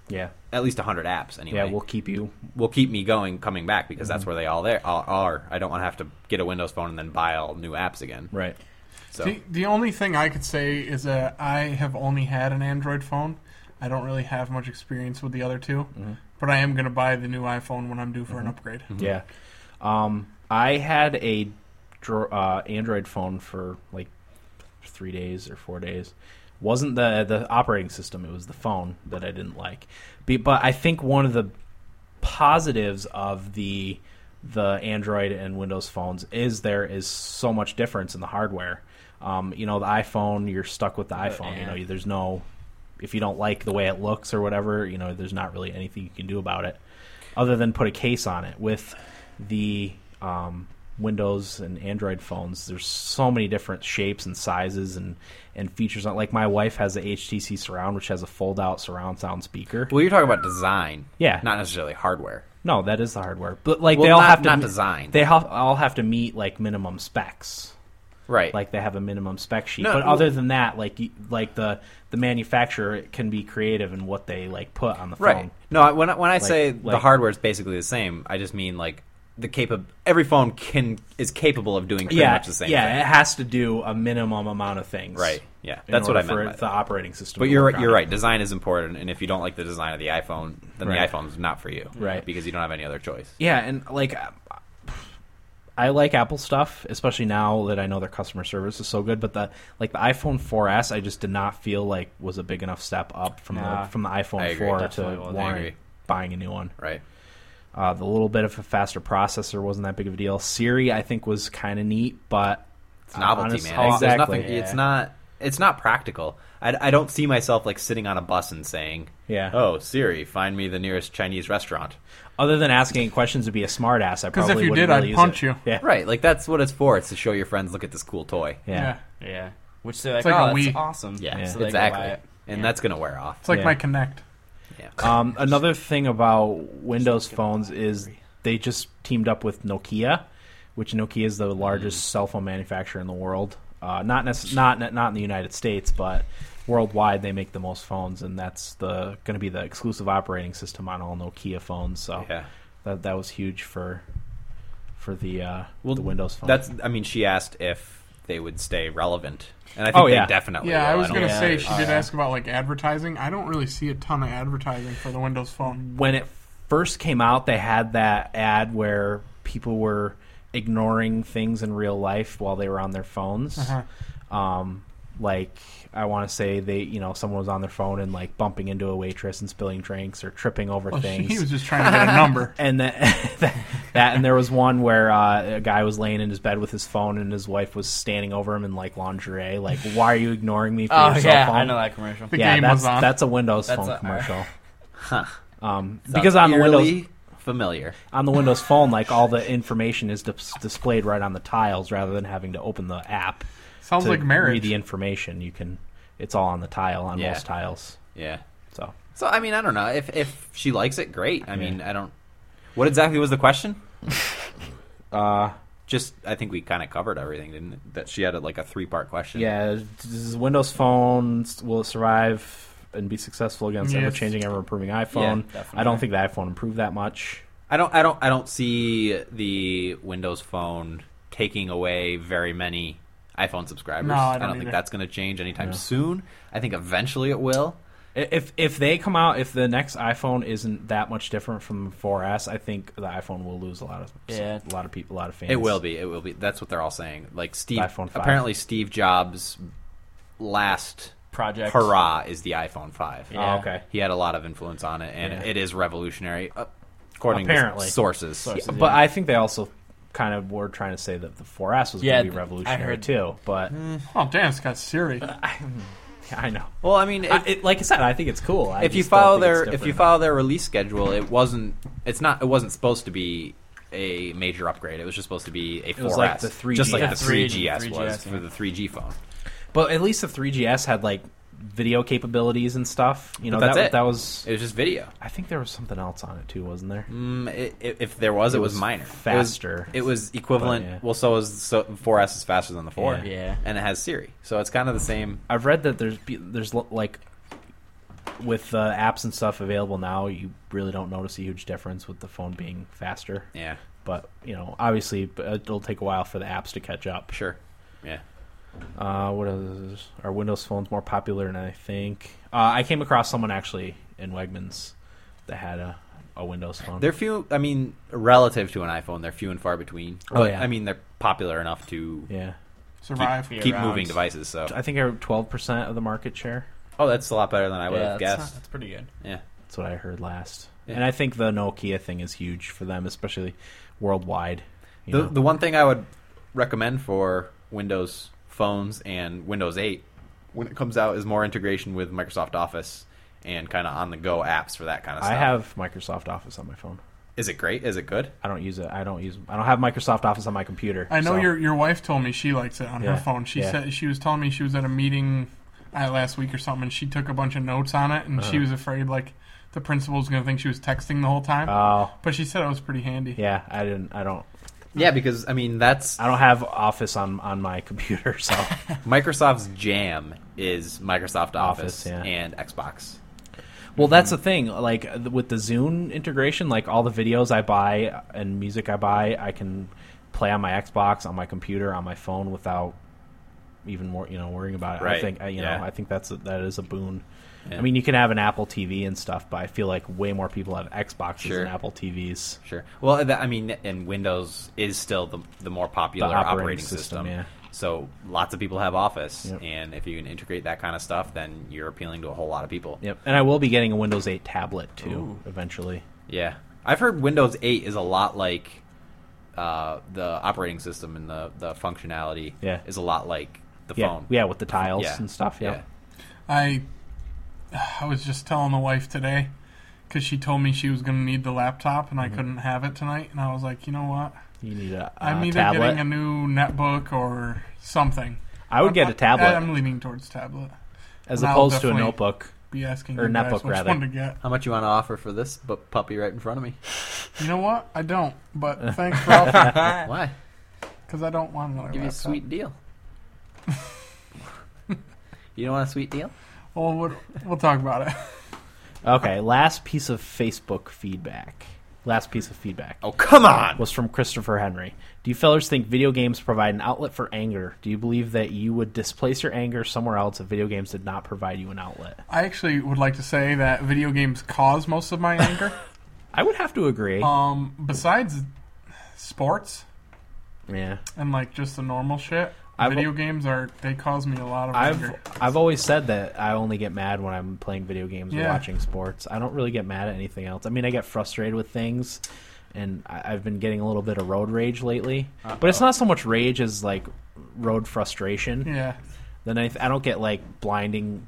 A: yeah.
D: at least 100 apps anyway
A: Yeah, we'll Mm-hmm. keep you.
D: will keep me going coming back because that's where they all there all are. I don't want to have to get a Windows phone and then buy all new apps again.
A: Right.
D: So
B: The, the only thing I could say is that I have only had an Android phone. I don't really have much experience with the other 2 but I am going to buy the new iPhone when I'm due for an upgrade.
A: Yeah. Um, I had a dro- uh, Android phone for like three days or four days. Wasn't the the operating system? It was the phone that I didn't like. Be, but I think one of the positives of the the Android and Windows phones is there is so much difference in the hardware. Um, you know, the iPhone, you're stuck with the iPhone. You
C: yeah.
A: know, there's no if you don't like the way it looks or whatever, you know, there's not really anything you can do about it other than put a case on it. With the um, Windows and Android phones, there's so many different shapes and sizes and, and features. on Like my wife has the HTC Surround, which has a fold out surround sound speaker.
D: well, you're talking about design,
A: Yeah.
D: not necessarily hardware.
A: No, that is the hardware, but like they
D: Well,
A: all
D: not-
A: have to
D: not
A: me-
D: design.
A: They ha- all have to meet like minimum specs.
D: Right.
A: Like they have a minimum spec sheet,
D: No,
A: but
D: well-
A: other than that, like y- like the the manufacturer can be creative in what they like put on the phone.
D: right. No, I- when I, when I say the
A: like-
D: hardware is basically the same, I just mean like the capa- every phone can is capable of doing pretty
A: yeah,
D: much the same
A: yeah,
D: thing.
A: it has to do a minimum amount of things.
D: Right. Yeah.
A: in
D: That's what I
A: order
D: meant by
A: For the
D: that.
A: operating system.
D: But
A: to
D: you're
A: work
D: right,
A: on
D: you're
A: it.
D: right. Design is important, and if you don't like the design of the iPhone, then
A: Right.
D: the iPhone's not for you,
A: Right.
D: Because you don't have any other choice.
A: Yeah, and like I- I like Apple stuff, especially now that I know their customer service is so good. But the like the iPhone 4S, I just did not feel like was a big enough step up from
C: Nah.
A: the from the
D: I
A: iPhone
D: agree,
A: 4 to
D: definitely wasn't. I agree.
A: warrant buying a new one.
D: Right.
A: Uh, the little bit of a faster processor wasn't that big of a deal. Siri, I think, was kind of neat, but
D: It's novelty,
A: Uh, honest-
D: man. It's- There's
A: Exactly.
D: nothing, It's not. It's not practical. I, I don't see myself like sitting on a bus and saying,
A: Yeah.
D: oh Siri, find me the nearest Chinese restaurant."
A: Other than asking questions to be a smartass, I
B: if
A: probably
B: you
A: wouldn't
B: did, I'd
A: really use
B: punch
A: it.
B: you.
A: Yeah.
D: Right, like that's what it's for. It's to show your friends, look at this cool toy.
A: Yeah.
C: Yeah. Which they're like,
B: like
C: oh,
B: a
C: that's
B: Wii."
C: awesome.
A: Yeah.
C: So they go buy
D: exactly.
C: it.
D: And
C: Yeah.
D: that's gonna wear off.
B: It's like
A: Yeah.
B: my Connect.
D: Yeah.
A: Um, another thing about Windows phones is they just teamed up with Nokia, which Nokia is the largest
D: Mm.
A: cell phone manufacturer in the world. Uh, not necess- not not in the United States, but worldwide they make the most phones, and that's the going to be the exclusive operating system on all Nokia phones. So
D: Yeah.
A: that that was huge for for the uh,
D: Well,
A: the Windows phone.
D: That's. I mean, she asked if they would stay relevant, and I think
A: Oh,
D: they
A: yeah.
D: definitely.
B: Yeah, I
D: will.
B: was
D: don't
B: going to
D: think
B: say
D: there's-
B: she did ask about like advertising. I don't really see a ton of advertising for the Windows Phone.
A: when it first came out, they had that ad where people were ignoring things in real life while they were on their phones.
B: Uh-huh.
A: Um, like I want to say they, you know, someone was on their phone and like bumping into a waitress and spilling drinks or tripping over *laughs*
B: Well, she,
A: things.
B: *laughs* he was just trying to get a
A: *laughs*
B: number.
A: and that, that, and there was one where uh, a guy was laying in his bed with his phone, and his wife was standing over him in like lingerie. Like, why are you ignoring me for
C: Oh
A: your cell
C: yeah,
A: phone?
C: I know that commercial.
B: The
A: yeah,
B: game
A: that's
B: was on.
A: that's a Windows
C: That's
A: phone
C: a-
A: commercial.
D: *laughs* Huh.
A: Um,
D: Sounds
A: because on the Windows
D: eerily familiar.
A: on the Windows Phone, like all the information is dis- displayed right on the tiles rather than having to open the app.
B: Sounds
A: to
B: like marriage.
A: Read the information. You can. It's all on the tile on
D: Yeah.
A: most tiles.
D: Yeah.
A: So
D: So I mean, I don't know if if she likes it, great. I mean, I don't. What exactly was the *laughs* question?
A: uh,
D: Just I think we kind of covered everything, didn't it? That she had like a three part question.
A: yeah, does Windows Phone s- will it survive and be successful against
B: Yes.
A: ever changing, ever improving iPhone? I don't think the iPhone improved that much.
D: I don't. I don't. I don't see the Windows Phone taking away very many iPhone subscribers.
B: No, I don't
D: think
B: either.
D: that's going to change anytime soon. I think eventually it will.
A: I- If if they come out, if the next iPhone isn't that much different from 4S, I think the iPhone will lose a lot of
C: Yeah.
A: a lot of people, a lot of fans.
D: It will be. It will be. That's what they're all saying. Like Steve.
A: iPhone five.
D: Apparently, Steve Jobs' last
C: Project.
D: hurrah is the iPhone Five.
A: Oh,
C: Yeah.
A: okay.
D: He had a lot of influence on it, and
A: Yeah.
D: it is revolutionary, uh, according
A: Apparently.
D: to sources.
C: Sources.
A: But
C: Yeah.
A: I think they also kind of were trying to say that the 4S was
C: Yeah,
A: going to
C: th-
A: be
C: I
A: revolutionary
C: heard-
A: too. But
D: Hmm.
B: Oh damn, it's got Siri.
A: *laughs* I know.
D: Well, I mean,
A: I,
D: if,
A: it, like I said, I think it's cool. I
D: if you
A: just don't
D: follow
A: think it's
D: their if you
A: different.
D: follow their release schedule, it wasn't. It's not. It wasn't supposed to be a major upgrade. It was just supposed to be a 4S,
A: was like the 3GS.
D: just like
A: Yeah,
D: the
C: 3G,
D: 3GS was
C: 3GS,
D: for the 3G phone.
A: but at least the 3GS had like video capabilities and stuff. You know,
D: that's
A: that
D: it.
A: that was.
D: It was just video.
A: I think there was something else on it too, wasn't there?
D: Mm, i i if there was, it,
A: It
D: was,
A: was
D: minor.
A: faster.
D: It was, it was equivalent.
A: But, yeah.
D: Well, so is so 4S is faster than the 4.
A: Yeah.
C: Yeah.
D: And it has Siri. So it's kind of the same.
A: I've read that there's be- there's l- like with uh, apps and stuff available now, you really don't notice a huge difference with the phone being faster.
D: Yeah,
A: But you know, obviously, b- it'll take a while for the apps to catch up.
D: sure. Yeah.
A: Uh, what is are Windows phones more popular? than I think uh, I came across someone actually in Wegmans that had a, a Windows phone.
D: They're few, I mean, relative to an iPhone, they're few and far between.
A: Oh, yeah.
D: I mean, they're popular enough to
A: yeah,
B: Survive.
C: Keep-
D: keep
C: around.
D: moving devices. So,
A: I think I twelve percent of the market share.
D: oh, that's a lot better than I would have
C: that's not-
D: guessed.
C: that's pretty good.
D: Yeah.
A: That's what I heard last.
D: Yeah.
A: And I think the Nokia thing is huge for them, especially worldwide. you
D: The,
A: know.
D: the one thing I would recommend for Windows phones and Windows 8 when it comes out is more integration with Microsoft Office and kind of on the go apps for that kind of
A: I
D: stuff.
A: have Microsoft Office on my phone.
D: Is it great? Is it good?
A: I don't use it. I don't use. I don't have Microsoft Office on my computer.
B: I know
A: so-
B: your your wife told me she likes it on
A: Yeah,
B: her phone. She
A: yeah.
B: said she was telling me she was at a meeting uh, last week or something, and she took a bunch of notes on it, and
A: Uh-huh.
B: she was afraid like the principal was going to think she was texting the whole time.
A: Oh
B: but she said it was pretty handy.
A: yeah, I didn't. I don't.
D: Yeah, because I mean that's
A: I don't have Office on on my *laughs* computer. So
D: Microsoft's jam is Microsoft
A: Office,
D: Office,
A: yeah.
D: and Xbox.
A: well, that's the thing. Like uh, with the Zune integration, like all the videos I buy and music I buy, I can play on my Xbox, on my computer, on my phone without even more you know worrying about it.
D: Right,
A: I think I- you
D: yeah.
A: know I think that's a, that is a boon.
D: Yeah.
A: I mean, you can have an Apple TV and stuff, but I feel like way more people have Xboxes
D: Sure.
A: than Apple TVs.
D: Sure. Well, that, I mean, and Windows is still the the more popular
A: The
D: operating,
A: operating
D: system.
A: system, yeah.
D: So lots of people have Office,
A: Yep.
D: and if you can integrate that kind of stuff, then you're appealing to a whole lot of people.
A: Yep, and I will be getting a Windows 8 tablet too
C: Ooh.
A: eventually.
D: Yeah, I've heard Windows 8 is a lot like uh, the operating system and the the functionality.
A: Yeah.
D: is a lot like the
A: Yeah,
D: phone.
A: yeah, with the tiles
D: Yeah.
A: and stuff. Yeah,
B: I *sighs* I was just telling the wife today because she told me she was going to need the laptop and I
A: Mm-hmm.
B: couldn't have it tonight, and I was like, you know what?
A: you need a, a
B: I'm either
A: Uh, tablet.
B: getting a new netbook or something.
A: I would get a tablet
B: I'm leaning towards tablet.
A: as
B: I'll
A: opposed to a
B: definitely-
A: notebook.
B: Be asking
A: Or
B: you guys
A: netbook,
B: which
A: rather.
B: one to get.
D: How much you want to offer for this bu- puppy right in front of me?
B: You know what? I don't.
D: *laughs*
B: But thanks for offering
D: Why?
B: because I don't want another
D: Give you a
B: laptop.
D: sweet deal. you don't want a sweet deal?
B: Well, we'll, we'll talk about it. *laughs*
A: Okay, *laughs* last piece of Facebook feedback. Last piece of feedback
D: Oh come on!
A: was from Christopher Henry. Do you fellas think video games provide an outlet for anger? Do you believe that you would displace your anger somewhere else if video games did not provide you an outlet?
B: I actually would like to say that video games cause most of my anger.
D: *laughs*
A: I would have to agree.
B: um, besides sports
A: yeah,
B: and like just the normal shit,
A: I've-
B: video games are they cause me a lot of
A: I've
B: anger.
A: I've always said that I only get mad when I'm playing video games or
B: Yeah.
A: watching sports. I don't really get mad at anything else. I mean, I get frustrated with things, and I, I've been getting a little bit of road rage lately. But it's not so much rage as like road frustration.
B: Yeah,
A: Then I, I don't get like blinding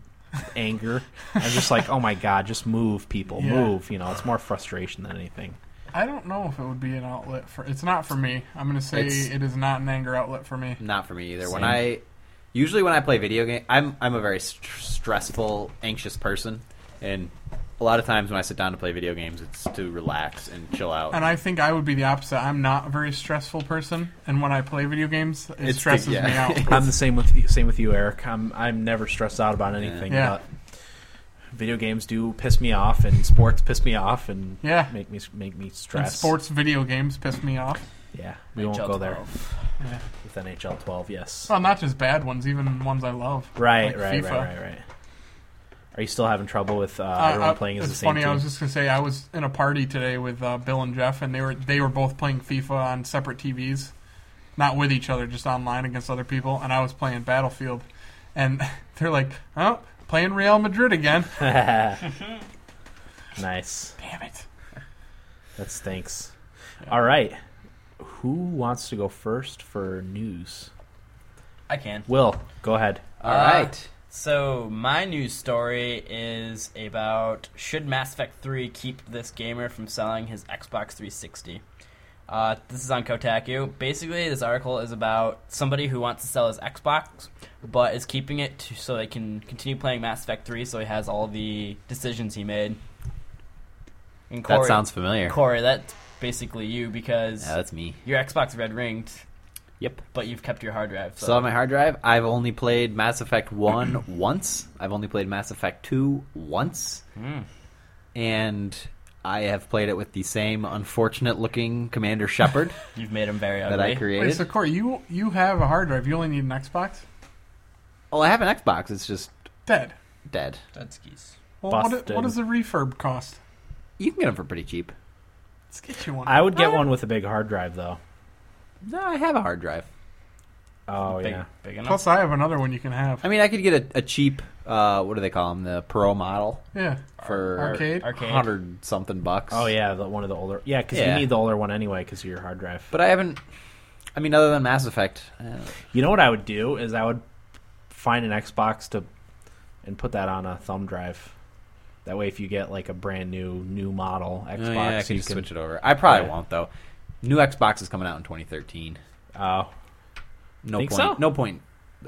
A: anger. I'm just like, oh my god, just move, people,
B: Yeah.
A: move. You know, it's more frustration than anything.
B: I don't know if it would be an outlet for. It's not for me. I'm gonna say
D: It's-
B: it is not an anger outlet for me.
D: Not for me either. When
A: Same.
D: I usually when I play video game, I'm I'm a very st- stressful, anxious person, and a lot of times when I sit down to play video games, it's to relax and chill out.
B: And I think I would be the opposite. I'm not a very stressful person, and when I play video games, it
D: It's the-
B: stresses
D: yeah.
B: me
D: *laughs*
B: out.
A: I'm the same with you, same with you, Eric. I'm I'm never stressed out about anything.
B: Yeah.
A: But video games do piss me off, and sports piss me off, and
B: Yeah.
A: make me make me
B: And
A: stressed.
B: sports video games piss me off.
A: yeah, we won't
C: NHL
A: go there
C: 12.
B: Yeah.
A: with NHL 12. Yes,
B: Well, not just bad ones, even ones I love.
A: right,
B: like
A: right,
B: FIFA.
A: right, right, right. Are you still having trouble with uh,
B: I-
A: everyone
B: I-
A: playing as
B: it's
A: the same
B: funny.
A: team?
B: I was just gonna say I was in a party today with uh, Bill and Jeff, and they were they were both playing FIFA on separate TVs, not with each other, just online against other people. And I was playing Battlefield, and *laughs* they're like, "Oh, playing Real Madrid again."
A: *laughs* nice.
B: Damn it!
A: That stinks. All right. Who wants to go first for news?
C: I can.
A: Will, go ahead.
D: All right.
C: Uh, So my news story is about should Mass Effect 3 keep this gamer from selling his Xbox 360? Uh, this is on Kotaku. Basically, this article is about somebody who wants to sell his Xbox, but is keeping it to, so they can continue playing Mass Effect 3 so he has all the decisions he made. And
D: That
C: Corey-
D: sounds familiar.
C: Corey, that's basically you because
D: Yeah, that's me.
C: your Xbox red ringed,
D: Yep.
C: but you've kept your hard drive. So,
D: So on my hard drive, I've only played Mass Effect 1 *clears throat* once. I've only played Mass Effect 2 once.
B: Hmm.
D: And I have played it with the same unfortunate looking
B: *laughs*
D: Commander Shepard
C: you've made him very ugly.
D: that I
B: Wait, so
D: created.
B: Corey, you you have a hard drive. You only need an Xbox.
D: Oh, I have an Xbox. It's just
B: Dead.
D: dead.
C: That's geese.
B: Well, what,
A: Busted.
B: what does the refurb cost?
D: You can get them for pretty cheap.
B: Let's get you one.
A: I would get one with a big hard drive though.
D: No, I have a hard drive.
A: Oh
C: big,
A: yeah.
C: big enough.
B: Plus, I have another one you can have.
D: I mean, I could get a, a cheap, uh, what do they call them? The Pro model
B: Yeah.
D: for
B: Arcade?
C: Arcade.
D: 100 something bucks.
A: Oh yeah, the, one of the older. Yeah, because
D: Yeah.
A: you need the older one anyway because of your hard drive.
D: But I haven't. I mean, other than Mass Effect, uh,
A: You know what I would do is I would find an Xbox to and put that on a thumb drive. That way, if you get like a brand new new model Xbox,
D: Oh, yeah, I can
A: you
D: just
A: can
D: switch it over. I probably
A: Yeah.
D: won't though. New Xbox is coming out in 2013.
A: Oh,
D: No
A: Think
D: point.
A: so?
D: No point.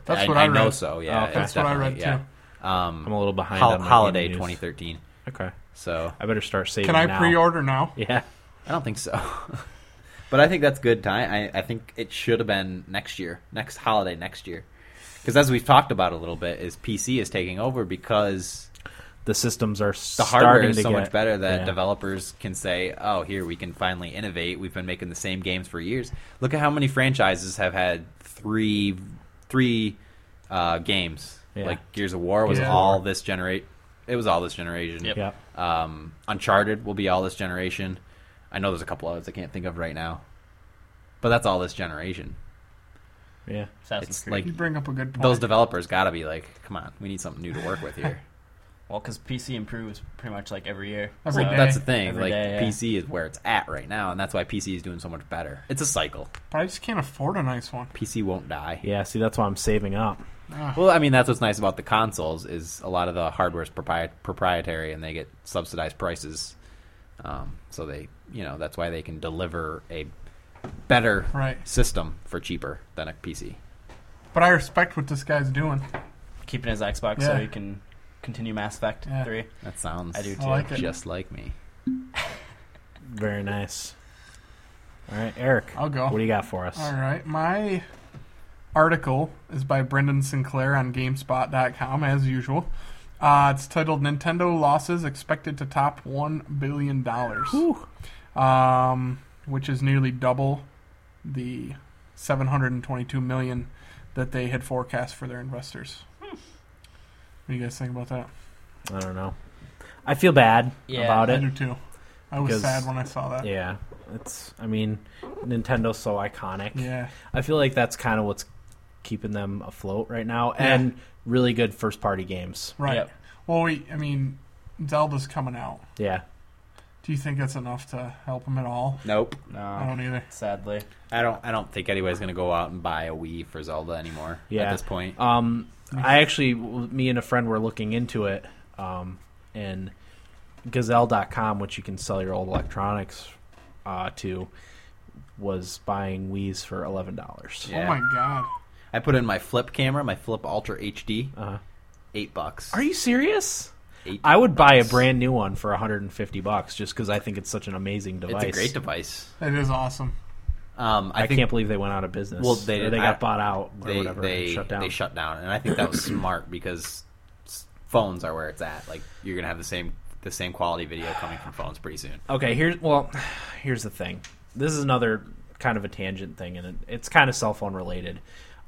B: That's
D: I,
B: what I
D: know.
B: read.
D: So yeah,
A: Oh, okay.
D: it's
B: That's what I read
D: definitely-
B: too.
D: yeah. Um,
A: I'm a little behind.
D: hol-
A: on my game
D: holiday
A: news.
D: 2013.
A: Okay,
D: So
A: I better start saving.
B: Can I
A: now.
B: pre-order now?
A: *laughs* Yeah,
D: I don't think so. *laughs* but I think that's good time. I, I think it should have been next year, next holiday next year. Because as we've talked about a little bit, is PC is taking over because
A: the systems are
D: the hardware
A: starting
D: is
A: to
D: so
A: get
D: much better that
A: yeah.
D: developers can say, "Oh, here we can finally innovate. We've been making the same games for years. Look at how many franchises have had three three uh, games.
A: Yeah.
D: Like Gears of War was
B: Yeah.
D: all this generate. It was all this generation.
C: Yep.
A: Yeah,
D: Um, Uncharted will be all this generation. I know there's a couple others I can't think of right now, but that's all this generation.
A: yeah.
C: Assassin's
D: it's
C: Creed.
D: like
B: You bring up a good point.
D: those developers got to be like, "Come on, we need something new to work with here."
C: Well, because PC improves pretty much like every year.
B: Every
C: so-
B: day.
D: That's the thing.
C: Every
D: like
C: day, yeah.
D: PC is where it's at right now, and that's why PC is doing so much better. It's a cycle.
B: but I just can't afford a nice one.
D: PC won't die.
A: Yeah, see, that's why I'm saving up.
D: Well, I mean, that's what's nice about the consoles is a lot of the hardware is propri- proprietary, and they get subsidized prices. Um, so they, you know, that's why they can deliver a better
B: Right.
D: system for cheaper than a PC.
B: But I respect what this guy's doing.
C: keeping his Xbox so
B: Yeah.
C: he can continue Mass Effect
B: Yeah.
C: 3.
D: That sounds
C: I do,
B: I like it.
D: just like me.
A: Very nice. All right, Eric,
B: I'll go.
A: what do you got for us?
B: Uh, All right. My article is by Brendan Sinclair on GameSpot.com, as usual. Uh, it's titled Nintendo Losses Expected to Top $1 Billion.
A: Whew.
B: um, which is nearly double the 722 million that they had forecast for their investors. What do you guys think about that?
A: I don't know. I feel bad
C: Yeah,
A: about
B: I
A: it.
B: do too. I was
A: Because-
B: sad when I saw that.
A: Yeah, it's. I mean, Nintendo's so iconic.
B: Yeah.
A: I feel like that's kind of what's keeping them afloat right now,
B: Yeah.
A: and really good first party games.
B: Right.
C: Yep.
B: Well, we, I mean, Zelda's coming out.
A: Yeah,
B: Do you think that's enough to help them at all?
D: Nope.
B: I
C: No,
B: don't either.
C: sadly.
D: I don't. I don't think anybody's going to go out and buy a Wii for Zelda anymore. At
A: Yeah.
D: this point,
A: um, I actually, w- me and a friend were looking into it, um, and Gazelle.com, which you can sell your old electronics uh, to, was buying Wii's for eleven dollars.
D: Yeah.
B: Oh my god.
D: I put in my flip camera, my flip Ultra HD,
A: Uh,
D: eight bucks.
A: are you serious?
D: Eight
A: I would buy a
D: bucks.
A: brand new one for 150 bucks just because I think it's such an amazing device.
D: It's a great device.
B: That is awesome.
D: Um, I,
A: I,
D: think
A: can't believe they went out of business.
D: Well, they
A: Or
D: did-
A: they
D: I-
A: got bought out or
D: they
A: whatever.
D: they
A: and shut down.
D: they shut down, and I think that was smart because s- phones are where it's at. Like you're gonna have the same the same quality video coming from phones pretty soon.
A: okay here's well *sighs* here's the thing this is another kind of a tangent thing and it, it's kind of cell phone related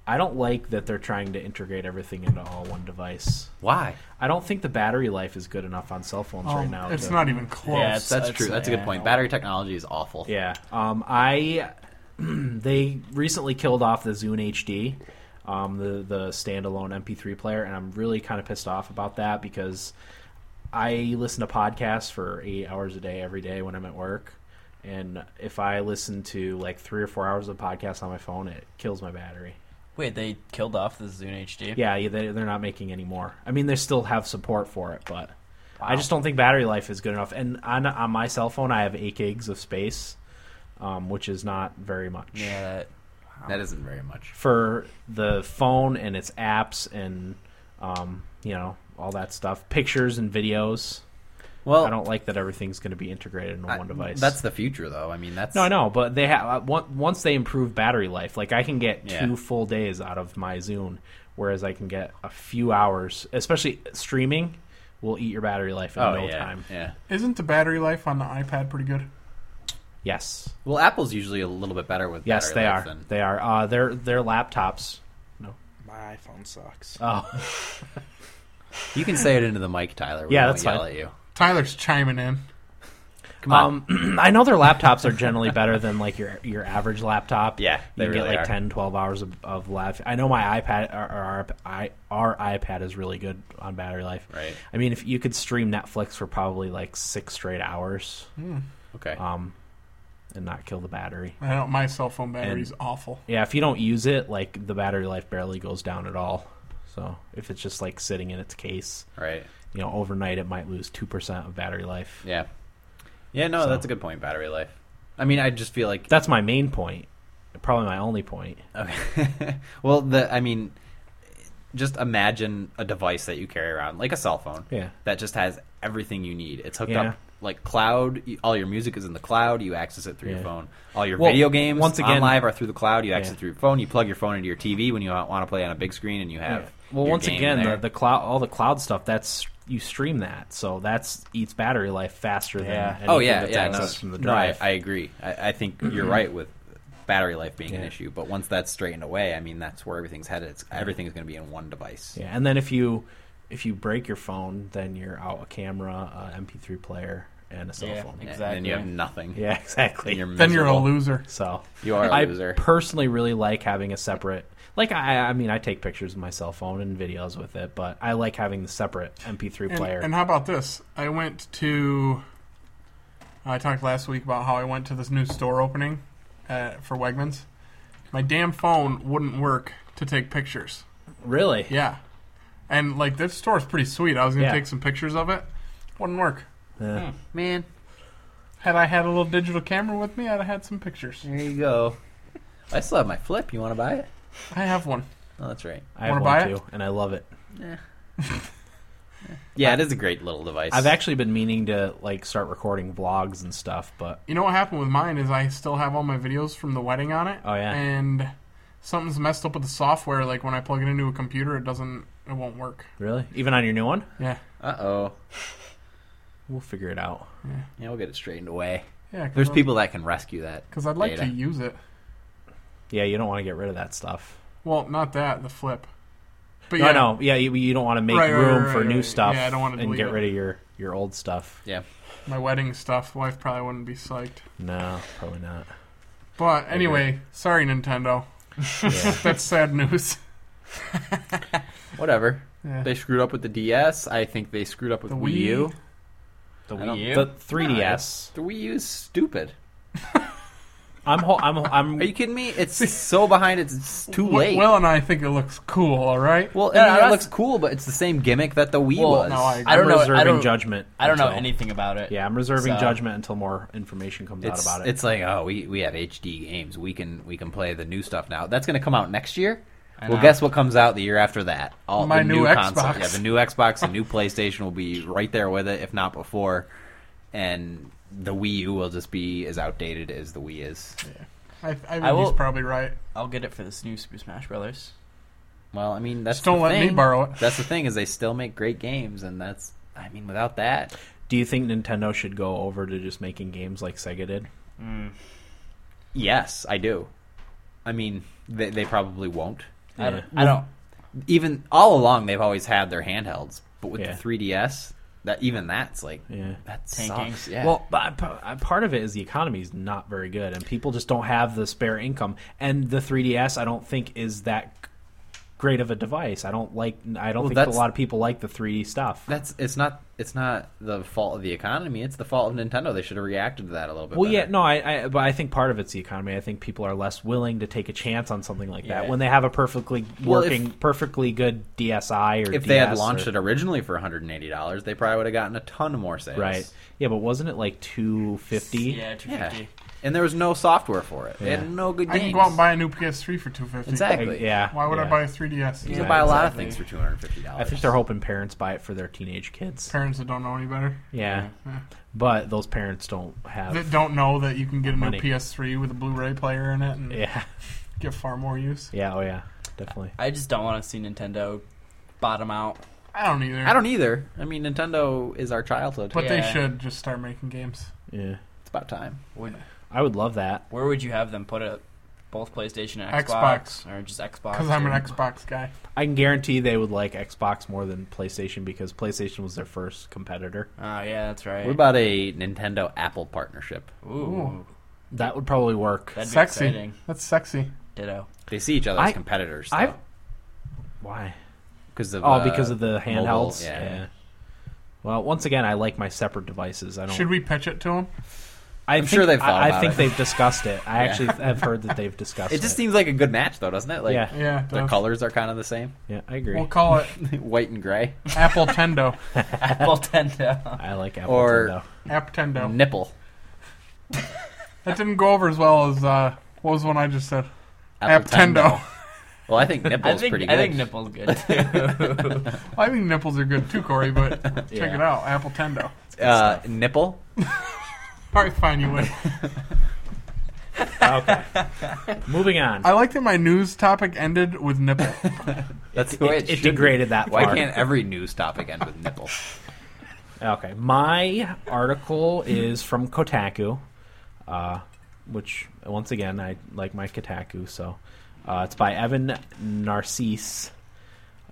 A: i don't like that they're trying to integrate everything into all one device
D: Why?
A: i don't think the battery life is good enough on cell phones right
B: Um,
A: now
B: it's
A: to-
B: not even close.
C: Yeah, it's-
D: That's
C: That's-
D: true. That's a good
C: yeah.
D: point. Battery technology is awful.
A: yeah um i *clears throat* they recently killed off the zune hd um the the standalone mp3 player and i'm really kind of pissed off about that because I listen to podcasts for eight hours a day every day when I'm at work. And if I listen to like three or four hours of podcasts on my phone, it kills my battery.
C: Wait, they killed off the Zune HD?
A: Yeah, yeah, they- they're not making any more. I mean, they still have support for it, but I just don't think battery life is good enough. And on, on my cell phone, I have eight gigs of space. um, which is not very much
C: Yeah, that,
D: That isn't very much.
A: for the phone and its apps and um, you know all that stuff, pictures and videos.
D: Well,
A: I don't like that everything's going to be integrated into one device.
D: That's the future, though. I mean, that's
A: no, I know, but they have once they improve battery life, like I can get
D: Yeah.
A: two full days out of my Zune, whereas I can get a few hours, especially streaming, will eat your battery life in
D: Oh
A: no
D: yeah,
A: time.
D: yeah.
B: Isn't the battery life on the iPad pretty good?
A: Yes,
D: Well, Apple's usually a little bit better with
A: yes,
D: battery
A: they
D: life Oh.
A: are.
D: than-
A: They are. Uh, their their laptops.
F: My iPhone sucks.
A: Oh,
D: You can say it into the mic, Tyler. We
A: Yeah,
D: won't
A: that's
D: yell
A: fine.
D: At you.
B: Tyler's chiming in.
D: Come on.
A: Um, *clears throat* I know their laptops are generally better than like your your average laptop.
D: Yeah,
A: you
D: they
A: can
D: really
A: get like
D: are.
A: 10, 12 hours of, of life. I know my iPad or, or our, I, our iPad is really good on battery life.
D: right.
A: I mean, if you could stream Netflix for probably like six straight hours,
D: Mm-hmm. Okay.
A: um, and not kill the battery.
B: I don't. My cell phone battery's awful.
A: Yeah, if you don't use it, like the battery life barely goes down at all. So if it's just like sitting in its case,
D: right.
A: you know, overnight it might lose two percent of battery life.
D: Yeah. Yeah. No, that's a good point. Battery life. I mean, I just feel like
A: That's my main point. Probably my only point.
D: Okay. *laughs* well, the I mean, just imagine a device that you carry around, like a cell phone,
A: Yeah.
D: that just has everything you need. It's hooked
A: Yeah.
D: up like cloud. you- All your music is in the cloud. You access it through your
A: Yeah.
D: phone. All your
A: Well,
D: video games,
A: once
D: once
A: again-
D: again, live are through the cloud. You access
A: Yeah.
D: it through your phone. You plug your phone into your TV when you want to play on a big screen, and you have.
A: Well,
D: your
A: once
D: game
A: again, the,
D: there.
A: the cloud, all the cloud stuff. That's you stream that, so that's eats battery life faster
C: Yeah.
A: than.
D: oh
A: anything
D: yeah,
A: that's
D: yeah, no,
A: accessed from the
D: no, I,
A: drive.
D: I agree. I,
A: *clears throat*
D: I think you're right with battery life being an
A: Yeah.
D: issue, but once that's straightened away, I mean that's where everything's headed. It's, everything's going to be in one device.
A: yeah, and then if you if you break your phone, then you're out a camera, a MP3 player, and a cell
C: Yeah.
A: phone.
C: Yeah.
D: And then you have
C: Exactly.
D: nothing.
A: Yeah, *laughs* exactly.
D: And you're
B: Then you're a
D: miserable.
B: loser.
A: so
D: *laughs* You are a
A: I
D: loser.
A: personally really like having a separate. Like I, I mean, I take pictures of my cell phone and videos with it, but I like having the separate MP3
B: And,
A: player.
B: and how about this? I went to. I talked last week about how I went to this new store opening uh, for Wegmans. My damn phone wouldn't work to take pictures.
A: really?
B: Yeah, and like this store's pretty sweet. I was gonna
A: Yeah.
B: take some pictures of it. Wouldn't work. Hmm.
A: Yeah.
D: Man,
B: Had I had a little digital camera with me, I'd have had some pictures.
D: there you go. I still have my flip. You want to buy it?
B: I have one.
D: Oh, that's right.
A: I have
B: Wanna
A: one
B: buy
A: too,
B: it?
A: and I love it.
D: Yeah, it is a great little device.
A: I've actually been meaning to like start recording vlogs and stuff, but
B: You know what happened with mine is I still have all my videos from the wedding on it.
A: Oh, yeah.
B: And something's messed up with the software. Like when I plug it into a computer, it doesn't. It won't work.
A: really, even on your new one,
B: Yeah.
D: Uh oh.
A: we'll figure it out.
D: Yeah, we'll get it straightened away.
B: Yeah. Cause
D: There's
B: I-
D: people that can rescue that.
B: Because I'd like
D: data.
B: to use it.
A: Yeah, you don't want to get rid of that stuff.
B: Well, not that the flip. But
A: No,
B: yeah,
A: no, yeah, you, you don't want to make
B: Right, right,
A: room
B: right,
A: for
B: right,
A: new
B: right.
A: stuff
B: Yeah, I don't wanna
A: and
B: delete
A: get
B: it.
A: rid of your your old stuff.
D: Yeah.
B: my wedding stuff. Wife probably wouldn't be psyched.
A: No, probably
B: *laughs*
A: not.
B: But anyway, sorry Nintendo.
A: Yeah.
B: That's sad news. *laughs*
D: Whatever.
B: Yeah.
D: They screwed up with the DS. I think they screwed up with
B: The
D: Wii U.
B: Wii?
C: The
D: I don't-
C: Wii U.
A: the 3ds.
D: The Wii U's stupid.
A: I'm ho- I'm I'm
D: Are you kidding me? It's so behind. It's, it's too
B: W-
D: late.
B: Will and I think it looks cool. All right.
D: well,
C: No,
D: I mean,
C: no,
D: it
C: that's-
D: looks cool, but it's the same gimmick that the Wii
C: Well,
D: was.
B: no, I-
C: I don't
A: I'm
C: know.
A: reserving
C: I don't,
A: judgment.
C: I don't know
A: until-
C: anything about it.
A: Yeah, I'm reserving
C: so-
A: judgment until more information comes
D: It's,
A: out about it.
D: it's like oh we, we have HD games we can we can play the new stuff now that's going to come out next year. Well,
C: know.
D: guess what comes out the year after that? All
B: My
D: the
B: new Xbox.
D: yeah, the new Xbox, the new PlayStation will be right there with it, if not before. And the Wii U will just be as outdated as the Wii is.
B: I, I think
C: I will-
B: he's probably right.
C: I'll get it for this new Super Smash Brothers.
D: Well, I mean that's
B: Just don't
D: the
B: let me
D: thing.
B: borrow it.
D: That's the thing is they still make great games, and that's I mean without that,
A: Do you think Nintendo should go over to just making games like Sega did?
D: yes, I do. I mean they they probably won't.
C: I
A: Yeah.
C: don't. I don't
D: even all along they've always had their handhelds, but with
A: Yeah.
D: the 3DS, that even that's like
A: Yeah.
D: that
C: Tanking.
D: sucks. Yeah.
A: Well, but p- uh, part of it is the economy is not very good, and people just don't have the spare income. And the 3DS, I don't think is that g- great of a device. I don't like. I don't
D: Well,
A: think a
D: that's-
A: lot of people like the 3D stuff.
D: that's it's not it's not the fault of the economy. It's the fault of Nintendo. They should have reacted to that a little bit.
A: well, yeah,
D: better.
A: no, I, I, but I think part of it's the economy. I think people are less willing to take a chance on something like that
D: Yeah.
A: when they have a perfectly
D: Well, if-
A: working, perfectly good DSi or
D: If they had
A: DS or-
D: launched it originally for 180 dollars, they probably would have gotten a ton more sales.
A: right? Yeah, but wasn't it like 250?
C: Yeah, 250.
D: and there was no software for it. They
A: Yeah.
D: had no good
B: I
D: games.
B: can go out and buy a new PS3 for 250
D: exactly.
A: yeah.
B: Why would I
A: yeah.
B: buy a 3DS?
D: You
C: Yeah,
D: can buy a lot
C: exactly.
D: of things for two hundred fifty dollars.
A: I think they're hoping parents buy it for their teenage kids.
B: Parents that don't know any better,
A: Yeah,
B: Yeah.
A: but those parents don't
B: that
A: have.
B: don't know that you can get a new
A: Money.
B: PS3 with a Blu-ray player in it
A: *laughs*
B: and
A: Yeah,
B: get far more use.
A: yeah, oh yeah, definitely.
C: I just don't want to see Nintendo bottom out.
B: I don't either.
D: I don't either. I mean, Nintendo is our childhood.
B: But
C: Yeah.
B: they should just start making games.
A: Yeah,
D: It's about time.
C: Would
A: I would love that.
C: where would you have them put it? Both PlayStation and Xbox,
B: Xbox.
C: or just Xbox?
B: Because I'm an
C: or-
B: Xbox guy.
A: I can guarantee they would like Xbox more than PlayStation because PlayStation was their first competitor.
C: Oh yeah, that's right.
D: What about a Nintendo Apple partnership?
C: Ooh,
A: That would probably work.
C: that'd be
B: Sexy.
C: exciting.
B: That's sexy.
C: Ditto. *laughs*
D: They see each other as
A: I-
D: competitors.
A: I-
D: though,
A: Why?
D: 'cause of,
A: Oh,
D: uh,
A: because of the
D: mobile,
A: handhelds.
D: yeah.
A: Well, once again, I like my separate devices. I don't.
B: Should we pitch it to them?
A: I
D: I'm
A: think,
D: sure they've thought
A: I, I
D: about
A: think
D: it.
A: they've discussed it. I
D: Yeah.
A: actually
D: *laughs*
A: have heard that they've discussed it.
D: It just seems like a good match, though, doesn't it? Like
A: Yeah.
B: Yeah.
D: the
B: duh.
D: colors are kind of the same, *laughs*
A: yeah, I agree.
B: We'll call it
D: white and gray.
B: Apple Tendo.
C: Apple Nintendo.
A: I like Apple
D: Or-
A: Nintendo.
B: App Tendo.
D: Nipple.
B: That didn't go over as well as uh, what was the one I just said.
D: Apple
B: Aptendo.
D: Well, I *laughs* think
C: I
D: nipple's
C: think
D: pretty good.
C: I think nipple's good too.
B: *laughs* I think nipples are good too, Corey. But check
A: *laughs* Yeah.
B: it out, Apple Tendo.
D: uh, nipple.
B: All right, fine, you win.
A: okay.
B: *laughs*
A: Moving on.
B: I like that my news topic ended
A: *laughs*
B: with nipple.
D: That's
A: it,
D: the way it,
A: it
D: should be.
A: degraded that
D: Why
A: far.
D: can't every news topic end with nipple?
A: Okay, my article is from Kotaku, uh, which once again I like my Kotaku. So uh, it's by Evan Narcisse.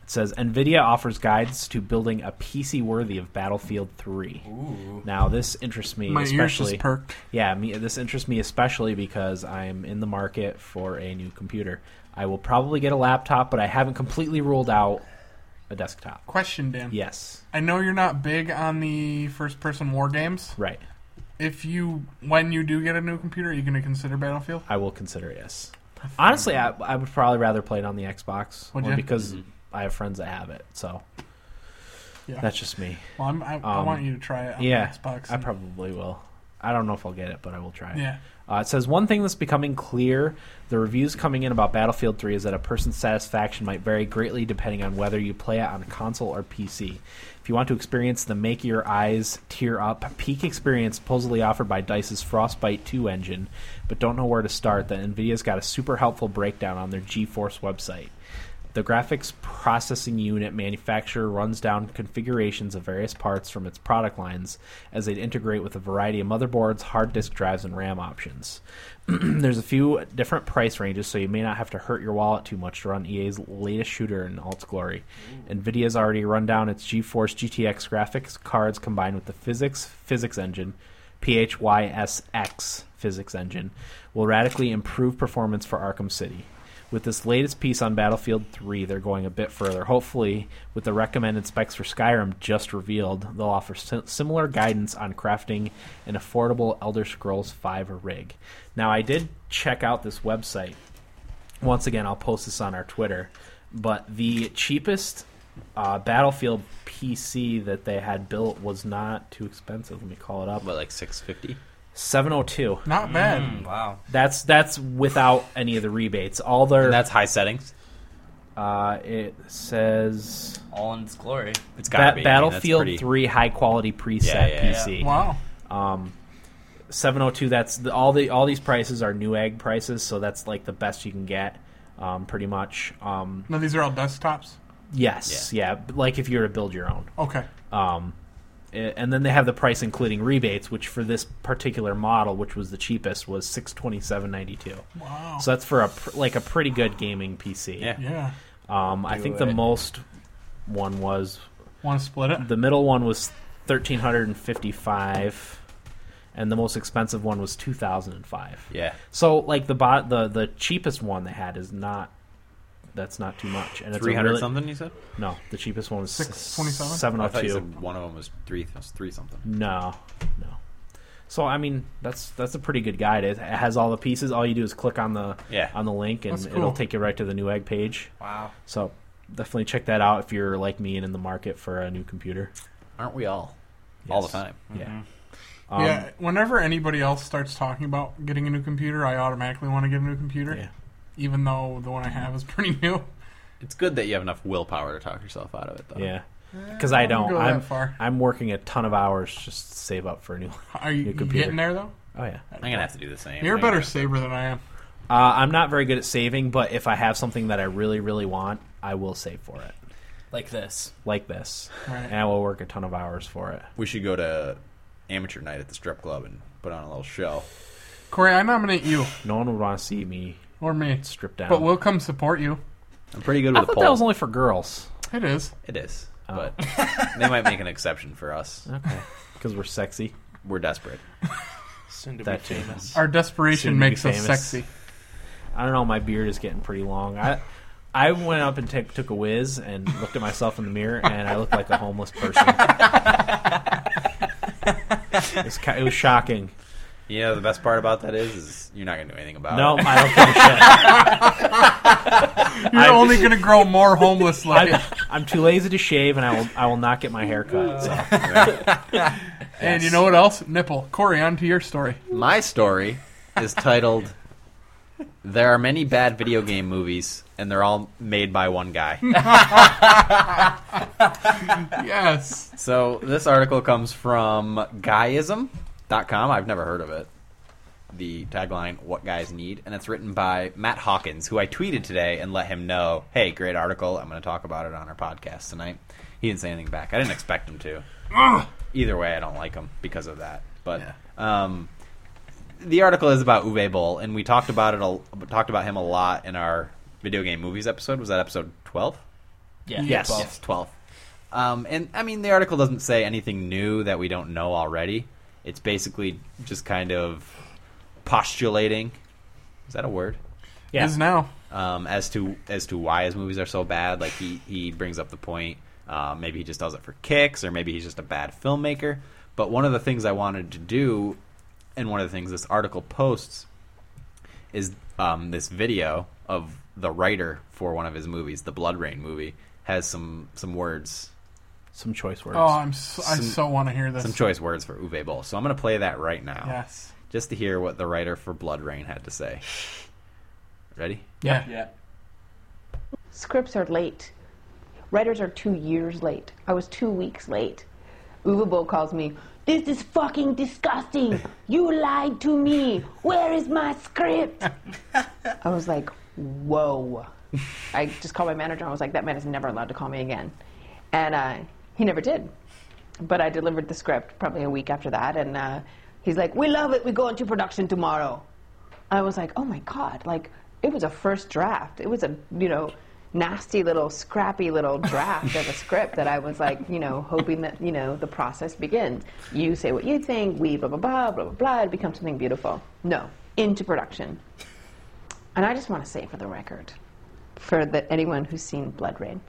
A: It says Nvidia offers guides to building a PC worthy of Battlefield 3.
C: Ooh.
A: Now this interests me
B: my ears
A: especially.
B: just perked.
A: Yeah, me, this interests me especially because I'm in the market for a new computer. I will probably get a laptop, but I haven't completely ruled out a desktop.
B: Question, Dan.
A: Yes,
B: I know you're not big on the first-person war games.
A: right.
B: If you, when you do get a new computer, are you going to consider Battlefield?
A: I will consider it, yes. Honestly, I, I would probably rather play it on the Xbox
B: Would
A: only
B: ya?
A: because I have friends that have it. So
B: Yeah.
A: that's just me.
B: Well, I'm, I, I
A: Um,
B: want you to try it on
A: yeah,
B: Xbox.
A: I
B: and-
A: probably will. I don't know if I'll get it, but I will try it.
B: Yeah.
A: Uh, it says one thing that's becoming clear: the reviews coming in about Battlefield 3 is that a person's satisfaction might vary greatly depending on whether you play it on console or PC. If you want to experience the make your eyes tear up peak experience supposedly offered by Dice's Frostbite 2 engine, but don't know where to start, then Nvidia's got a super helpful breakdown on their GeForce website. The graphics processing unit manufacturer runs down configurations of various parts from its product lines as they integrate with a variety of motherboards, hard disk drives, and RAM options. *clears throat* There's a few different price ranges, so you may not have to hurt your wallet too much to run EA's latest shooter in all its glory. NVIDIA's already run down its GeForce GTX graphics cards combined with the physics physics engine, PHYSX physics engine, will radically improve performance for Arkham City. With this latest piece on Battlefield 3, they're going a bit further. Hopefully, with the recommended specs for Skyrim just revealed, they'll offer si- similar guidance on crafting an affordable Elder Scrolls 5 rig. Now, I did check out this website. Once again, I'll post this on our Twitter. But the cheapest uh, Battlefield PC that they had built was not too expensive. Let me call it up.
D: What, like six fifty?
A: 702.
B: Not bad. *laughs*
C: Mm, *laughs* wow.
A: That's that's without any of the rebates. All their
D: And that's high settings.
A: uh, it says
C: All in its glory.
D: It's got to
A: Ba-
D: be I mean, that's
A: Battlefield
D: pretty-
A: 3 high quality preset
D: Yeah, yeah, yeah.
A: PC.
B: Wow.
A: Um, 702 that's the, all the all these prices are new egg prices, so that's like the best you can get um, pretty much. Um,
B: Now these are all desktops.
A: yes, yeah. b- like if you were to build your own.
B: Okay.
A: Um, a- and then they have the price including rebates, which for this particular model, which was the cheapest, was 627.92.
B: Wow.
A: So that's for a pr- like a pretty good gaming PC.
D: Yeah.
B: yeah.
A: Um, I think
C: it.
A: the most one was
B: Want to split it?
A: The middle one was thirteen hundred and fifty-five, and the most expensive one was two thousand and five.
D: Yeah.
A: So, like the bot, the the cheapest one they had is not. That's not too much, and it's a
D: Three hundred
A: really-
D: something. You said.
A: No, the cheapest one was
B: Six twenty-seven?
A: Seven
D: I
A: oh
D: thought you
A: two.
D: said one of them was three. it was three something.
A: No, no. So I mean, that's that's a pretty good guide. It, it has all the pieces. All you do is click on the
D: Yeah.
A: on the link, and
B: That's cool.
A: it'll take you right to the Newegg page.
C: Wow.
A: So definitely check that out if you're like me and in the market for a new computer.
D: Aren't we all? All the
A: Yes.
D: time.
A: Yeah.
D: Um,
B: yeah, whenever anybody else starts talking about getting a new computer, I automatically want to get a new computer.
A: Um, Yeah.
B: Even though the one I have is pretty new.
D: It's good that you have enough willpower to talk yourself out of it, though.
A: Yeah, because I don't.
B: go that
A: Uh, I'm
B: far.
A: I'm working a ton of hours just to save up for a new.
B: Are you
A: New computer.
B: getting there though?
A: *laughs* Oh yeah,
D: I'm gonna have to do the same.
B: You're a
D: I'm gonna-
B: better saver than I am.
A: uh, I'm not very good at saving, but if I have something that I really really want, I will save for it,
C: like this.
A: like this, and
B: Right.
A: I will work a ton of hours for it.
G: We should go to amateur night at the strip club and put on a little show.
B: Corey, I nominate you
A: No one would want to see me
B: or me,
A: stripped down.
B: but we'll come support you.
D: I'm pretty good
A: I
D: with a
A: thought
D: poll.
A: that was only for girls.
B: It is.
D: It is,
A: Oh.
D: *laughs* but they might make an exception for us.
A: *laughs* Okay, because we're sexy.
D: We're desperate.
F: Soon to
A: That
F: be
A: too.
F: famous.
B: Our
A: Soon
B: desperation
A: to be
B: makes us
A: famous. *laughs*
B: sexy.
A: I don't know. My beard is getting pretty long. I I went up and took took a whiz and looked at myself in the mirror, and I looked like a homeless person. it, was, ki- it was shocking.
D: You know, the best part about that is, is you're not gonna do anything about
A: No,
D: it.
A: I don't give a shit.
B: You're
A: I- *laughs*
B: only going to grow more homeless like
A: I'm, I'm too lazy to shave, and I will I will not get my hair cut. So.
B: Uh, And you know what else? Nipple. Corey, on to your story.
D: My story is titled "There are many bad video game movies, and they're all made by one guy."
B: Yes.
D: So this article comes from guyism.com. I've never heard of it. The tagline, What Guys Need, and it's written by Matt Hawkins, who I tweeted today and let him know, hey, great article. I'm going to talk about it on our podcast tonight. He didn't say anything back. I didn't expect him to. Either way, I don't like him because of that. But um, the article is about Uwe Boll, and we talked about it. A, talked about him a lot in our video game movies episode. Was that episode twelve?
C: Yeah.
A: Yes.
C: Well,
D: Yes, 12. Um, and I mean, the article doesn't say anything new that we don't know already. It's basically just kind of postulating. Is that a word?
A: Yeah.
B: Is now.
D: Um, as to as to why his movies are so bad, like he he brings up the point. Uh, maybe he just does it for kicks, or maybe he's just a bad filmmaker. But one of the things I wanted to do, and one of the things this article posts, is um, this video of the writer for one of his movies, the Blood Rain movie, has some some words,
A: Some choice words.
B: Oh, I'm so, I
D: Some-
B: so want to hear this.
D: some choice words for Uwe Boll. So I'm going to play that right now,
B: Yes.
D: just to hear what the writer for Blood Rain had to say. Ready?
B: Yeah.
H: Scripts are late. Writers are two years late. I was two weeks late. Uwe Boll calls me, This is fucking disgusting. You lied to me. Where is my script? I was like, Whoa. I just called my manager and I was like, That man is never allowed to call me again. And uh, he never did. But I delivered the script probably a week after that. And uh, he's like, We love it. We go into production tomorrow. I was like, oh my god, like it was a first draft. It was a you know nasty little scrappy little draft of a script that I was like, you know, hoping that you know the process begins. You say what you think. We blah blah blah blah blah blah. It becomes something beautiful. No, into production. And I just want to say for the record, for the, anyone who's seen Blood Rain,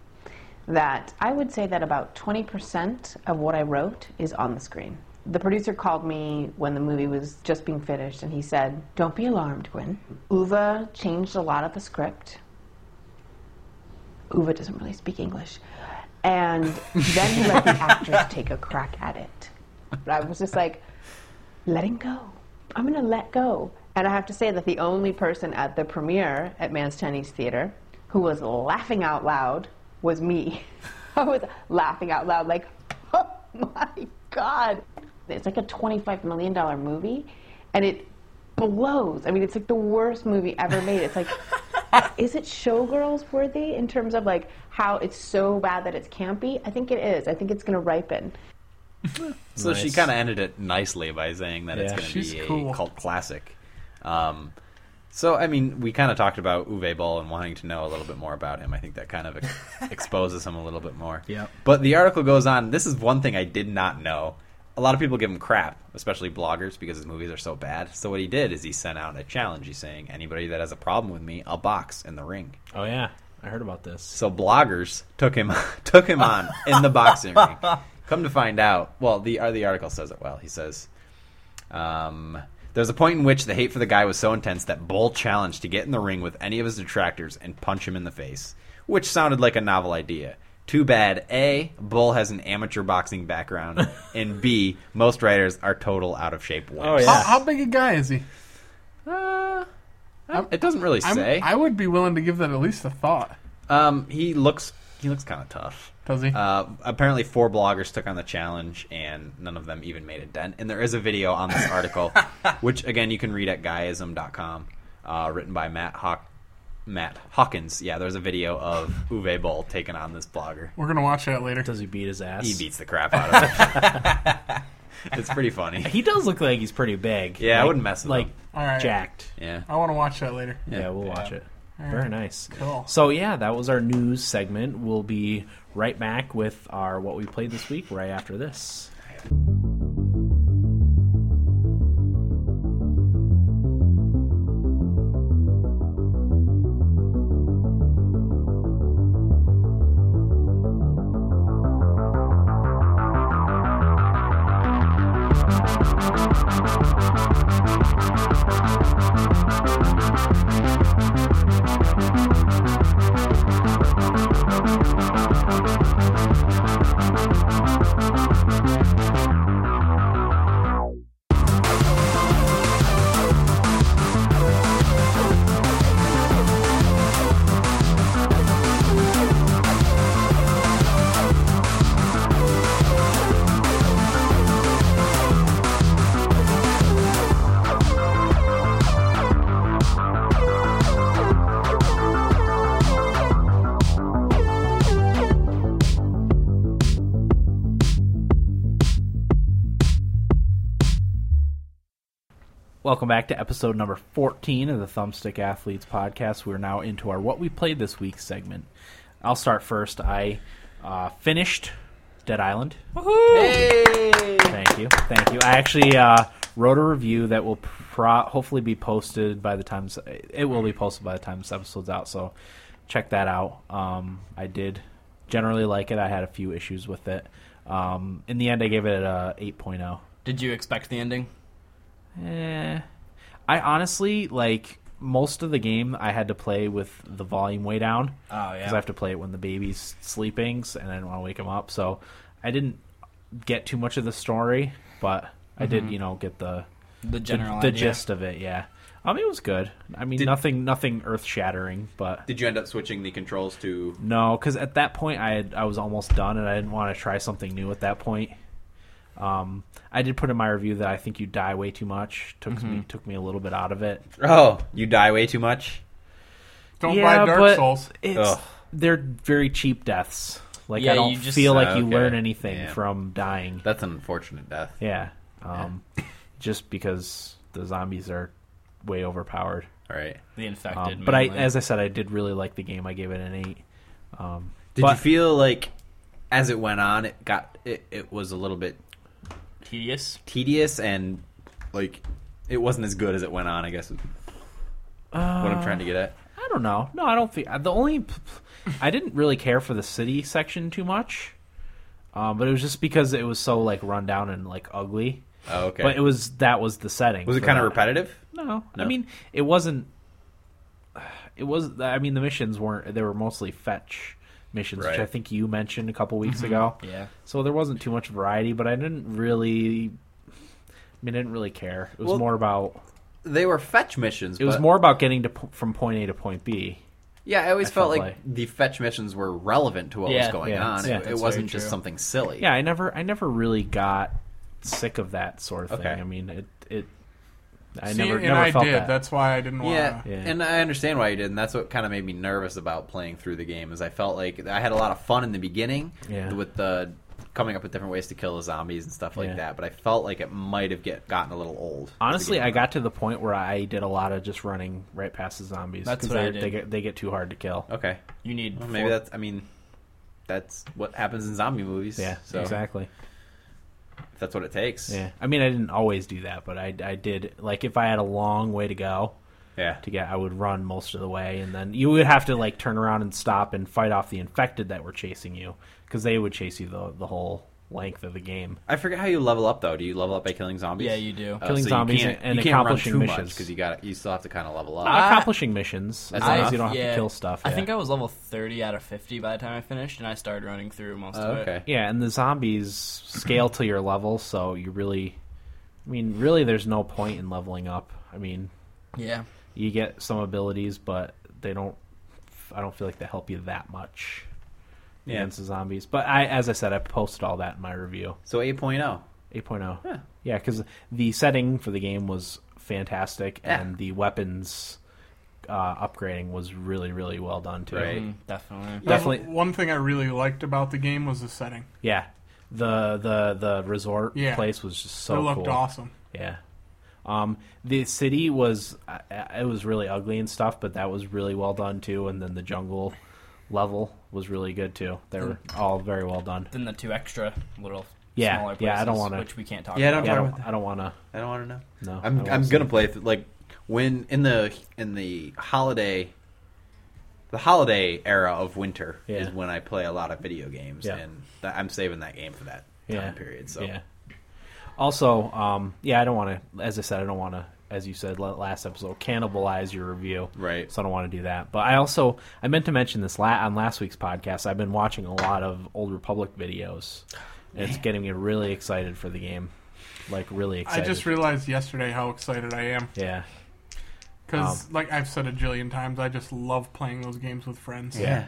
H: that I would say that about 20% of what I wrote is on the screen. The producer called me when the movie was just being finished and he said, Don't be alarmed, Gwen. Uva changed a lot of the script. Uva doesn't really speak English. And then he let the actors take a crack at it. But I was just like, letting go. I'm going to let go. And I have to say that the only person at the premiere at Man's Chinese Theater who was laughing out loud was me. *laughs* I was laughing out loud, like, *laughs* oh my God. It's like a $25 million movie, and it blows. I mean, it's like the worst movie ever made. It's like, *laughs* is it showgirls worthy in terms of like how it's so bad that it's campy? I think it is. I think it's going to ripen.
D: So she
A: Nice.
D: kind of ended it nicely by saying that it's
A: Yeah.
D: going
B: She's
D: to be
B: cool.
D: a cult classic. Um, so I mean, we kind of talked about Uwe Boll and wanting to know a little bit more about him. I think that kind of ex- exposes him a little bit more.
A: Yep.
D: But the article goes on. This is one thing I did not know. A lot of people give him crap, especially bloggers, because his movies are so bad. So what he did is he sent out a challenge. He's saying, anybody that has a problem with me, I'll box in the ring.
A: oh yeah, I heard about this.
D: So bloggers took him *laughs* took him on in the boxing ring.
A: *laughs*
D: Come to find out, well, the uh, the article says it well. He says, um, "There's a point in which the hate for the guy was so intense that Bull challenged to get in the ring with any of his detractors and punch him in the face, which sounded like a novel idea. Too bad, A, Bull has an amateur boxing
A: *laughs*
D: background, and B, most writers are total out of shape wimps.
A: Oh,
B: How,
A: yeah.
B: how big a guy is he?
D: It doesn't really
B: I'm,
D: say.
B: I would be willing to give that at least a thought.
D: um, he looks he looks kind of tough.
B: Does he?
D: Uh, apparently, four bloggers took on the challenge, and none of them even made a dent. And there is a video on *laughs* this article, which again you can read at guyism.com, uh, written by Matt Hawk, Matt Hawkins. Yeah, there's a video of Uwe Boll taking on this blogger.
B: We're gonna watch that later.
A: Does he beat his ass?
D: He beats the crap out of *laughs* it. it's pretty *laughs* funny.
A: He does look like he's pretty big.
D: Yeah, I
A: Like-
D: wouldn't mess with
A: like
D: him.
B: All right.
A: jacked.
D: Yeah.
B: I want to watch that later.
A: Yeah, we'll watch it. Very nice.
B: Cool.
A: So yeah, that was our news segment. We'll be right back with our what we played this week right after this. Welcome back to episode number 14 of the Thumbstick Athletes podcast. We're now into our what we played this week segment. I'll start first. I uh, finished Dead Island. Thank you, thank you. I actually uh, wrote a review that will pro- hopefully be posted by the time s- it will be posted by the time this episode's out. So check that out. Um, I did generally like it. I had a few issues with it. Um, in the end, I gave it a oh. 8.0.
C: Did you expect the ending?
A: Eh. I honestly like most of the game. I had to play with the volume way down
C: Oh
A: because I have to play it when the baby's sleeping, s- and I didn't want to wake him up. So I didn't get too much of the story, but I did, you know, get the the,
C: the Mm-hmm. general
A: the
C: idea.
A: gist of it. Yeah, I mean, it was good. I mean,
D: Did-
A: nothing, nothing earth shattering, but
D: Did you end up switching the controls to?
A: no, because at that point I had, I was almost done, and I didn't want to try something new at that point. Um, I did put in my review that I think you die way too much. Took
C: Mm-hmm.
A: me took me a little bit out of it.
D: Oh, you die way too much.
B: Don't
A: yeah,
B: buy Dark
A: but
B: Souls.
A: It's,
D: Ugh.
A: they're very cheap deaths. Like
C: Yeah,
A: I don't
C: you just-
A: feel like
D: uh,
A: you
D: okay.
A: learn anything
D: Yeah.
A: from dying.
D: That's an unfortunate death.
A: Yeah,
D: *coughs*
A: um, just because the zombies are way overpowered.
D: All right.
C: the
A: Um,
C: infected.
A: but I,
C: mainly.
A: as I said, I did really like the game. I gave it an eight. Um,
D: Did
A: but
D: you feel like as it went on, it got it, it was a little bit
C: tedious.
D: tedious and like it wasn't as good as it went on. I guess is what I'm trying to get at.
A: I don't know. No, I don't think the only.
D: *laughs*
A: I didn't really care for the city section too much, um, but it was just because it was so like run down and like ugly.
D: Oh, okay.
A: But it was that was the setting.
D: was it
A: for
D: kind of
A: that.
D: repetitive?
A: No, I
D: No.
A: mean it wasn't. *sighs* It was. I mean the missions weren't. They were mostly fetch missions, which
D: Right.
A: I think you mentioned a couple weeks ago.
C: Yeah.
A: So there wasn't too much variety, but I didn't really. I mean, I didn't really care. It was
D: Well,
A: more about.
D: They were fetch missions.
A: It was
D: but-
A: more about getting to po- from point A to point B.
D: Yeah, I always
A: I
D: felt,
A: felt
D: like,
A: like-
D: the fetch missions were relevant to what was
C: Yeah.
D: going
A: Yeah.
D: on.
A: Yeah,
D: it,
A: that's
D: it
C: very
D: wasn't just
C: true.
D: something silly.
A: Yeah, I never, I never really got sick of that sort of thing.
D: Okay.
A: I mean, it, it. I
B: See,
A: never,
B: and
A: never
B: I
A: felt
B: did.
A: that.
B: That's why I didn't want.
D: Yeah,
B: to
A: Yeah.
D: and I understand why you did, and that's what kind of made me nervous about playing through the game. Is I felt like I had a lot of fun in the beginning
A: Yeah.
D: with the coming up with different ways to kill the zombies and stuff like
A: Yeah.
D: that, but I felt like it might have get gotten a little old. as the
A: Honestly,
D: game
A: I
D: went
A: got to the point where I did a lot of just running right past the zombies.
C: That's
A: 'cause
C: what I
A: they,
C: did.
A: They get, they get too hard to kill.
D: on. okay.
C: You need
D: Well, maybe
C: four-
D: that's. I mean, that's what happens in zombie movies.
A: Yeah,
D: so
A: exactly.
D: if that's what it takes.
A: Yeah, I mean, I didn't always do that, but I, I did. Like, if I had a long way to go
D: yeah.
A: to get, I would run most of the way, and then you would have to like turn around and stop and fight off the infected that were chasing you because they would chase you the the whole length of the game.
D: I forget how you level up though. Do you level up by killing zombies?
C: Yeah, you do.
D: Uh,
A: Killing
D: so
A: zombies
D: you can't,
A: and
D: you can't
A: accomplishing
D: run too
A: missions.
D: because you got you still have to kind of level up.
A: Accomplishing missions as
D: That's
A: long
D: enough.
A: as you don't have
C: Ah, yeah.
A: to kill stuff.
C: I
A: yeah.
C: think I was level 30 out of 50 by the time I finished, and I started running through most
D: Oh,
C: of it.
D: okay.
A: Yeah, and the zombies scale to your level, so you really, I mean, really, there's no point in leveling up. I mean,
C: Yeah.
A: you get some abilities, but they don't. I don't feel like they help you that much
D: Yeah.
A: against the zombies. But I, as I said, I posted all that in my review.
D: So oh. 8.0.
A: 8.0.
D: Huh.
A: Yeah, because the setting for the game was fantastic,
D: Yeah.
A: and the weapons uh, upgrading was really, really well done too.
D: Right.
C: Mm, definitely.
B: That was
A: Definitely.
B: One thing I really liked about the game was the setting.
A: Yeah, the the the resort
B: Yeah.
A: place was just so
B: it looked
A: cool.
B: awesome.
A: Yeah. Um, the city was uh, it was really ugly and stuff, but that was really well done too. And then the jungle level was really good too. They were all very well done.
C: Then the two extra little
A: Yeah,
C: smaller places,
A: yeah, I don't wanna-
C: which we can't talk
D: Yeah, I
C: about.
D: don't
A: Yeah, I
D: talk
A: don't, I don't want to.
D: I don't want to know.
A: No, I
D: I'm
A: won't
D: I'm
A: say.
D: gonna play th- like when in the in the holiday the holiday era of winter
A: Yeah.
D: is when I play a lot of video games
A: Yeah.
D: and th- I'm saving that game for that time period. So
A: yeah. Also, um, yeah, I don't want to. As I said, I don't want to. As you said la- last episode, cannibalize your review.
D: Right.
A: So I don't want to do that. But I also I meant to mention this la- on last week's podcast. I've been watching a lot of Old Republic videos. And it's getting me really excited for the game. Like really excited.
B: I just realized yesterday how excited I am
A: yeah.
B: because,
D: Um,
B: like I've said a jillion times, I just love playing those games with friends.
D: Yeah.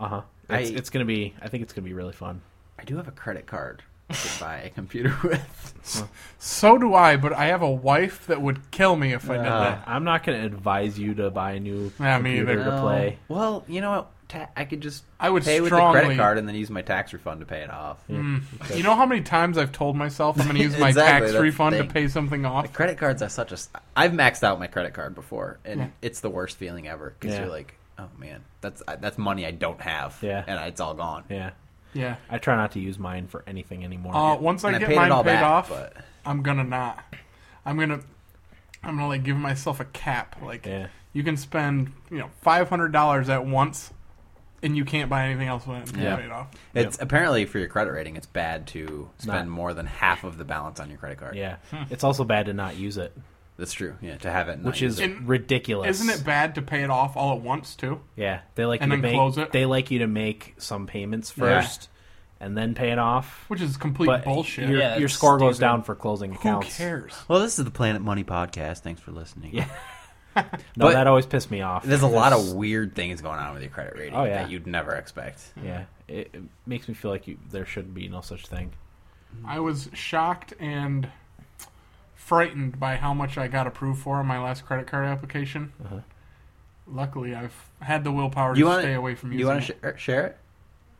A: Uh huh. It's,
D: I-
A: it's gonna be. I think it's gonna be really fun.
D: I do have a credit card to *laughs* buy a computer with.
B: So do I, but I have a wife that would kill me if I did
D: Ah.
B: that.
A: I'm not gonna advise you to buy a new
B: Yeah, me
A: computer
B: either.
A: to play.
D: No. Um, Well, you know what? Ta- I could just
B: I would
D: pay with the
B: strongly.
D: credit card and then use my tax refund to pay it off.
B: You know how many times I've told myself
D: *laughs*
B: I'm going to use my
D: Exactly, that's
B: tax
D: the
B: refund to
D: thing.
B: pay something off?
D: The credit cards are such a. s- I've maxed out my credit card before, and it's the worst feeling ever because
A: Yeah.
D: you're like, oh man, that's I- that's money I don't have,
A: Yeah.
D: and it's all gone.
A: Yeah.
B: Yeah.
A: I try not to use mine for anything anymore.
B: Uh, once
D: And
B: I
D: I
B: get
D: paid it
B: mine
D: all
B: paid
D: back,
B: off,
D: but-
B: I'm gonna not. I'm gonna. I'm gonna like give myself a cap. Like
A: Yeah.
B: you can spend you know five hundred dollars at once, and you can't buy anything else when it's
D: Yeah.
B: paid off.
D: It's apparently for your credit rating, it's bad to spend
A: Not-
D: more than half of the balance on your credit card.
A: yeah.
B: Hmm.
A: It's also bad to not use it.
D: that's true. Yeah, to have it, and
A: which
D: not use
A: is
D: it.
B: And
A: ridiculous.
B: Isn't it bad to pay it off all at once too?
A: Yeah, they like
B: And
A: you
B: then
A: to make,
B: close it?
A: They like you to make some payments
D: Yeah.
A: first, and then pay it off.
B: Which is complete
A: But
B: bullshit.
A: your,
C: Yeah, that's
A: your score goes
C: stupid.
A: down for closing
B: Who
A: accounts.
B: cares?
D: well, this is the Planet Money podcast. Thanks for listening.
A: Yeah. No,
D: But-
A: that always pissed me off.
D: There's a lot of weird things going on with your credit rating
A: Oh, yeah.
D: that you'd never expect.
A: yeah. It, it makes me feel like you, there should be no such thing.
B: I was shocked and frightened by how much I got approved for on my last credit card application. Luckily, I've had the willpower
D: Uh-huh. you
B: to
D: want
B: stay away from
D: you
B: using
D: wanna
B: it.
D: share, share it?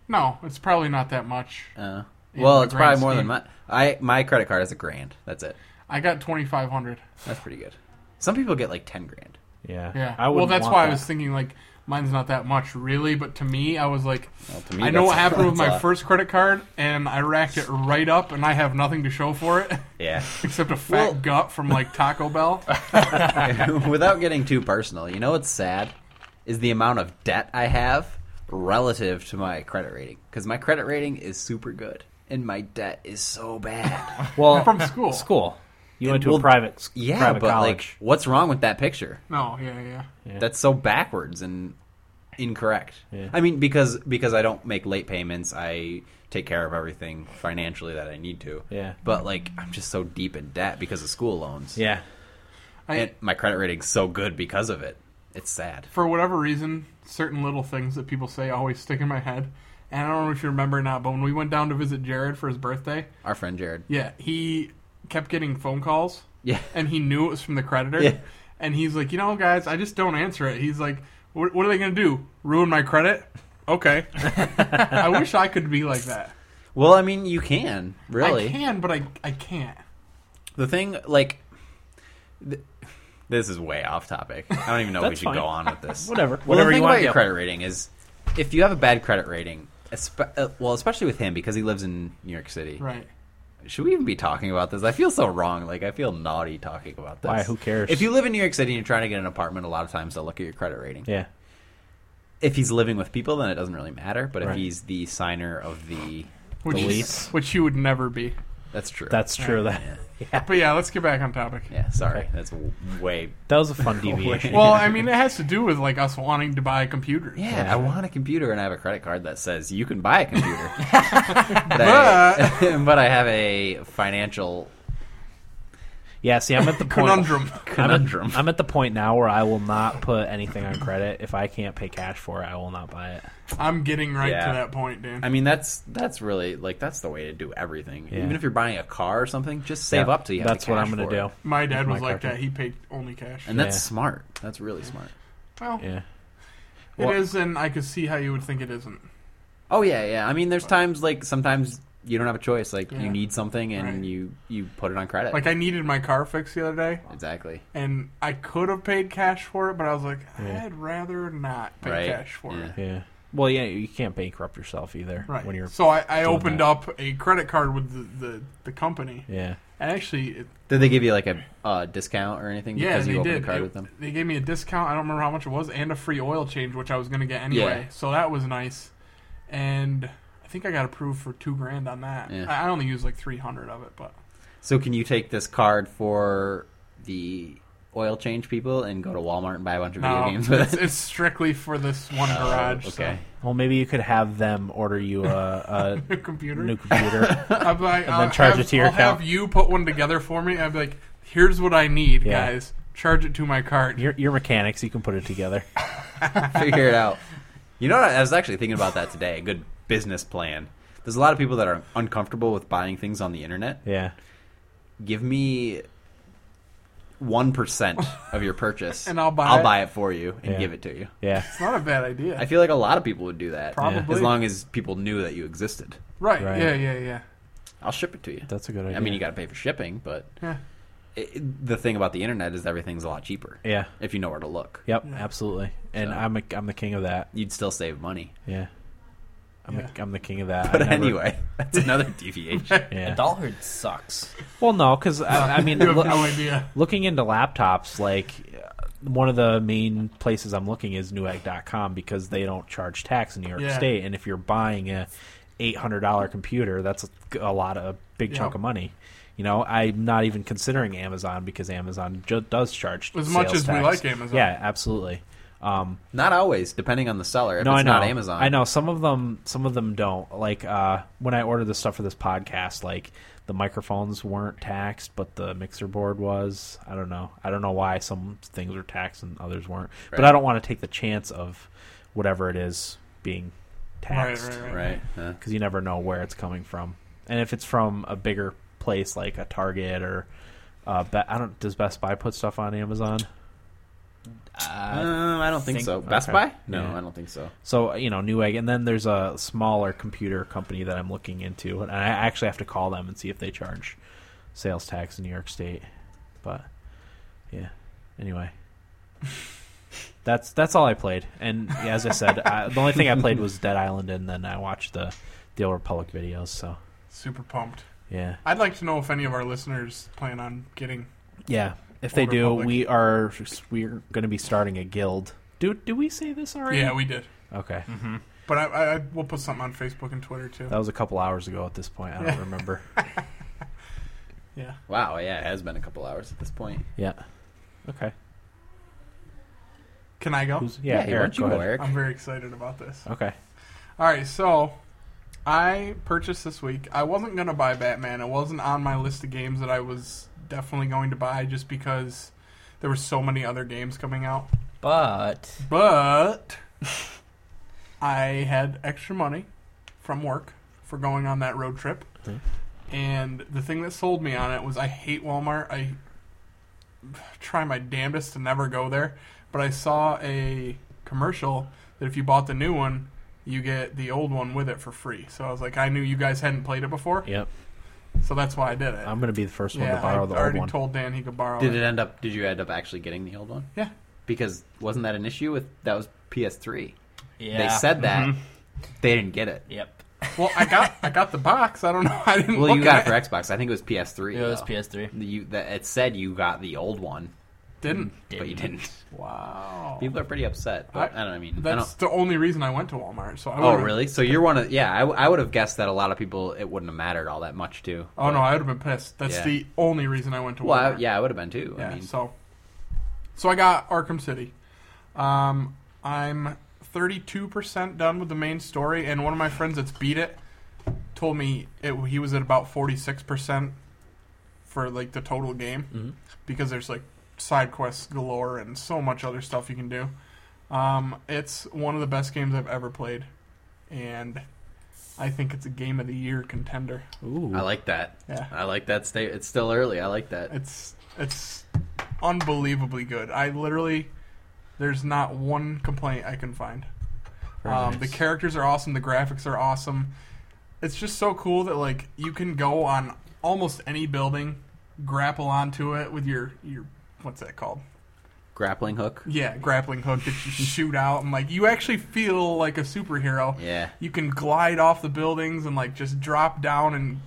B: No, it's probably not that much.
D: Uh,
B: In
D: well,
B: the
D: it's probably
B: grand
D: more than
B: scheme.
D: my I my credit card is a grand. That's it.
B: I got twenty five hundred.
D: That's pretty good. Some people get like ten grand.
A: Yeah.
B: Yeah.
A: I
B: well,
A: wouldn't
B: that's
A: want
B: why I
A: that.
B: was thinking like mine's not that much really, but to me, I was like,
D: Well, to me,
B: I know
D: that's-
B: what happened with
D: that's a
B: my
D: lot.
B: first credit card, and I racked it right up, and I have nothing to show for it *laughs*
D: Yeah. *laughs*
B: except a fat
D: Well-
B: gut from like Taco
A: *laughs*
B: Bell.
D: Without getting too personal, you know what's sad is the amount of debt I have relative to my credit rating because my credit rating is super good and my debt is
B: *laughs*
D: so bad.
A: well
B: from school.
A: School. You went to
D: well,
A: a private s-
D: yeah,
A: private
D: but
A: college.
D: like, what's wrong with that picture?
B: No, yeah, yeah.
D: That's so backwards and incorrect.
A: Yeah.
D: I mean, because because I don't make late payments, I take care of everything financially that I need to.
A: Yeah.
D: But like, I'm just so deep in debt because of school loans.
A: yeah.
B: I,
D: And my credit rating's so good because of it. It's sad.
B: for whatever reason, certain little things that people say always stick in my head. And I don't know if you remember or not, but when we went down to visit Jared for his birthday,
D: Our friend Jared.
B: yeah, he kept getting phone calls.
D: Yeah. *laughs*
B: And he knew it was from the creditor.
D: Yeah.
B: And he's like, you know, guys, I just don't answer it. He's like, what, what are they going to do? Ruin my credit? Okay. I wish I could be like that.
D: Well, I mean, you can really.
B: I can, but I, I can't.
D: The thing, like, th- this is way off topic. I don't even know if we
A: That's
D: should
A: fine.
D: go on with this.
A: *laughs* Whatever.
D: Well,
A: Whatever you
D: the thing
A: want
D: about your
A: to do.
D: credit rating is, if you have a bad credit rating, espe- uh, well, especially with him because he lives in New York City.
B: Right.
D: Should we even be talking about this? I feel so wrong. Like I feel naughty talking about this.
A: Why? Who cares?
D: If you live in New York City and you're trying to get an apartment, a lot of times they'll look at your credit rating.
A: Yeah.
D: If he's living with people, then it doesn't really matter. But
A: Right.
D: if he's the signer of the
B: Which,
A: lease.
B: which you would never be.
D: That's true.
A: That's true. That
D: *laughs*
B: But yeah, let's get back on topic.
I: Yeah, sorry, that's w- way.
A: that was a
D: *laughs*
A: fun deviation.
B: Well, I mean, it has to do with like us wanting to buy computers.
I: Yeah,
D: I want a computer and I have a credit card that says you can buy
B: *laughs*
D: a computer. but, I,
B: But-
D: *laughs* but I have a financial
A: yeah. See, I'm at
B: *laughs*
A: the point. *laughs*
B: Conundrum.
A: I'm at-
D: conundrum.
A: I'm at the point now where I will not put anything on credit. If I can't pay cash for it, I will not buy it.
B: I'm getting right
D: Yeah.
B: to that point, Dan.
D: I mean, that's that's really like that's the way to do everything.
A: Yeah.
D: Even if you're buying a car or something, just save
A: Yeah,
D: up till you have
A: That's
D: the
A: what
D: cash
A: I'm gonna
D: for it.
A: do.
B: my dad
A: my
B: was like
A: car.
B: that. He paid only cash.
D: And that's
A: Yeah.
D: smart. That's really smart.
B: well,
A: Yeah.
B: it
A: well-
B: is, and I could see how you would think it isn't.
D: Oh yeah, yeah. I mean, there's times like sometimes you don't have a choice. Like
B: Yeah.
D: you need something and
B: Right.
D: you you put it on credit.
B: Like I needed my car fixed the other day,
D: exactly.
B: and I could have paid cash for it, but I was like,
A: Yeah.
B: I'd rather not pay
D: Right.
B: cash for
D: Yeah.
B: it.
A: Yeah. Well, yeah, you can't bankrupt yourself either
B: Right.
A: when you're.
B: so I, I
A: doing
B: opened
A: that.
B: up a credit card with the, the, the company.
A: Yeah.
B: And actually, it,
D: Did they give you like a uh, discount or anything
B: yeah,
D: because
B: they
D: you opened
B: did.
D: a card
B: It-
D: with them?
B: They gave me a discount. I don't remember how much it was, and a free oil change, which I was going to get anyway.
D: Yeah.
B: So that was nice. And I think I got approved for two grand on that.
D: Yeah.
B: I, I only used like three hundred of it, but
D: So can you take this card for the oil change people and go to Walmart and buy a bunch of video
B: no, it's,
D: games with it?
B: it's strictly for this one garage.
D: Oh, okay.
A: Well, maybe you could have them order you a,
B: So.
A: a
B: *laughs* *laughs* Computer.
A: new computer.
B: I'd be like,
A: And then
B: I'll
A: charge
B: have,
A: it to your
B: I'll
A: account.
B: have you put one together for me. I'd be like, here's what I need,
A: Yeah.
B: guys. Charge it to my card.
A: your, your mechanics, you can put it together.
D: figure it out. You know what? I was actually thinking about that today. A good business plan. There's a lot of people that are uncomfortable with buying things on the internet.
A: Yeah.
D: Give me one percent of your purchase,
B: *laughs* And I'll buy
D: I'll
B: it.
D: buy it for you and
A: Yeah.
D: give it to you.
A: Yeah.
B: It's not a bad idea.
D: I feel like a lot of people would do that,
B: Probably.
D: as long as people knew that you existed.
B: right.
A: Right.
B: Yeah, yeah, yeah.
D: I'll ship it to you.
A: That's a good idea.
D: I mean, you got to pay for shipping, but
B: Yeah.
D: it, it- the thing about the internet is everything's a lot cheaper
A: Yeah.
D: if you know where to look.
A: Yep. Absolutely. And
D: So.
A: I'm a, I'm the king of that.
D: You'd still save money.
A: Yeah. I'm,
B: Yeah.
A: The, I'm the king of that. I
D: But
A: never-
D: anyway, *laughs* that's
A: *laughs*
D: another deviation.
A: Yeah.
C: Adulthood sucks.
A: Well, no, because I, I mean,
B: *laughs* You have
A: look,
B: no idea.
A: looking into laptops, like uh, one of the main places I'm looking is Newegg.com because they don't charge tax in New York
B: Yeah.
A: State, and if you're buying a $800 computer, that's a, a lot of a big chunk
B: Yeah.
A: of money. You know, I'm not even considering Amazon because Amazon ju- does charge
B: As much
A: sales
B: as we
A: tax.
B: like Amazon.
A: Yeah, absolutely. Um,
D: not always, depending on the seller. If
A: no,
D: it's
A: I know.
D: not Amazon,
A: I know some of them. Some of them don't. Like uh, when I ordered the stuff for this podcast, like the microphones weren't taxed, but the mixer board was. I don't know. I don't know why some things were taxed and others weren't. But
D: Right.
A: I don't want to take the chance of whatever it is being
B: Right,
A: taxed
B: right, right.
D: Right.
A: *laughs*
D: Uh,
A: because you never know where it's coming from. And if it's from a bigger place like a Target or uh, Be- I don't. Does Best Buy put stuff on Amazon?
C: Uh,
D: Uh, I don't think,
C: think-
D: so. Best
A: okay.
D: Buy? No,
A: Yeah.
D: I don't think so.
A: So you know, Newegg, and then there's a smaller computer company that I'm looking into, and I actually have to call them and see if they charge sales tax in New York State. But yeah, *laughs* anyway, that's that's all I played. And yeah, as I said, I, the only thing I played was Dead Island, and then I watched the the Old Republic videos. So
B: Super pumped.
A: yeah,
B: I'd like to know if any of our listeners plan on getting.
A: yeah. If they
B: Old
A: do,
B: Republic.
A: we are we're going to be starting a guild. Mm-hmm. Do do we say this already?
B: Yeah, we did.
A: okay.
B: But I, I, I we'll put something on Facebook and Twitter too.
A: That was a couple hours ago at this point. I don't *laughs*
B: Yeah.
A: remember.
B: Yeah.
D: Wow, yeah, it has been a couple hours at this point.
A: Yeah. Okay.
B: Can I go?
A: Who's, yeah, Eric,
D: hey, why don't
A: go
D: you go,
A: ahead.
D: Eric?
B: I'm very excited about this.
A: Okay.
B: All right, so I purchased this week. I wasn't gonna buy Batman. It wasn't on my list of games that I was definitely going to buy, just because there were so many other games coming out.
C: but
B: But I had extra money from work for going on that road trip.
A: Mhm.
B: And the thing that sold me on it was I hate Walmart. I try my damnedest to never go there. But I saw a commercial that if you bought the new one, you get the old one with it for free. So I was like, I knew you guys hadn't played it before,
A: Yep.
B: so that's why I did it.
A: I'm going to be the first one
B: yeah,
A: to borrow
B: I
A: the old
B: already
A: one.
B: told Dan he could borrow
D: Did
B: it.
D: it end up? Did you end up actually getting the old one?
B: Yeah.
D: Because wasn't that an issue with that was PS3?
C: yeah,
D: They said that
A: Mm-hmm.
D: they didn't get it.
C: *laughs* Yep,
B: Well, I got I got the box. I don't know. *laughs* I didn't.
D: Well, you
B: look at
D: got it for Xbox. I think it was PS3.
C: it was
D: though.
C: PS3.
D: You that it said you got the old one.
B: Didn't.
D: but you didn't.
B: Wow.
D: People are pretty upset. But I,
B: I-
D: don't. I mean, I
B: That's
D: don't.
B: the only reason I went to Walmart. So I
D: Oh,
B: would've-
D: really? So you're one of yeah. I, would have guessed that a lot of people it wouldn't have mattered all that much too.
B: Oh no, I would have been pissed. That's
D: Yeah.
B: the only reason I went to Walmart.
D: Well, I, yeah, I would have been too.
B: Yeah,
D: I mean,
B: so so I got Arkham City. Um, I'm 32% done with the main story, and one of my friends that's beat it told me it, he was at about 46% for like the total game
D: Mm-hmm.
B: because there's like side quests galore and so much other stuff you can do. Um, it's one of the best games I've ever played, and I think it's a game of the year contender.
D: I like that.
B: Yeah.
D: I like that state. It's still early. I like that.
B: It's it's unbelievably good. I literally there's not one complaint I can find. Um, The characters are awesome. The graphics are awesome. It's just so cool that like you can go on almost any building, grapple onto it with your your what's that called?
D: Grappling hook.
B: Yeah, grappling hook that you shoot out and like you actually feel like a superhero.
D: Yeah.
B: You can glide off the buildings and like just drop down and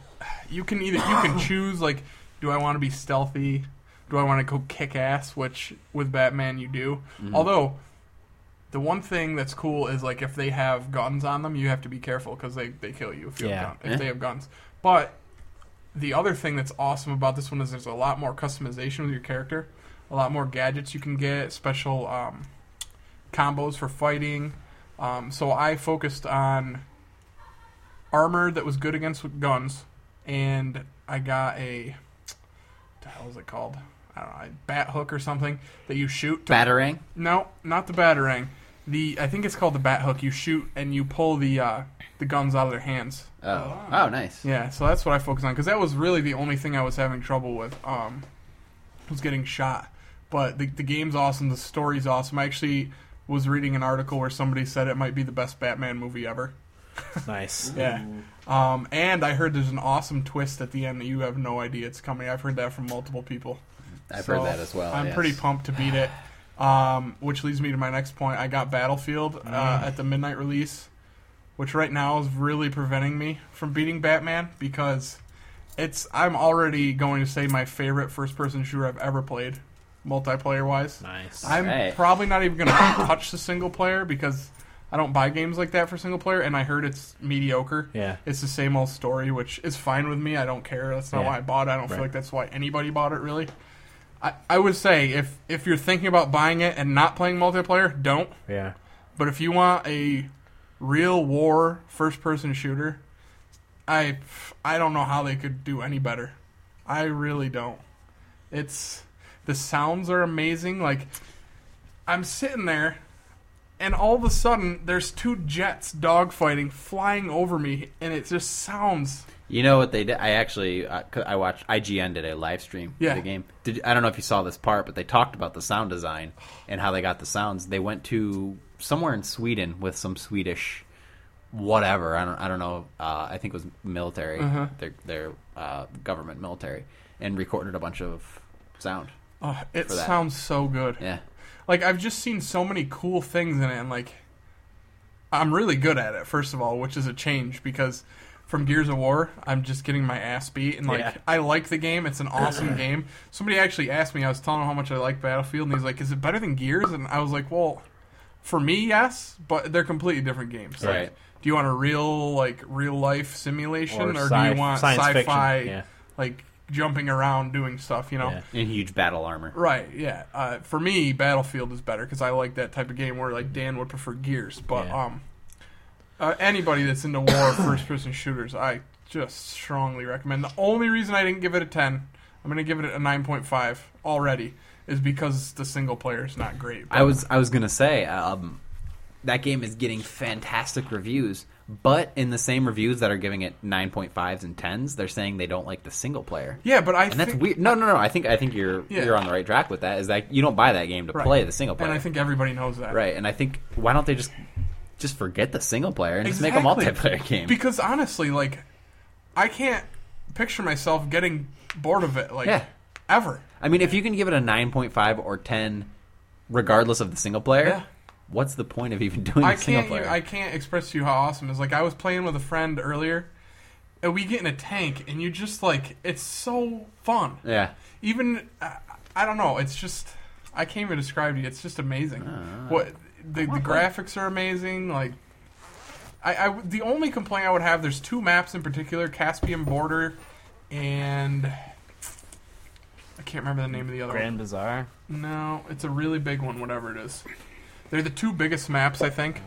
B: you can either you can choose like do I want to be stealthy? Do I want to go kick ass, which with Batman you do. Although the one thing that's cool is like if they have guns on them, you have to be careful because they, they kill you if you
A: Yeah.
B: have gun, if they have guns. But the other thing that's awesome about this one is there's a lot more customization with your character, a lot more gadgets you can get, special um, combos for fighting. Um, so I focused on armor that was good against guns, and I got a what the hell is it called? I don't know, a bat hook or something that you shoot to
D: Batarang.
B: no, not the batarang. The I think it's called the bat hook. You shoot and you pull the uh, the guns out of their hands.
D: Oh. Oh, nice.
B: Yeah, so that's what I focus on because that was really the only thing I was having trouble with. Um, was getting shot. But the the game's awesome. The story's awesome. I actually was reading an article where somebody said it might be the best Batman movie ever.
A: Nice.
B: Yeah. Um, and I heard there's an awesome twist at the end that you have no idea it's coming. I've heard that from multiple people.
D: I've
B: So,
D: heard that as well.
B: I'm
D: yes.
B: pretty pumped to beat it. Um, which leads me to my next point. I got Battlefield uh, at the midnight release, which right now is really preventing me from beating Batman because it's. I'm already going to say my favorite first-person shooter I've ever played, multiplayer-wise.
A: Nice.
B: I'm
D: Right.
B: probably not even going to *coughs* touch the single player because I don't buy games like that for single player, and I heard it's mediocre.
A: Yeah.
B: It's the same old story, which is fine with me. I don't care. That's not
A: Yeah.
B: why I bought it. I don't feel
A: Right.
B: like that's why anybody bought it, really. I, I would say if, if you're thinking about buying it and not playing multiplayer, don't.
A: Yeah.
B: But if you want a real war first person shooter, I I don't know how they could do any better. I really don't. It's the sounds are amazing. Like I'm sitting there and all of a sudden there's two jets dogfighting flying over me and it just sounds
D: You know what they did? I actually uh, 'cause I watched IGN did a live stream
B: Yeah.
D: of the game. Did I don't know if you saw this part, but they talked about the sound design and how they got the sounds. They went to somewhere in Sweden with some Swedish whatever. I don't I don't know. Uh, I think it was military, their their uh, government military, and recorded a bunch of sound.
B: oh, it
D: For that.
B: sounds so good.
D: Yeah,
B: like I've just seen so many cool things in it, and like I'm really good at it. First of all, which is a change because from Gears of War, I'm just getting my ass beat, and like
A: Yeah.
B: I like the game. It's an
A: *clears throat*
B: awesome game. Somebody actually asked me. I was telling him how much I like Battlefield, and he's like, "Is it better than Gears?" And I was like, "Well, for me, yes, but they're completely different games. Like,
D: Right.
B: do you want a real like real life simulation,
A: Or
B: or, do
A: sci-
B: you want
A: science fiction,
B: sci-fi
A: yeah.
B: like jumping around doing stuff? You know."
A: Yeah.
D: in huge battle armor.
B: Right, yeah. Uh, for me, Battlefield is better because I like that type of game where like Dan would prefer Gears, but
A: Yeah.
B: um, uh, anybody that's into war first-person shooters, I just strongly recommend. The only reason I didn't give it a ten, I'm gonna give it a nine point five already, is because the single player is not great.
D: I was I was gonna say um, that game is getting fantastic reviews, but in the same reviews that are giving it nine point fives and tens, they're saying they don't like the single player.
B: yeah, but I
D: and
B: think,
D: that's weird. No, no, no. I think I think you're
B: Yeah.
D: you're on the right track with that. Is that you don't buy that game to
B: Right.
D: play the single player,
B: and I think everybody knows that.
D: right? And I think why don't they just just forget the single player and just make a
B: Exactly.
D: multiplayer *laughs* game?
B: Because honestly, like, I can't picture myself getting bored of it, like,
D: Yeah.
B: ever.
D: I mean, if you can give it a nine point five or ten, regardless of the single player,
B: Yeah.
D: what's the point of even *laughs* doing
B: I
D: the single
B: can't.
D: player?
B: even- I can't express to you how awesome it is. Like I was playing with a friend earlier, and we get in a tank, and you just like it's so fun.
D: yeah,
B: Even I, I don't know. It's just I can't even describe to you. It's just amazing.
D: Ah,
B: what the, the graphics are amazing. Like, I, I w- the only complaint I would have there's two maps in particular: Caspian Border and I can't remember the name of the other
C: Grand Bazaar.
B: one. No, it's a really big one. Whatever it is, they're the two biggest maps I think.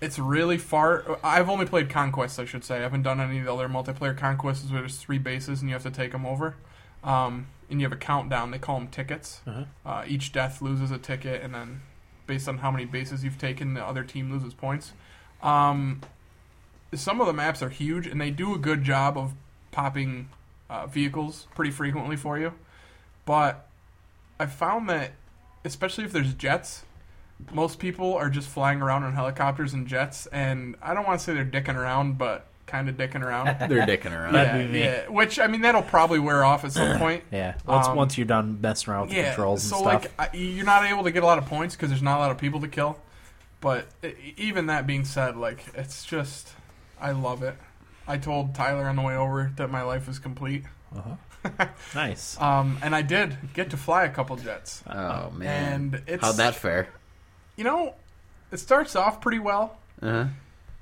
B: It's really far. I've only played conquests, I should say. I haven't done any of the other multiplayer conquests where there's three bases and you have to take them over. Um, and you have a countdown. They call them tickets. uh each death loses a ticket, and then based on how many bases you've taken, the other team loses points. Um, some of the maps are huge, and they do a good job of popping uh, vehicles pretty frequently for you. But I found that, especially if there's jets, most people are just flying around on helicopters and jets, and I don't want to say they're dicking around, but kind of dicking
A: *laughs*
B: around.
D: They're dicking around.
B: yeah,
A: That'd be me.
B: yeah. Which I mean, that'll probably wear off
A: *clears throat*
B: at some point.
A: Yeah. Once
B: Um,
A: once you're done messing around with the controls and
B: so
A: stuff.
B: like I, you're not able to get a lot of points because there's not a lot of people to kill. But e- even that being said, like it's just, I love it. I told Tyler on the way over that my life is complete,
A: nice.
B: um, and I did get to fly a couple jets.
D: Oh man,
B: And it's-
D: how'd that fare?
B: You know, it starts off pretty well,
D: Uh-huh.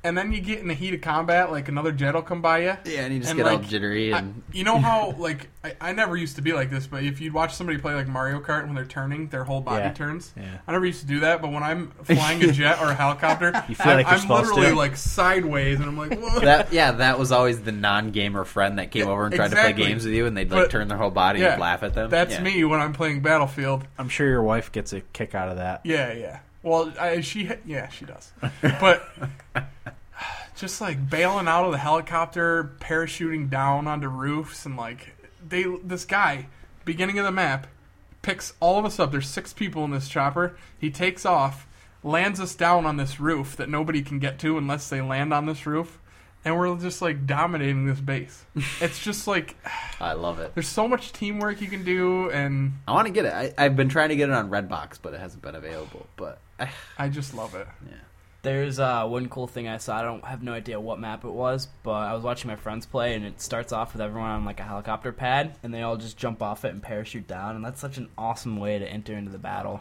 B: and then you get in the heat of combat, like another jet will come by you.
D: Yeah, and you just
B: And,
D: get all
B: like,
D: jittery
B: I-
D: and
B: you know how
D: *laughs*
B: like I, I never used to be like this, but if you'd watch somebody play like Mario Kart when they're turning, their whole body
A: Yeah.
B: turns.
A: Yeah.
B: I never used to do that, but when
D: *laughs*
B: I'm flying a jet or a helicopter,
A: *laughs* feel like
B: I'm,
A: you're
B: I'm
A: supposed
B: literally
A: to.
B: like sideways, and
A: *laughs*
B: I'm like, Whoa.
D: that. Yeah, that was always the non-gamer friend that came
B: Yeah,
D: over and tried to
B: exactly.
D: play games with you, and they'd like
B: But-
D: turn their whole body
B: yeah,
D: and laugh at them.
B: that's
D: Yeah.
B: me when I'm playing Battlefield.
A: I'm sure your wife gets a kick out of that.
B: Yeah, yeah. Well, I, she yeah she does, but *sighs* just like bailing out of the helicopter, parachuting down onto roofs, and like they this guy beginning of the map picks all of us up. There's six people in this chopper. He takes off, lands us down on this roof that nobody can get to unless they land on this roof, and we're just like dominating this base. it's just like
D: I love it.
B: there's so much teamwork you can do, and
D: I want to get it. I, I've been trying to get it on Redbox, but it hasn't been available. But *sighs* oh, I,
B: I just love it.
C: There's uh, one cool thing I saw. I don't have no idea what map it was, but I was watching my friends play, and it starts off with everyone on like a helicopter pad, and they all just jump off it and parachute down, and that's such an awesome way to enter into the battle.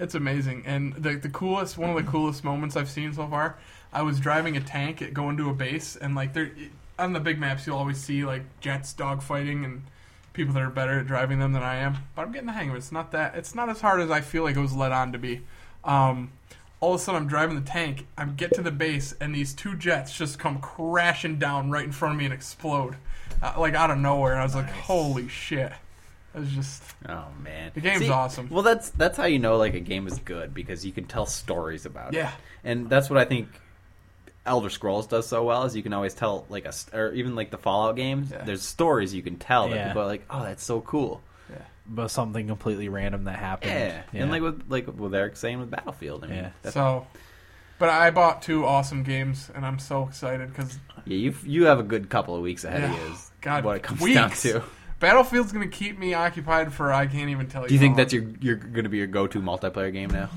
B: It's amazing, and the the coolest one of the coolest moments I've seen so far. I was driving a tank, it going to a base, and like there on the big maps, you'll always see like jets dogfighting and people that are better at driving them than I am. But I'm getting the hang of it. It's not that it's not as hard as I feel like it was led on to be. Um, all of a sudden, I'm driving the tank. I get to the base, and these two jets just come crashing down right in front of me and explode, uh, like out of nowhere. And I was like, "Holy shit!" It was just
D: oh man,
B: The game's awesome.
D: Well, that's that's how you know like a game is good because you can tell stories about it.
B: Yeah.
D: and that's what I think Elder Scrolls does so well is you can always tell like a st- or even like the Fallout games.
B: Yeah.
D: There's stories you can tell that
A: Yeah.
D: people are like, oh, that's so cool.
A: But something completely random that happened.
D: Yeah. and like with like with Eric saying with Battlefield, I mean,
A: Yeah.
D: that's,
B: So, but I bought two awesome games, and I'm so excited because
D: yeah, you you have a good couple of weeks ahead of you. Is
B: God,
D: what it comes
B: weeks.
D: down to.
B: Battlefield's gonna keep me occupied for I can't even tell you.
D: Do you think
B: how
D: that's
B: long.
D: your you're going to be your go-to multiplayer game now?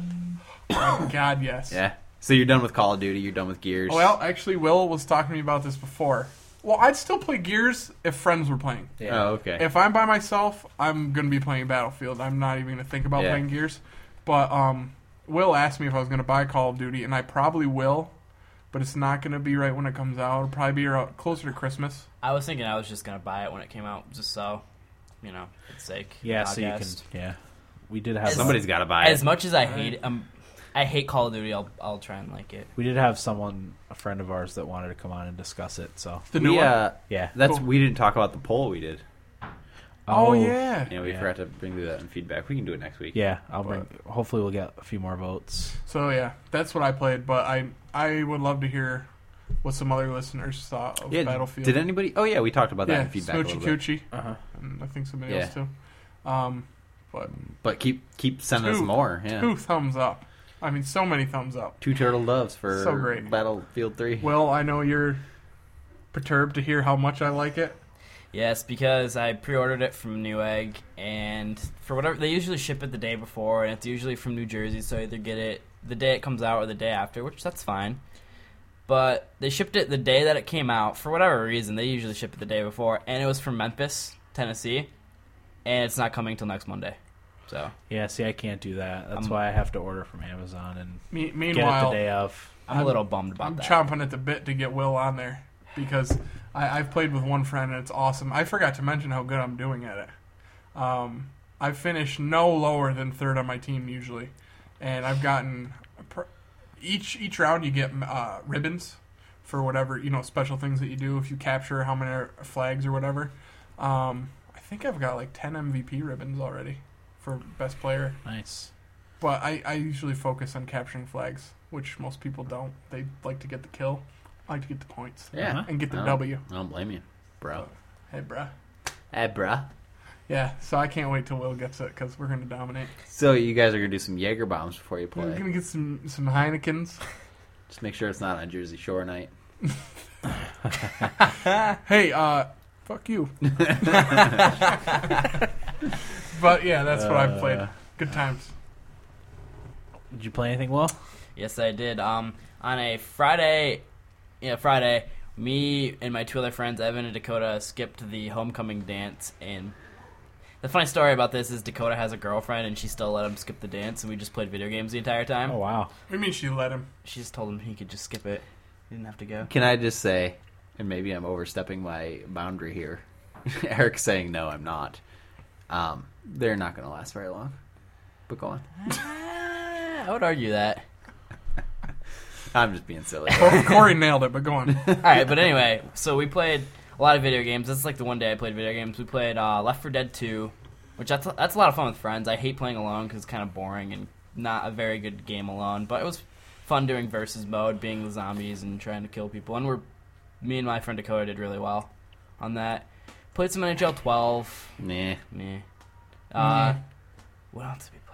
B: Oh,
D: *laughs*
B: God? Yes.
D: Yeah. So you're done with Call of Duty. You're done with Gears.
B: Well, actually, Will was talking to me about this before. Well, I'd still play Gears if friends were playing.
D: Oh, okay.
B: If I'm by myself, I'm gonna be playing Battlefield. I'm not even gonna think about
D: Yeah.
B: playing Gears. But um, Will asked me if I was gonna buy Call of Duty, and I probably will. But it's not gonna be right when it comes out. It'll probably be around- closer to Christmas.
C: I was thinking I was just gonna buy it when it came out, just so, you know, for its sake.
A: yeah, so you can.
C: podcast.
A: Yeah, we did have somebody.
D: Somebody's got to buy it.
C: As much as I hate, um, I hate Call of Duty. I'll, I'll try and like it.
A: We did have someone, a friend of ours, that wanted to come on and discuss it. So
B: The new
D: we,
B: one.
D: uh,
A: yeah.
D: that's
B: Cool.
D: we didn't talk about the poll we did.
B: Oh, yeah.
D: Yeah, we
A: Yeah.
D: forgot to bring you that in feedback. We can do it next week.
A: Yeah, I'll bring. Hopefully, we'll get a few more votes.
B: So yeah, that's what I played, but I I would love to hear what some other listeners thought of
D: Yeah,
B: Battlefield.
D: Did anybody? Oh yeah, we talked about that
B: yeah,
D: in feedback a
B: Snoochie
D: little bit.
B: Coochie,
A: Uh-huh.
B: and I think somebody
D: Yeah.
B: else too. Um, but
D: But keep keep sending us
B: Two.
D: more. Yeah.
B: two thumbs up. I mean, so many thumbs up.
D: Two turtle doves for
B: So great.
D: Battlefield Three.
B: Well, I know you're perturbed to hear how much I like it.
C: Yes, because I pre-ordered it from Newegg, and for whatever they usually ship it the day before, and it's usually from New Jersey, so I either get it the day it comes out or the day after, which that's fine. But they shipped it the day that it came out for whatever reason. They usually ship it the day before, and it was from Memphis, Tennessee, and it's not coming till next Monday.
J: So
A: Yeah, see, I can't do that. That's why I have to order from Amazon and
B: Me-
A: get it
B: meanwhile,
A: the day of.
C: I'm, a little bummed about
B: I'm
C: that.
B: chomping at the bit to get Will on there because I, I've played with one friend and it's awesome. I forgot to mention how good I'm doing at it. Um, I finish no lower than third on my team usually, and I've gotten pr- each each round you get uh, ribbons for whatever you know special things that you do if you capture how many flags or whatever. Um, I think I've got like ten MVP ribbons already for best player.
A: Nice.
B: But I, I usually focus on capturing flags, which most people don't. They like to get the kill, I like to get the points,
A: Yeah.
B: and get the
D: Oh.
B: W.
D: I don't blame you, bro.
B: Hey, bruh.
D: Hey, bruh.
B: Yeah, so I can't wait till Will gets it because we're gonna dominate.
D: So you guys are gonna do some Jaeger bombs before you
B: We're
D: play.
B: gonna get some some Heinekens.
D: Just make sure it's not on Jersey Shore night.
B: hey, uh, fuck you. but yeah, that's what I've played. Good times.
A: Did you play anything, Will?
C: Yes, I did. Um, on a Friday, yeah, Friday, me and my two other friends, Evan and Dakota, skipped the homecoming dance. And the funny story about this is Dakota has a girlfriend, and she still let him skip the dance, and we just played video games the entire time.
A: Oh wow.
B: We mean she let him.
C: She just told him he could just skip it. He didn't have to go.
D: Can I just say, and maybe I'm overstepping my boundary here. *laughs* Eric's saying no, I'm not. Um, they're not gonna last very long. But go on.
C: I would argue that.
D: I'm just being *laughs* silly.
B: Cor- Corey nailed it, but go on.
C: All right, but anyway, so we played a lot of video games. This is like the one day I played video games. We played uh, Left 4 Dead 2, which that's that's a lot of fun with friends. I hate playing alone because it's kind of boring and not a very good game alone. But it was fun doing versus mode, being the zombies and trying to kill people. And we're me and my friend Dakota did really well on that. Played some NHL 12.
D: nah.
C: Meh. Uh, What else did we play?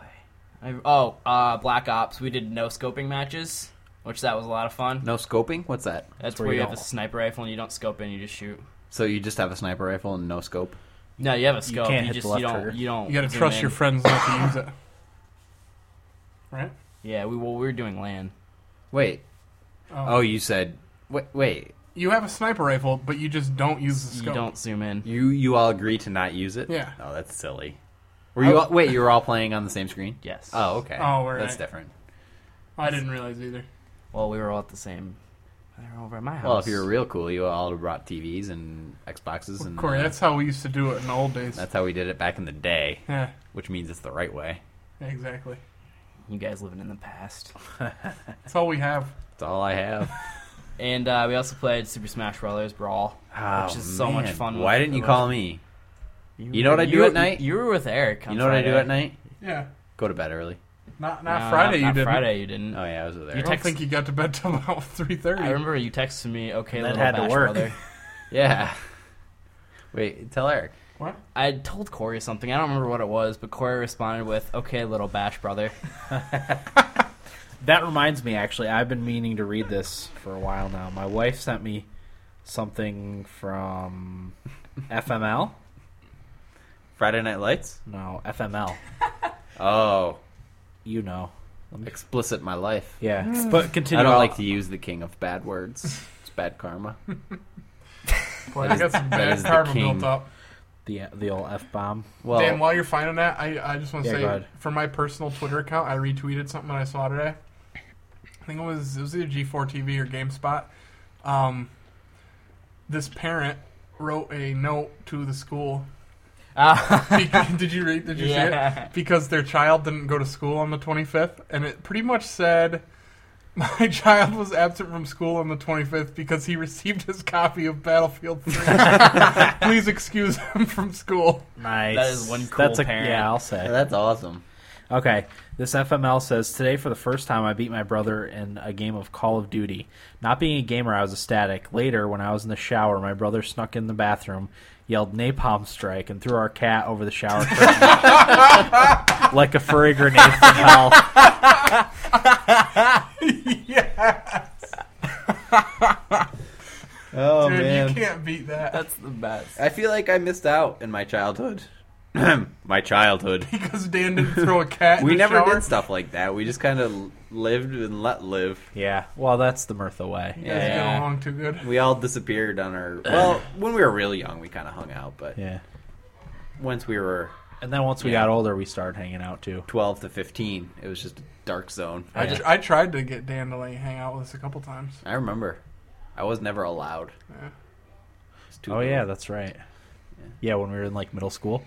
C: I, oh, uh, Black Ops. We did no scoping matches, which that was a lot of fun.
D: No scoping? What's that?
C: That's where, you have a sniper rifle and you don't scope and you just shoot.
D: So you just have a sniper rifle and no scope?
C: No, you have a scope. You,
A: can't hit the
C: just
A: left
C: you don't
A: trigger.
C: you don't.
B: You
C: *laughs*
B: gotta
C: zoom
B: trust
C: in.
B: your friends not to use it. Right?
C: Yeah, we well, we were doing land.
D: Wait.
B: Oh.
D: Oh, you said. Wait, wait.
B: You have a sniper rifle, but you just don't use the scope.
C: You don't zoom in.
D: You you all agree to not use it?
B: Yeah.
D: Oh, that's silly. Were you all, wait? You were all playing on the same screen?
C: Yes.
D: Oh, okay.
B: Oh, right.
D: That's different.
B: I didn't realize either.
C: Well, we were all at the same. They were over at my house.
D: Well, if you were real cool, you all brought TVs and Xboxes, and
B: Corey,
D: uh,
B: that's how we used to do it in the old days.
D: that's how we did it back in the day,
B: Yeah,
D: which means it's the right way.
B: exactly.
C: you guys living in
D: *laughs*
C: the past.
B: That's all we have.
D: That's all I have.
C: And uh, we also played Super Smash Brothers Brawl.
D: Oh,
C: *sighs* Which is so much
D: man.
C: fun
D: Why
C: with
D: didn't
C: the
D: you
C: rest-
D: call me? You know what I do
C: were-
D: at night?
C: You were with Eric. on
D: You know what I do
C: Friday.
D: at night?
B: Yeah,
D: Go to bed early.
B: not
C: No,
B: not Friday.
C: not
B: you didn't.
C: Friday you didn't.
D: Oh yeah, I was there.
B: I
C: You
B: don't
C: text-
B: think you got to bed till *laughs* about three thirty.
C: I remember you texted me. Okay,
A: And that
C: little
A: had to
C: Bash
A: work.
D: *laughs*
C: Brother.
D: yeah. *laughs* Wait, tell Eric.
B: What?
C: I had told Corey something. I don't remember what it was, but Corey responded with, "Okay, little Bash Brother."
A: That reminds me, actually, I've been meaning to read this for a while now. My wife sent me something from FML.
D: Friday Night Lights.
A: No, FML.
D: Oh,
A: You know.
D: explicit my life.
A: Yeah, but continue.
D: Hmm. I don't
A: I'll-
D: like to use the king of bad words. It's
B: *laughs*
D: bad karma.
B: Boy, I got some
D: that
B: bad
D: is the
B: karma
D: king.
B: built up.
A: the the old f bomb.
D: Well,
B: Dan, while you're finding that, I, I just want to
A: Yeah, go
B: say
A: ahead.
B: for my personal Twitter account, I retweeted something that I saw today. I think it was it was either G4 TV or GameSpot. Um, this parent wrote a note to
A: *laughs*
B: the school. Bec- *laughs* did you read? Did you see
C: Yeah.
B: it? Because their child didn't go to school on the 25th, and it pretty much said, "My *laughs* child was absent from school on the 25th because he received his copy of Battlefield
A: *laughs*
B: 3. Please excuse him from school."
A: Nice.
C: That is one cool
A: That's a,
C: parent.
A: Yeah, I'll say.
D: that's awesome.
A: Okay, this FML says today for the first time I beat my brother in a game of Call of Duty. Not being a gamer, I was ecstatic. Later, when I was in the shower, my brother snuck in the bathroom, yelled "Napalm Strike" and threw our cat over the shower curtain *laughs* like a furry grenade from hell.
D: Oh
B: Dude, you can't beat that.
C: That's the best.
D: I feel like I missed out in my childhood. *clears throat*
B: *laughs*
D: my childhood.
B: because Dan didn't throw a cat. in
D: We
B: the
D: never
B: shower.
D: did stuff like that. We just kind of lived and let live.
A: Yeah, well, that's the Mirtha way.
B: You guys
D: Yeah.
B: get along too good.
D: We all disappeared on our. Well, when we were really young, we kind of hung out, but
A: Yeah,
D: once we were
A: And then once we
D: Yeah.
A: got older, we started hanging out too.
D: 12 to 15. It was just a dark zone.
B: I, tr- I tried to get Dan to like, hang out with us a couple times.
D: I remember. I was never allowed.
B: Yeah.
D: It's too
A: Oh
D: little,
A: yeah, that's right. Yeah, when we were in like middle school.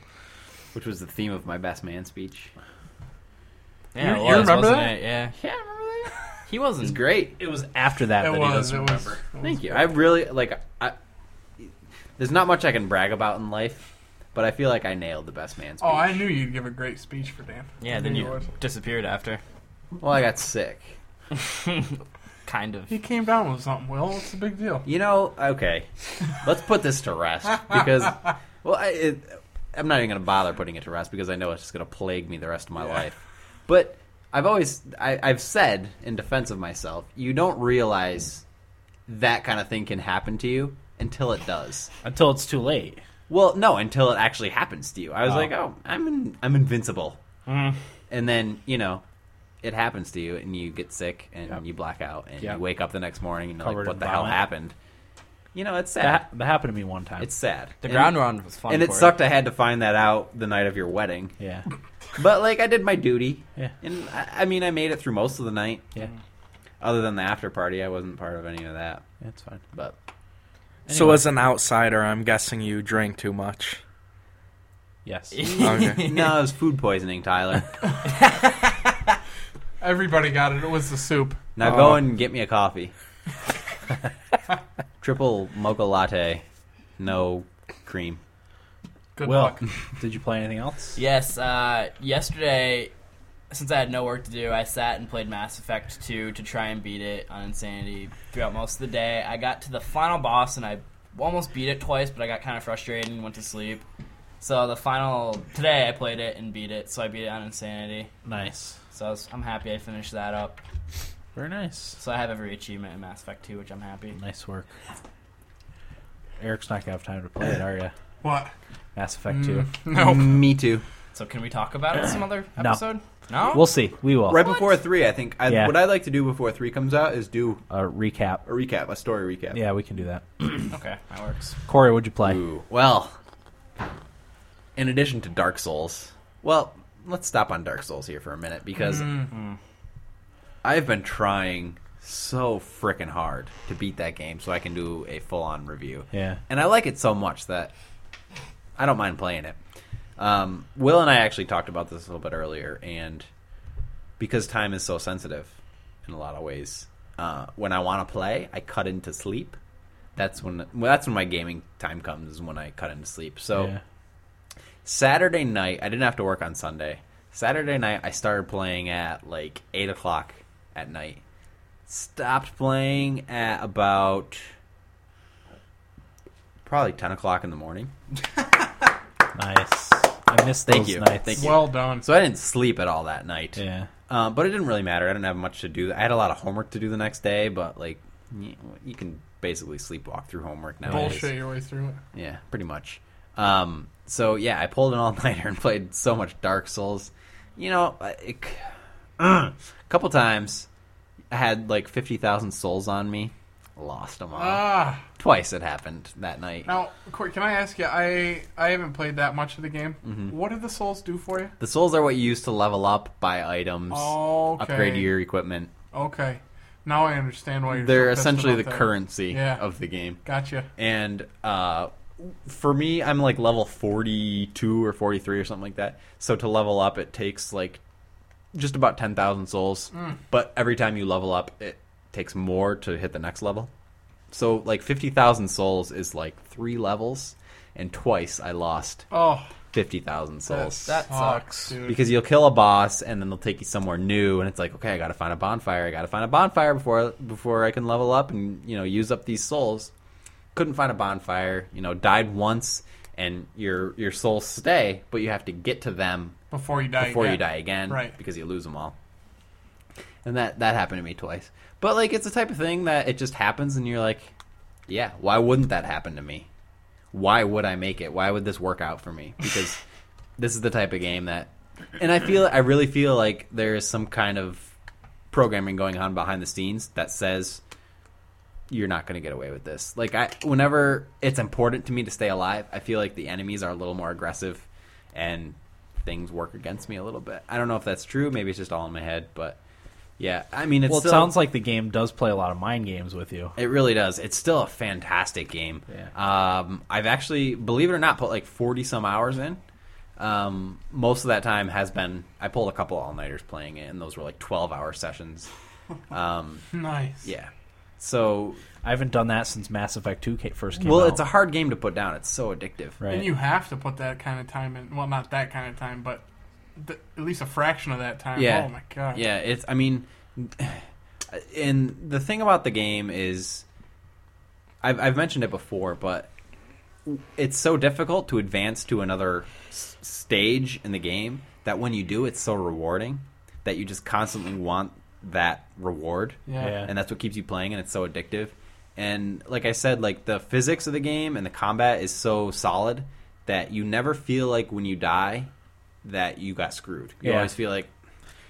D: Which was the theme of my best man speech.
C: Yeah,
B: You-
C: it
B: you
C: was,
B: remember
C: wasn't
B: that?
C: it? Yeah,
D: Yeah, I remember that.
C: *laughs* he
D: It was
C: wasn't.
D: great.
A: It was after that that
B: it
A: he
B: was.
A: doesn't
B: It was.
A: remember.
B: it was
D: Thank you. I really like. I there's not much I can brag about in life, but I feel like I nailed the best man speech.
B: Oh, I knew you'd give a great speech for Dan.
C: Yeah,
B: I
C: then
B: knew
C: you
B: would.
C: disappeared after.
D: Well, I got sick.
C: Kind of.
B: He came down with something. Will, what's the big deal?
D: You know, okay. Let's put this to rest because, well, I, it, I'm not even going to bother putting it to rest because I know it's just going to plague me the rest of my life. But I've always, I, I've said in defense of myself, you don't realize that kind of thing can happen to you until it does.
A: Until it's too late.
D: Well, no, until it actually happens to you. I was
A: Oh. Hmm.
D: like, oh, I'm in, I'm invincible. And then you know, it happens to you, and you get sick, and you black out, and
A: Yep.
D: you wake up the next morning, and you're
A: Covered
D: like,
A: in
D: what the hell
A: vomit.
D: happened? You know, it's sad.
A: That, that happened to me one time.
D: It's sad.
C: The
D: And-
C: ground round was fun.
D: And it
C: for
D: sucked. I had to find that out the night of your wedding,
A: yeah,
D: but like I did my duty,
A: Yeah.
D: and I, I mean I made it through most of the night.
A: yeah,
D: Other than the after party, I wasn't part of any of that.
A: *clears throat* it's fine.
D: But
F: So, as an outsider, I'm guessing you drank too much.
A: Yes,
F: Okay.
D: no, it was food poisoning, Tyler.
A: *laughs*
B: Everybody got it. It was the soup.
D: Now go and get me a coffee. Triple mocha latte, no cream.
B: Good
A: Will,
B: luck.
A: *laughs* did you play anything else?
C: Yes, uh, yesterday, since I had no work to do, I sat and played Mass Effect 2 to try and beat it on Insanity throughout most of the day. I got to the final boss and I almost beat it twice, but I got kind of frustrated and went to sleep. So the final today, I played it and beat it. So I beat it on Insanity.
A: Nice,
C: So I was, I'm happy I finished that up.
A: very nice,
C: So I have every achievement in Mass Effect 2, which I'm happy.
A: nice work. Eric's not gonna have time to play it, are you?
B: What?
A: Mass Effect Two.
D: Mm.
B: Nope.
D: Me too.
C: So can we talk about it some other
A: No.
C: episode? No.
D: Oh.
A: We'll see. We will
D: Right before three, I think. I,
A: Yeah.
D: What I like to do before three comes out is do
A: uh, recap.
D: a recap, a story recap.
A: Yeah, we can do that.
C: Okay, that works.
A: Corey, what'd you play?
D: Ooh, well, in addition to Dark Souls, well, let's stop on Dark Souls here for a minute because I've been trying so freaking hard to beat that game so I can do a full on review.
A: Yeah.
D: And I like it so much that I don't mind playing it. Um, Will and I actually talked about this a little bit earlier, and because time is so sensitive in a lot of ways, uh, when I want to play, I cut into sleep. That's when well, that's when my gaming time comes is when I cut into sleep. So
A: Yeah.
D: Saturday night, I didn't have to work on Sunday. Saturday night, I started playing at like eight o'clock at night. Stopped playing at about probably ten o'clock in the morning.
A: Nice. I missed
D: Thank
A: those
D: you.
A: nights.
D: Thank you.
B: Well done.
D: So I didn't sleep at all that night.
A: Yeah.
D: Um, but it didn't really matter. I didn't have much to do. I had a lot of homework to do the next day, but like y- you can basically sleepwalk through homework nowadays.
B: Bullshit your way through it.
D: Yeah, pretty much. Um, so yeah, I pulled an all nighter and *laughs* played so much Dark Souls. You know, I- it, *clears throat* a couple times I had like fifty thousand souls on me, lost them all.
B: Ah.
D: Twice it happened that night.
B: Now, Corey, can I ask you? I I haven't played that much of the game.
D: Mm-hmm.
B: What do the souls do for you?
D: The souls are what you use to level up, buy items,
B: Oh, Okay.
D: upgrade your equipment.
B: Okay. Now I understand why you're. so
D: They're
B: pissed
D: essentially the
B: about that.
D: currency
B: Yeah.
D: of the game.
B: Gotcha.
D: and uh, for me, I'm like level 42 or 43 or something like that. So to level up, it takes like just about 10,000 souls. But every time you level up, it takes more to hit the next level. So like 50,000 souls is like three levels, and twice I lost
B: Oh,
D: 50,000
B: that
D: souls.
B: sucks,
C: sucks.
B: dude.
D: because you'll kill a boss and then they'll take you somewhere new and it's like okay i gotta find a bonfire i gotta find a bonfire before before i can level up and you know use up these souls couldn't find a bonfire you know died once and your your souls stay but you have to get to them
B: before you die.
D: before you
B: again.
D: die again
B: Right.
D: because you lose them all and that that happened to me twice but like it's the type of thing that it just happens and you're like yeah why wouldn't that happen to me why would i make it why would this work out for me
B: *laughs*
D: because this is the type of game that and i feel i really feel like there is some kind of programming going on behind the scenes that says you're not going to get away with this. Like I whenever it's important to me to stay alive, I feel like the enemies are a little more aggressive and things work against me a little bit. I don't know if that's true. Maybe it's just all in my head, but yeah, I mean, it's
A: Well, it
D: still,
A: sounds like the game does play a lot of mind games with you.
D: It really does. It's still a fantastic game.
A: Yeah.
D: Um, I've actually, believe it or not, put like forty some hours in. Um, most of that time has been I pulled a couple all nighters playing it, and those were like twelve hour sessions. Um,
B: Nice.
D: yeah. So
A: I haven't done that since Mass Effect 2 ca- first came
D: well,
A: out.
D: it's a hard game to put down. It's so addictive.
A: right.
B: And you have to put that kind of time in. Well, not that kind of time, but th- at least a fraction of that time.
D: Yeah.
B: Oh my god.
D: Yeah, it's. I mean, *sighs* and the thing about the game is, I've, I've mentioned it before, but it's so difficult to advance to another s- stage in the game that when you do, it's so rewarding that you just constantly want that reward
B: Yeah.
A: Yeah.
D: and that's what keeps you playing and it's so addictive and like i said like the physics of the game and the combat is so solid that you never feel like when you die that you got screwed you
A: Yeah.
D: always feel like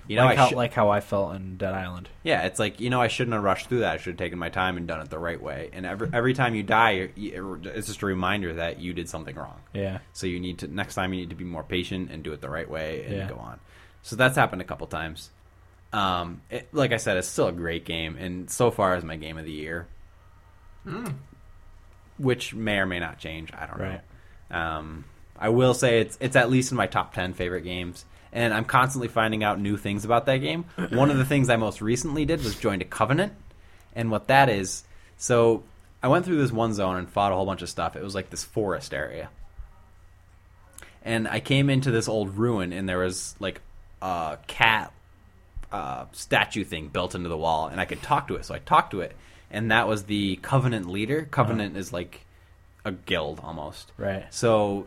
D: you know
A: like,
D: Oh, I
A: how,
D: should-
A: like how I felt in Dead Island.
D: yeah it's like you know i shouldn't have rushed through that i should have taken my time and done it the right way and every, every time you die you're, you- it's just a reminder that you did something wrong
A: Yeah.
D: so you need to next time you need to be more patient and do it the right way and
A: Yeah.
D: go on. So that's happened a couple times. Um, it, like I said, it's still a great game, and so far is my game of the year, which may or may not change. I don't
A: Right.
D: know. Um, I will say it's it's at least in my top ten favorite games, and I'm constantly finding out new things about that game. One of the things I most recently did was joined a covenant, and what that is. So I went through this one zone and fought a whole bunch of stuff. It was like this forest area, and I came into this old ruin, and there was like a cat uh, statue thing built into the wall, and I could talk to it. So I talked to it, and that was the Covenant leader. Covenant is like a guild almost,
A: Right.
D: So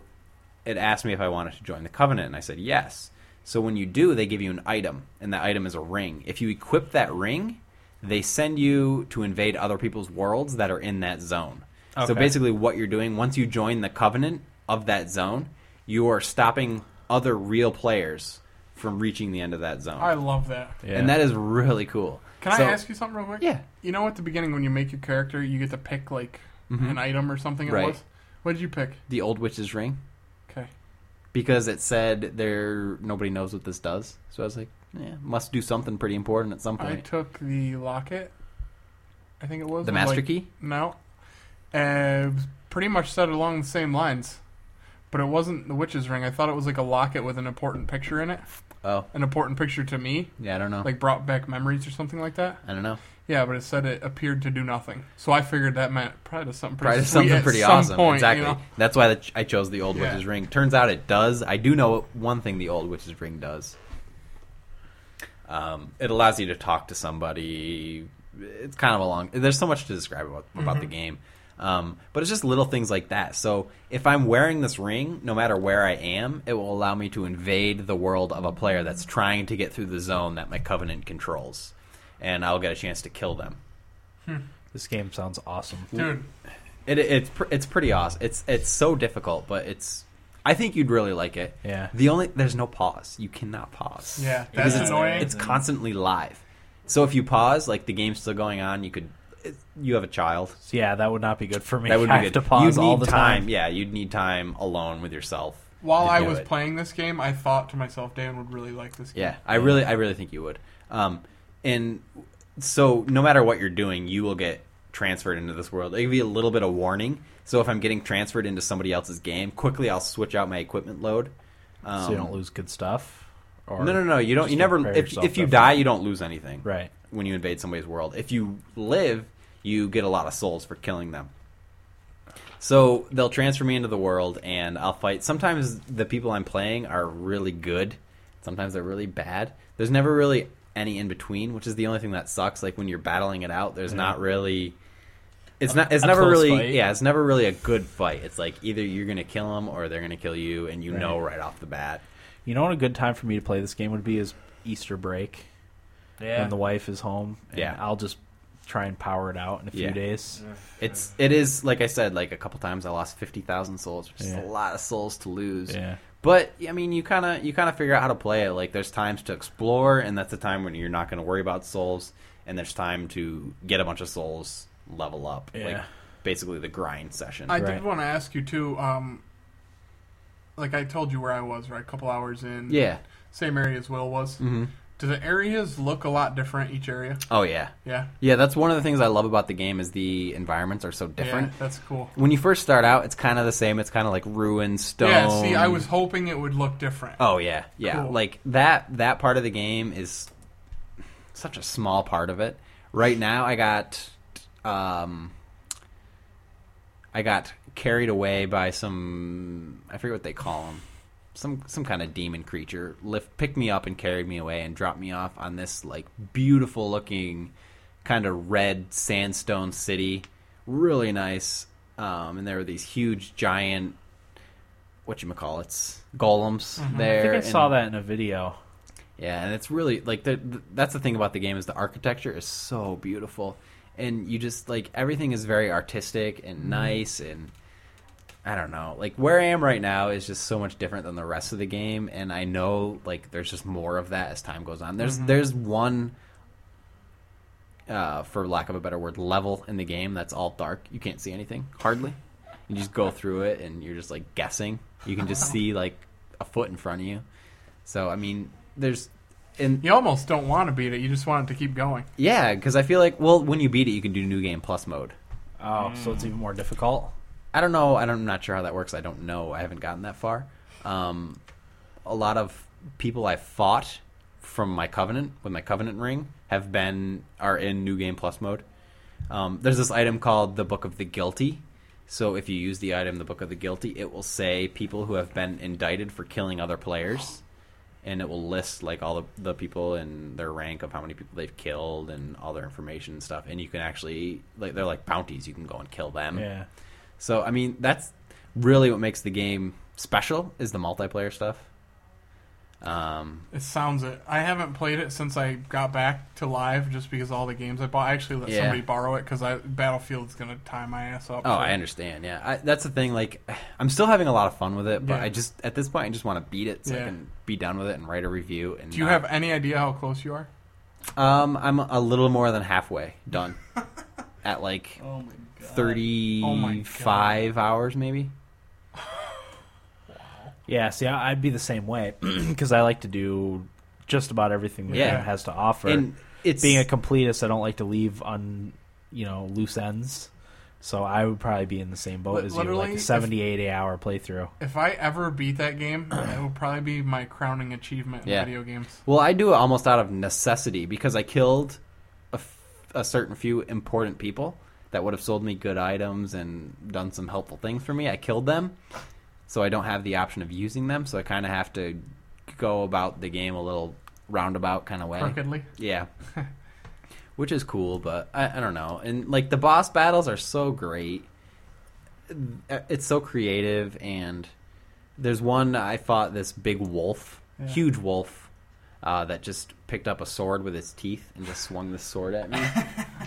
D: it asked me if I wanted to join the Covenant, and I said yes. So when you do, they give you an item, and that item is a ring. If you equip that ring, they send you to invade other people's worlds that are in that zone. So
A: Okay.
D: basically basically what you're doing once you join the covenant of that zone you are stopping other real players from reaching the end of that zone
B: I love that.
A: Yeah.
D: and that is really cool
B: Can
D: So-
B: I ask you something real quick?
D: Yeah.
B: You know, at the beginning when you make your character, you get to pick like an item or something. It
D: Mm-hmm. Right.
B: was. What did you pick?
D: the old witch's ring
B: Okay.
D: because it said there nobody knows what this does so i was like yeah must do something pretty important at some
B: I
D: point
B: took the locket. I think it was
D: the
B: It was,
D: master
B: like,
D: key
B: No. Uh, it was pretty much said along the same lines, but it wasn't the witch's ring. I thought it was like a locket with an important picture in it.
D: oh
B: An important picture to me,
D: yeah i don't know
B: like brought back memories or something like that.
D: i don't know
B: Yeah, but it said it appeared to do nothing. So I figured that meant probably does something pretty
D: Probably
B: sweet
D: something
B: at
D: pretty
B: some
D: awesome.
B: Point,
D: exactly.
B: You know?
D: That's why the, I chose the old
B: Yeah.
D: witch's ring. Turns out it does. I do know one thing the old witch's ring does. Um, it allows you to talk to somebody. It's kind of a long. There's so much to describe about, about
B: Mm-hmm.
D: the game, um, but it's just little things like that. So if I'm wearing this ring, no matter where I am, it will allow me to invade the world of a player that's trying to get through the zone that my covenant controls, and I'll get a chance to kill them.
A: This game sounds awesome.
B: Dude,
D: It, it's pr- it's pretty awesome. It's it's so difficult, but it's. I think you'd really like it.
A: Yeah.
D: The only there's no pause. You cannot pause.
B: Yeah,
D: Because
B: that's
D: it's,
B: annoying.
D: It's constantly live. So if you pause, like the game's still going on, you could. It, you have a child.
A: So yeah, that would not be good for me.
D: That
A: *laughs*
D: would
A: I
D: be
A: have
D: good.
A: to pause
D: You'd
A: all
D: need
A: the time.
D: Yeah, you'd need time alone with yourself.
B: while
D: to
B: I
D: do
B: was
D: it.
B: playing this game, I thought to myself, Dan would really like this game.
D: Yeah, I really, I really think you would. Um, and so, no matter what you're doing, you will get transferred into this world. They give you a little bit of warning. So, if I'm getting transferred into somebody else's game, quickly I'll switch out my equipment load. Um,
A: So you don't lose good stuff. Or
D: No, no, no. You don't.
A: just
D: You never.
A: prepare
D: If,
A: yourself
D: if you
A: different-
D: die, you don't lose anything.
A: right?
D: When you invade somebody's world, if you live, you get a lot of souls for killing them. So they'll transfer me into the world, and I'll fight. Sometimes the people I'm playing are really good. Sometimes they're really bad. There's never really any in between, which is the only thing that sucks. Like when you're battling it out, there's not really. It's not. It's
C: a
D: never
C: close
D: really.
C: fight.
D: Yeah, it's never really a good fight. It's like either you're gonna kill them or they're gonna kill you, and you know right off the bat.
A: You know what a good time for me to play this game would be is Easter break
C: Yeah.
A: when the wife is home. And
D: Yeah.
A: I'll just try and power it out in a few
D: Yeah.
A: days.
D: It's it is like I said, like a couple times I lost fifty thousand souls, which is
A: Yeah.
D: a lot of souls to lose.
A: Yeah.
D: But I mean, you kind of you kind of figure out how to play it. Like there's times to explore, and that's a time when you're not going to worry about souls, and there's time to get a bunch of souls, level up,
A: Yeah.
D: like basically the grind session.
B: I
A: Right.
B: did want to ask you too. Um, like I told you where I was, right? A couple hours in.
D: Yeah.
B: Same area as Will was. Mm-hmm. Do the areas look a lot different each area?
D: Oh yeah.
B: Yeah.
D: Yeah, that's one of the things I love about the game is the environments are so different.
B: Yeah, that's cool.
D: When you first start out, it's kind of the same. It's kind of like ruin stone.
B: Yeah, see, I was hoping it would look different.
D: Oh yeah, yeah.
B: Cool.
D: Like that that part of the game is such a small part of it. Right now, I got um, I got carried away by some I forget what they call them. Some some kind of demon creature lift picked me up and carried me away and dropped me off on this like beautiful looking kind of red sandstone city, really nice. Um, and there were these huge giant what you call it's golems there.
A: Mm-hmm. I think I
D: and-
A: saw that in a video.
D: yeah, and it's really like the, th that's the thing about the game is the architecture is so beautiful, and you just like everything is very artistic and nice, and I don't know, like where I am right now is just so much different than the rest of the game, and I know like there's just more of that as time goes on. There's there's one. Uh, for lack of a better word, level in the game that's all dark. You can't see anything hardly. You just go through it, and you're just like guessing. You can just see like a foot in front of you. So I mean, there's and
B: You almost don't want to beat it. You just want it to keep going.
D: yeah, because I feel like well, when you beat it, you can do new game plus mode.
A: Oh, so it's even more difficult.
D: I don't know. I don't, I'm not sure how that works. I don't know. I haven't gotten that far. Um, a lot of people I fought from my covenant with my covenant ring have been are in new game plus mode. Um, there's this item called the Book of the Guilty. So if you use the item, the Book of the Guilty, it will say people who have been indicted for killing other players, and it will list like all the, the people and their rank of how many people they've killed and all their information and stuff. And you can actually like they're like bounties. You can go and kill them.
A: Yeah.
D: So I mean, that's really what makes the game special is the multiplayer stuff. Um,
B: It sounds it. I haven't played it since I got back to live, just because all the games I bought. I actually let
D: Yeah.
B: somebody borrow it because Battlefield's gonna tie my ass up.
D: oh,
B: so-
D: I understand. Yeah, I, that's the thing. Like, I'm still having a lot of fun with it, but
B: Yeah.
D: I just at this point, I just want to beat it so I
B: Yeah.
D: can be done with it and write a review. And
B: Do you
D: not-
B: have any idea how close you are?
D: Um, I'm a little more than halfway
B: *laughs*
D: done. at like
B: Oh my god. Oh my
D: 35 hours, maybe.
A: Yeah, see, I- I'd be the same way *clears throat* because I like to do just about everything the
D: Yeah.
A: game has to offer.
D: And it's
A: Being a completist, I don't like to leave on you know loose ends. So I would probably be in the same boat
B: Li-
A: as you, like
B: literally,
A: a
B: if-
A: 70, 80 hour playthrough.
B: If I ever beat that game, *clears throat* it will probably be my crowning achievement in
D: Yeah.
B: video games.
D: Well, I do it almost out of necessity because I killed a, f- a certain few important people that would have sold me good items and done some helpful things for me. I killed them, so I don't have the option of using them. So I kind of have to go about the game a little roundabout kind of way.
B: Crookedly.
D: *laughs* Yeah. Which is cool, but I, I don't know. And like the boss battles are so great. Uh, It's so creative, and there's one I fought this big wolf, huge wolf, uh, that just picked up a sword with its teeth and just swung the sword at me.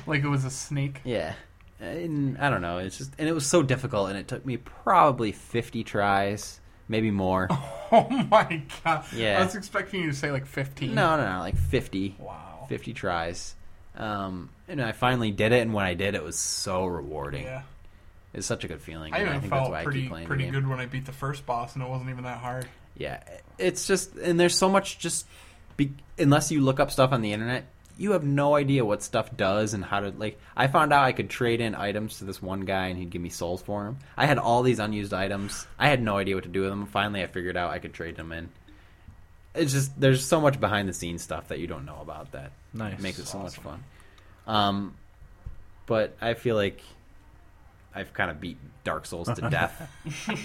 B: Like it was a snake.
D: yeah. And I don't know. It's just and it was so difficult, and it took me probably 50 tries, maybe more.
B: *laughs* Oh my god.
D: Yeah.
B: I was expecting you to say like 15.
D: No, no, no, like 50.
B: Wow.
D: 50 tries. Um, and I finally did it, and when I did, it was so rewarding.
B: Yeah.
D: It's such a good feeling.
B: I
D: and
B: even
D: think that's
B: felt
D: why I
B: pretty
D: keep playing the
B: pretty
D: game.
B: good when I beat the first boss, and it wasn't even that hard.
D: Yeah, it's just and there's so much just be, unless you look up stuff on the internet, you have no idea what stuff does and how to like. I found out I could trade in items to this one guy, and he'd give me souls for him. I had all these unused items. I had no idea what to do with them. Finally, I figured out I could trade them in. It's just there's so much behind the scenes stuff that you don't know about that
A: Nice.
D: makes it so much fun. Um, but I feel like I've kind of beat Dark Souls
A: *laughs*
D: to death.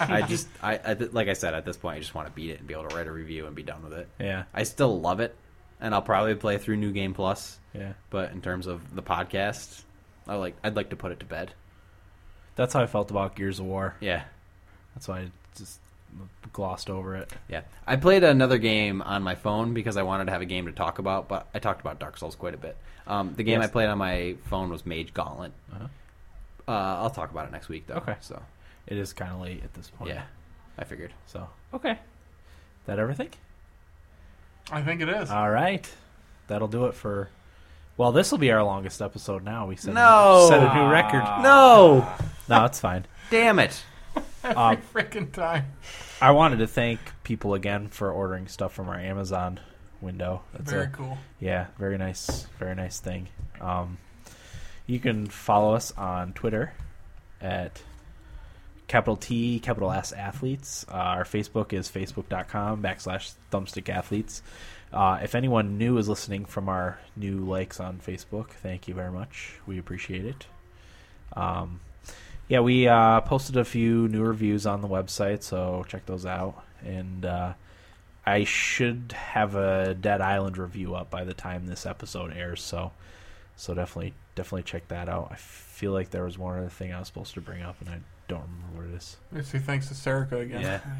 D: I just, I, I th- like I said, at this point, I just want to beat it and be able to write a review and be done with it.
A: Yeah,
D: I still love it, and I'll probably play through New Game Plus.
A: yeah.
D: But in terms of the podcast, I like, I'd like to put it to bed.
A: That's how I felt about Gears of War.
D: Yeah,
A: That's why I just glossed over it.
D: yeah. I played another game on my phone because I wanted to have a game to talk about, but I talked about Dark Souls quite a bit. Um, the game
A: Yes.
D: I played on my phone was Mage Gauntlet.
A: Uh-huh.
D: Uh, I'll talk about it next week, though.
A: Okay.
D: So.
A: It is kind of late at this point.
D: Yeah, I figured.
A: So okay, that everything.
B: I think it
D: Uh,
B: is.
A: All right, that'll do it for. Well, this will be our longest episode. Now we set
D: No.
A: Ah.
D: Ah.
A: set a new record.
D: No,
A: No, it's fine.
D: damn it!
B: Every *laughs* freaking time.
A: I wanted to thank people again for ordering stuff from our Amazon window. That's
B: Very
A: a-
B: cool.
A: Yeah, very nice, very nice thing. Um, you can follow us on Twitter at capital T capital S athletes. Uh, our Facebook is facebook.com backslash thumbstick athletes. Uh, if anyone new is listening from our new likes on Facebook, thank you very much. We appreciate it. Um, yeah, we uh, posted a few new reviews on the website, so check those out. And uh, I should have a Dead Island review up by the time this episode airs, so so definitely definitely check that out. I feel like there was one other thing I was supposed to bring up, and I don't remember what it is.
B: Let's see, thanks to Serica again.
G: Yeah.
C: Oh,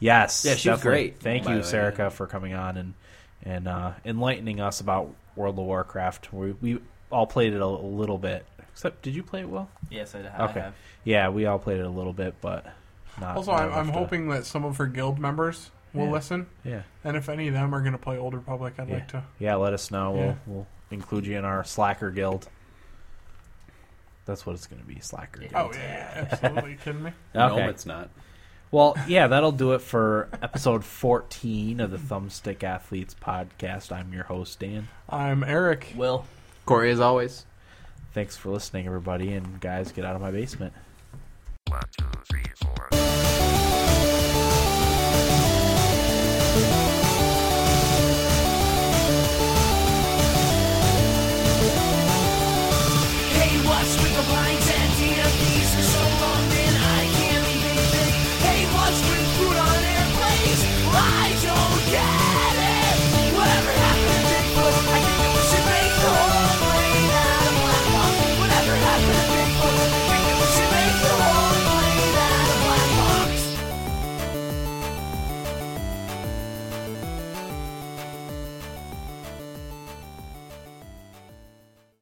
A: Yes,
G: Yeah, she was
A: definitely.
G: great,
A: Thank
G: by
A: you,
G: the way, yeah.
A: Serica, for coming on and and uh, enlightening us about World of Warcraft. We we all played it a, a little bit. Except, did you play it well?
C: Yes, I, I
A: Okay.
C: have.
A: Yeah, we all played it a little bit, but not.
B: *laughs* Also,
A: not
B: I'm, I'm
A: enough to-
B: hoping that some of her guild members will
A: Yeah.
B: listen,
A: Yeah,
B: and if any of them are going to play Old Republic, I'd
A: Yeah.
B: like to.
A: yeah. Let us know.
B: Yeah.
A: We'll we'll include you in our Slacker guild. That's what it's going to be, Slacker guild.
B: Oh yeah,
D: *laughs*
B: yeah, absolutely kidding me.
A: Okay.
G: No, it's not.
A: Well, yeah, that'll do it for episode 14 of the Thumbstick Athletes podcast. I'm your host, Dan.
B: I'm Eric.
C: Will.
G: Corey, as always.
A: Thanks for listening, everybody, and guys, get out of my basement.
K: Hey, what's with the blinds and DMVs for so long? Then I can't even think. Hey, what's with food on airplanes? I don't care.